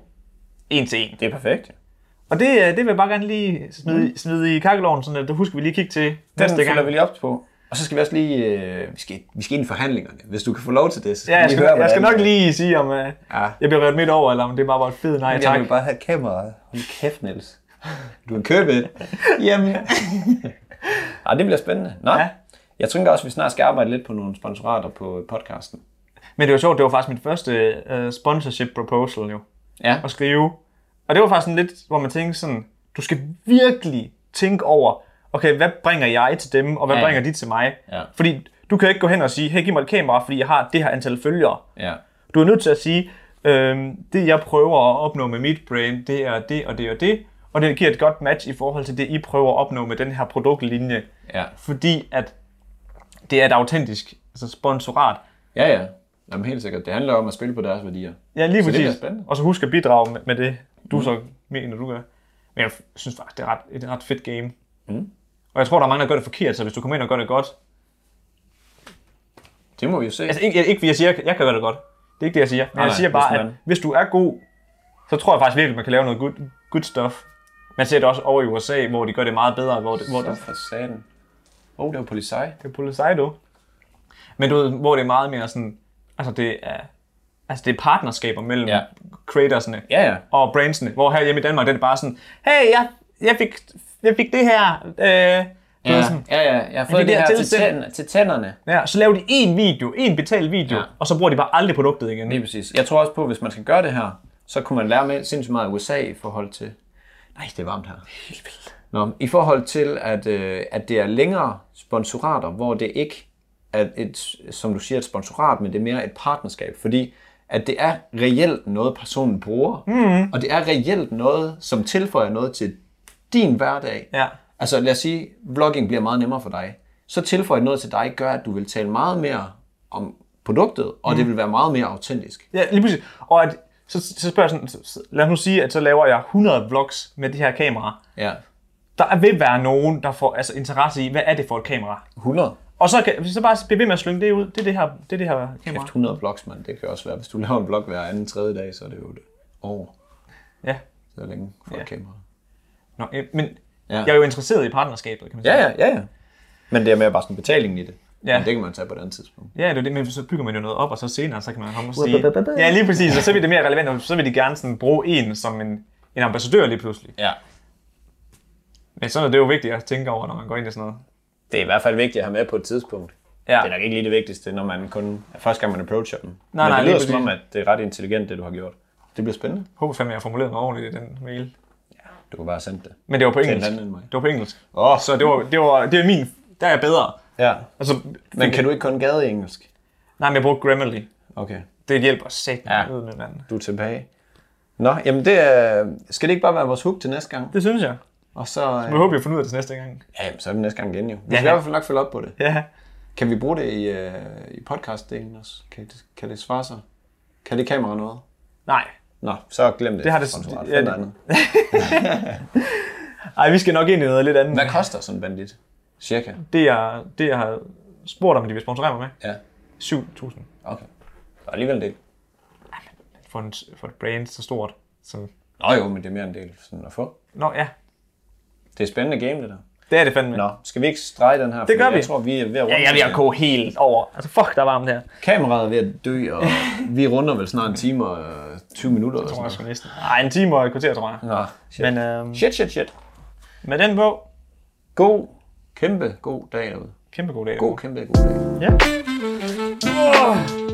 A: en til en.
C: Det er perfekt.
A: Og det, øh, det vil jeg bare gerne lige smide, mm. smide i kakkeloven, sådan at det husker vi lige at kigge til næste
C: Den følger
A: gang.
C: Mm, vi lige op på. Og så skal vi også lige... Øh, vi, skal, vi skal ind i forhandlingerne. Hvis du kan få lov til det, så skal
A: Ja,
C: vi
A: jeg
C: lige
A: skal,
C: høre,
A: jeg skal
C: hvordan-
A: nok lige sige, om uh, ja.
C: Ja.
A: jeg bliver revet midt over, eller om det bare var et fedt nej
C: Jeg
A: tak.
C: vil bare have kameraet. Hold kæft, Niels. Du kan købe et. Jamen. Ej, det bliver spændende. Nå.
A: Ja.
C: Ja. Jeg tænker også, at vi snart skal arbejde lidt på nogle sponsorater på podcasten.
A: Men det var sjovt, det var faktisk mit første uh, sponsorship proposal jo.
C: Ja.
A: At skrive. Og det var faktisk sådan lidt, hvor man tænkte sådan, du skal virkelig tænke over, okay, hvad bringer jeg til dem, og hvad ja.
C: Ja.
A: bringer de til mig?
C: Ja.
A: Fordi du kan ikke gå hen og sige, hey, giv mig et kamera, fordi jeg har det her antal følgere.
C: Ja.
A: Du er nødt til at sige, øhm, det jeg prøver at opnå med mit brand, det er det og det og det, og det giver et godt match i forhold til det, I prøver at opnå med den her produktlinje,
C: Ja.
A: fordi at det er et autentisk altså sponsorat.
C: Ja, ja. Jamen helt sikkert. Det handler om at spille på deres værdier.
A: Ja, lige
C: Så det bliver
A: præcis.
C: spændende.
A: Og så husk at bidrage med, med det, du mm. så mener, du gør. Men jeg synes faktisk, det er ret, et ret fedt game. Mm. Og jeg tror, der er mange, der gør det forkert, så hvis du kommer ind og gør det godt...
C: Det må vi jo se.
A: Altså ikke, ikke fordi jeg siger, at jeg kan gøre det godt. Det er ikke det, jeg siger. Men jeg
C: nej,
A: siger bare,
C: hvis
A: at
C: man-
A: hvis du er god, så tror jeg faktisk virkelig, at man kan lave noget good, good stuff. Man ser det også over i USA, hvor de gør det meget bedre, hvor det, hvor det,
C: for satan. Åh, oh, det var politi.
A: det er Poliseido. Men du ved, hvor det er meget mere sådan... Altså det er, altså det er partnerskaber mellem ja.
C: Ja.
A: creatorsne.
C: Ja, ja.
A: og brandsene. Hvor her hjemme i Danmark, det er det bare sådan, hey, jeg, jeg, fik, jeg fik det her. Øh, ja. Sådan,
C: ja, ja. Jeg har
A: fået det det her her til tilsendt.
C: til tænderne.
A: ja, så laver de en video, en betalt video, ja.
C: Ja.
A: og så bruger de bare aldrig produktet igen.
C: Lige præcis. Jeg tror også på, at hvis man skal gøre det her, så kunne man lære med sindssygt meget af USA i forhold til... Nej, det er varmt her. Helt vildt. Nå, I forhold til, at, øh, at det er længere sponsorater, hvor det ikke er et, som du siger, et sponsorat, men det er mere et partnerskab, fordi at det er reelt noget, personen bruger, mm. og det er reelt noget, som tilføjer noget til din hverdag.
A: Ja.
C: Altså lad os sige, vlogging bliver meget nemmere for dig. Så tilføjer noget til dig, gør, at du vil tale meget mere om produktet, og mm. det vil være meget mere autentisk.
A: Ja, lige præcis. Og at, så, så spørger jeg sådan, så- så- lad os nu sige, at så laver jeg 100 vlogs med det her kamera.
C: Ja.
A: Der vil være nogen, der får altså, interesse i, hvad er det for et kamera?
C: 100.
A: Og så kan hvis jeg så bare blive ved med at slynge det ud. Det er det her, det, er det her kamera.
C: Kæft, 100 vlogs, mand. Det kan også være, hvis du laver en vlog hver anden tredje dag, så er det jo et år.
A: Ja.
C: Så er det længe for
A: Ja.
C: ja. et kamera.
A: Nå, øh, men ja.
C: Ja.
A: jeg er jo interesseret i partnerskabet, kan man sige.
C: Ja, ja, ja, ja. Men det er mere bare sådan betalingen i det.
A: Ja.
C: Ja. Men det kan man tage på et andet tidspunkt.
A: Ja, det er det, men så bygger man jo noget op, og så senere, så kan man komme og sige... Ja, lige præcis, og så bliver det mere relevant, og så vil de gerne sådan bruge en som en, en ambassadør lige pludselig.
C: Ja.
A: Men sådan er det jo vigtigt at tænke over, når man går ind i sådan noget.
C: Det er i hvert fald vigtigt at have med på et tidspunkt.
A: Ja,
C: Det er nok ikke lige det vigtigste, når man kun er første gang, man approacher dem.
A: Nej,
C: Men
A: nej,
C: det
A: lige
C: lyder som
A: præcis.
C: om, at det er ret intelligent, det du har gjort. Det bliver spændende.
A: håber fandme, jeg har formuleret mig ordentligt i den mail.
C: Du kan bare sende det.
A: Men det var på engelsk.
C: anden end mig.
A: Det var på engelsk.
C: Åh, oh,
A: Så det var, det var, det er min, der er jeg bedre.
C: ja.
A: Altså,
C: Men kan du ikke kun gade engelsk?
A: Nej, men jeg brugte Grammarly.
C: Okay.
A: Det hjælper satan
C: Ja.
A: ja. ud med manden.
C: Du er tilbage. Nå, jamen det er... Skal det ikke bare være vores hook til næste gang?
A: Det synes jeg.
C: Og så... øh,
A: Jeg håber, vi har fundet ud af det til næste gang.
C: Ja, jamen, så er det næste gang igen jo. Vi
A: Ja.
C: skal i hvert fald nok følge op på det.
A: Ja.
C: Kan vi bruge det i, øh, i podcast-delen også? Kan det, kan det svare sig? Kan det kamera noget?
A: Nej.
C: Nå, så glem det.
A: Det har det-
C: Sponsorat.
A: ja,
C: Find
A: det-
C: noget andet.
A: Ej, vi skal nok ind i noget lidt andet.
C: Hvad koster sådan en bandit? Cirka.
A: Det, jeg, det, jeg har spurgt om, at de vil sponsorere mig med,
C: Ja.
A: 7.000
C: Okay. Der er alligevel en del.
A: for, en, for et brand så stort. Som...
C: Nå jo, men det er mere en del sådan at få.
A: Nå, ja.
C: Det er spændende game, det der.
A: Det er det fandme.
C: Nå, skal vi ikke strege den her? Fordi
A: gør vi.
C: Jeg tror, vi er ved at runde.
A: Ja, jeg er ved at koge helt over. Altså, fuck, der er varmt her.
C: Kameraet er ved at dø, og vi runder vel snart en time og øh, 20 minutter.
A: Jeg tror
C: Eller sådan
A: jeg sgu næsten. Ej, en time og et kvarter, tror jeg.
C: noget. Nå, shit.
A: Men øhm,
C: shit, shit, shit.
A: med den på,
C: God, kæmpe god dag derude.
A: kæmpe god dag.
C: God, kæmpe god dag.
A: Ja.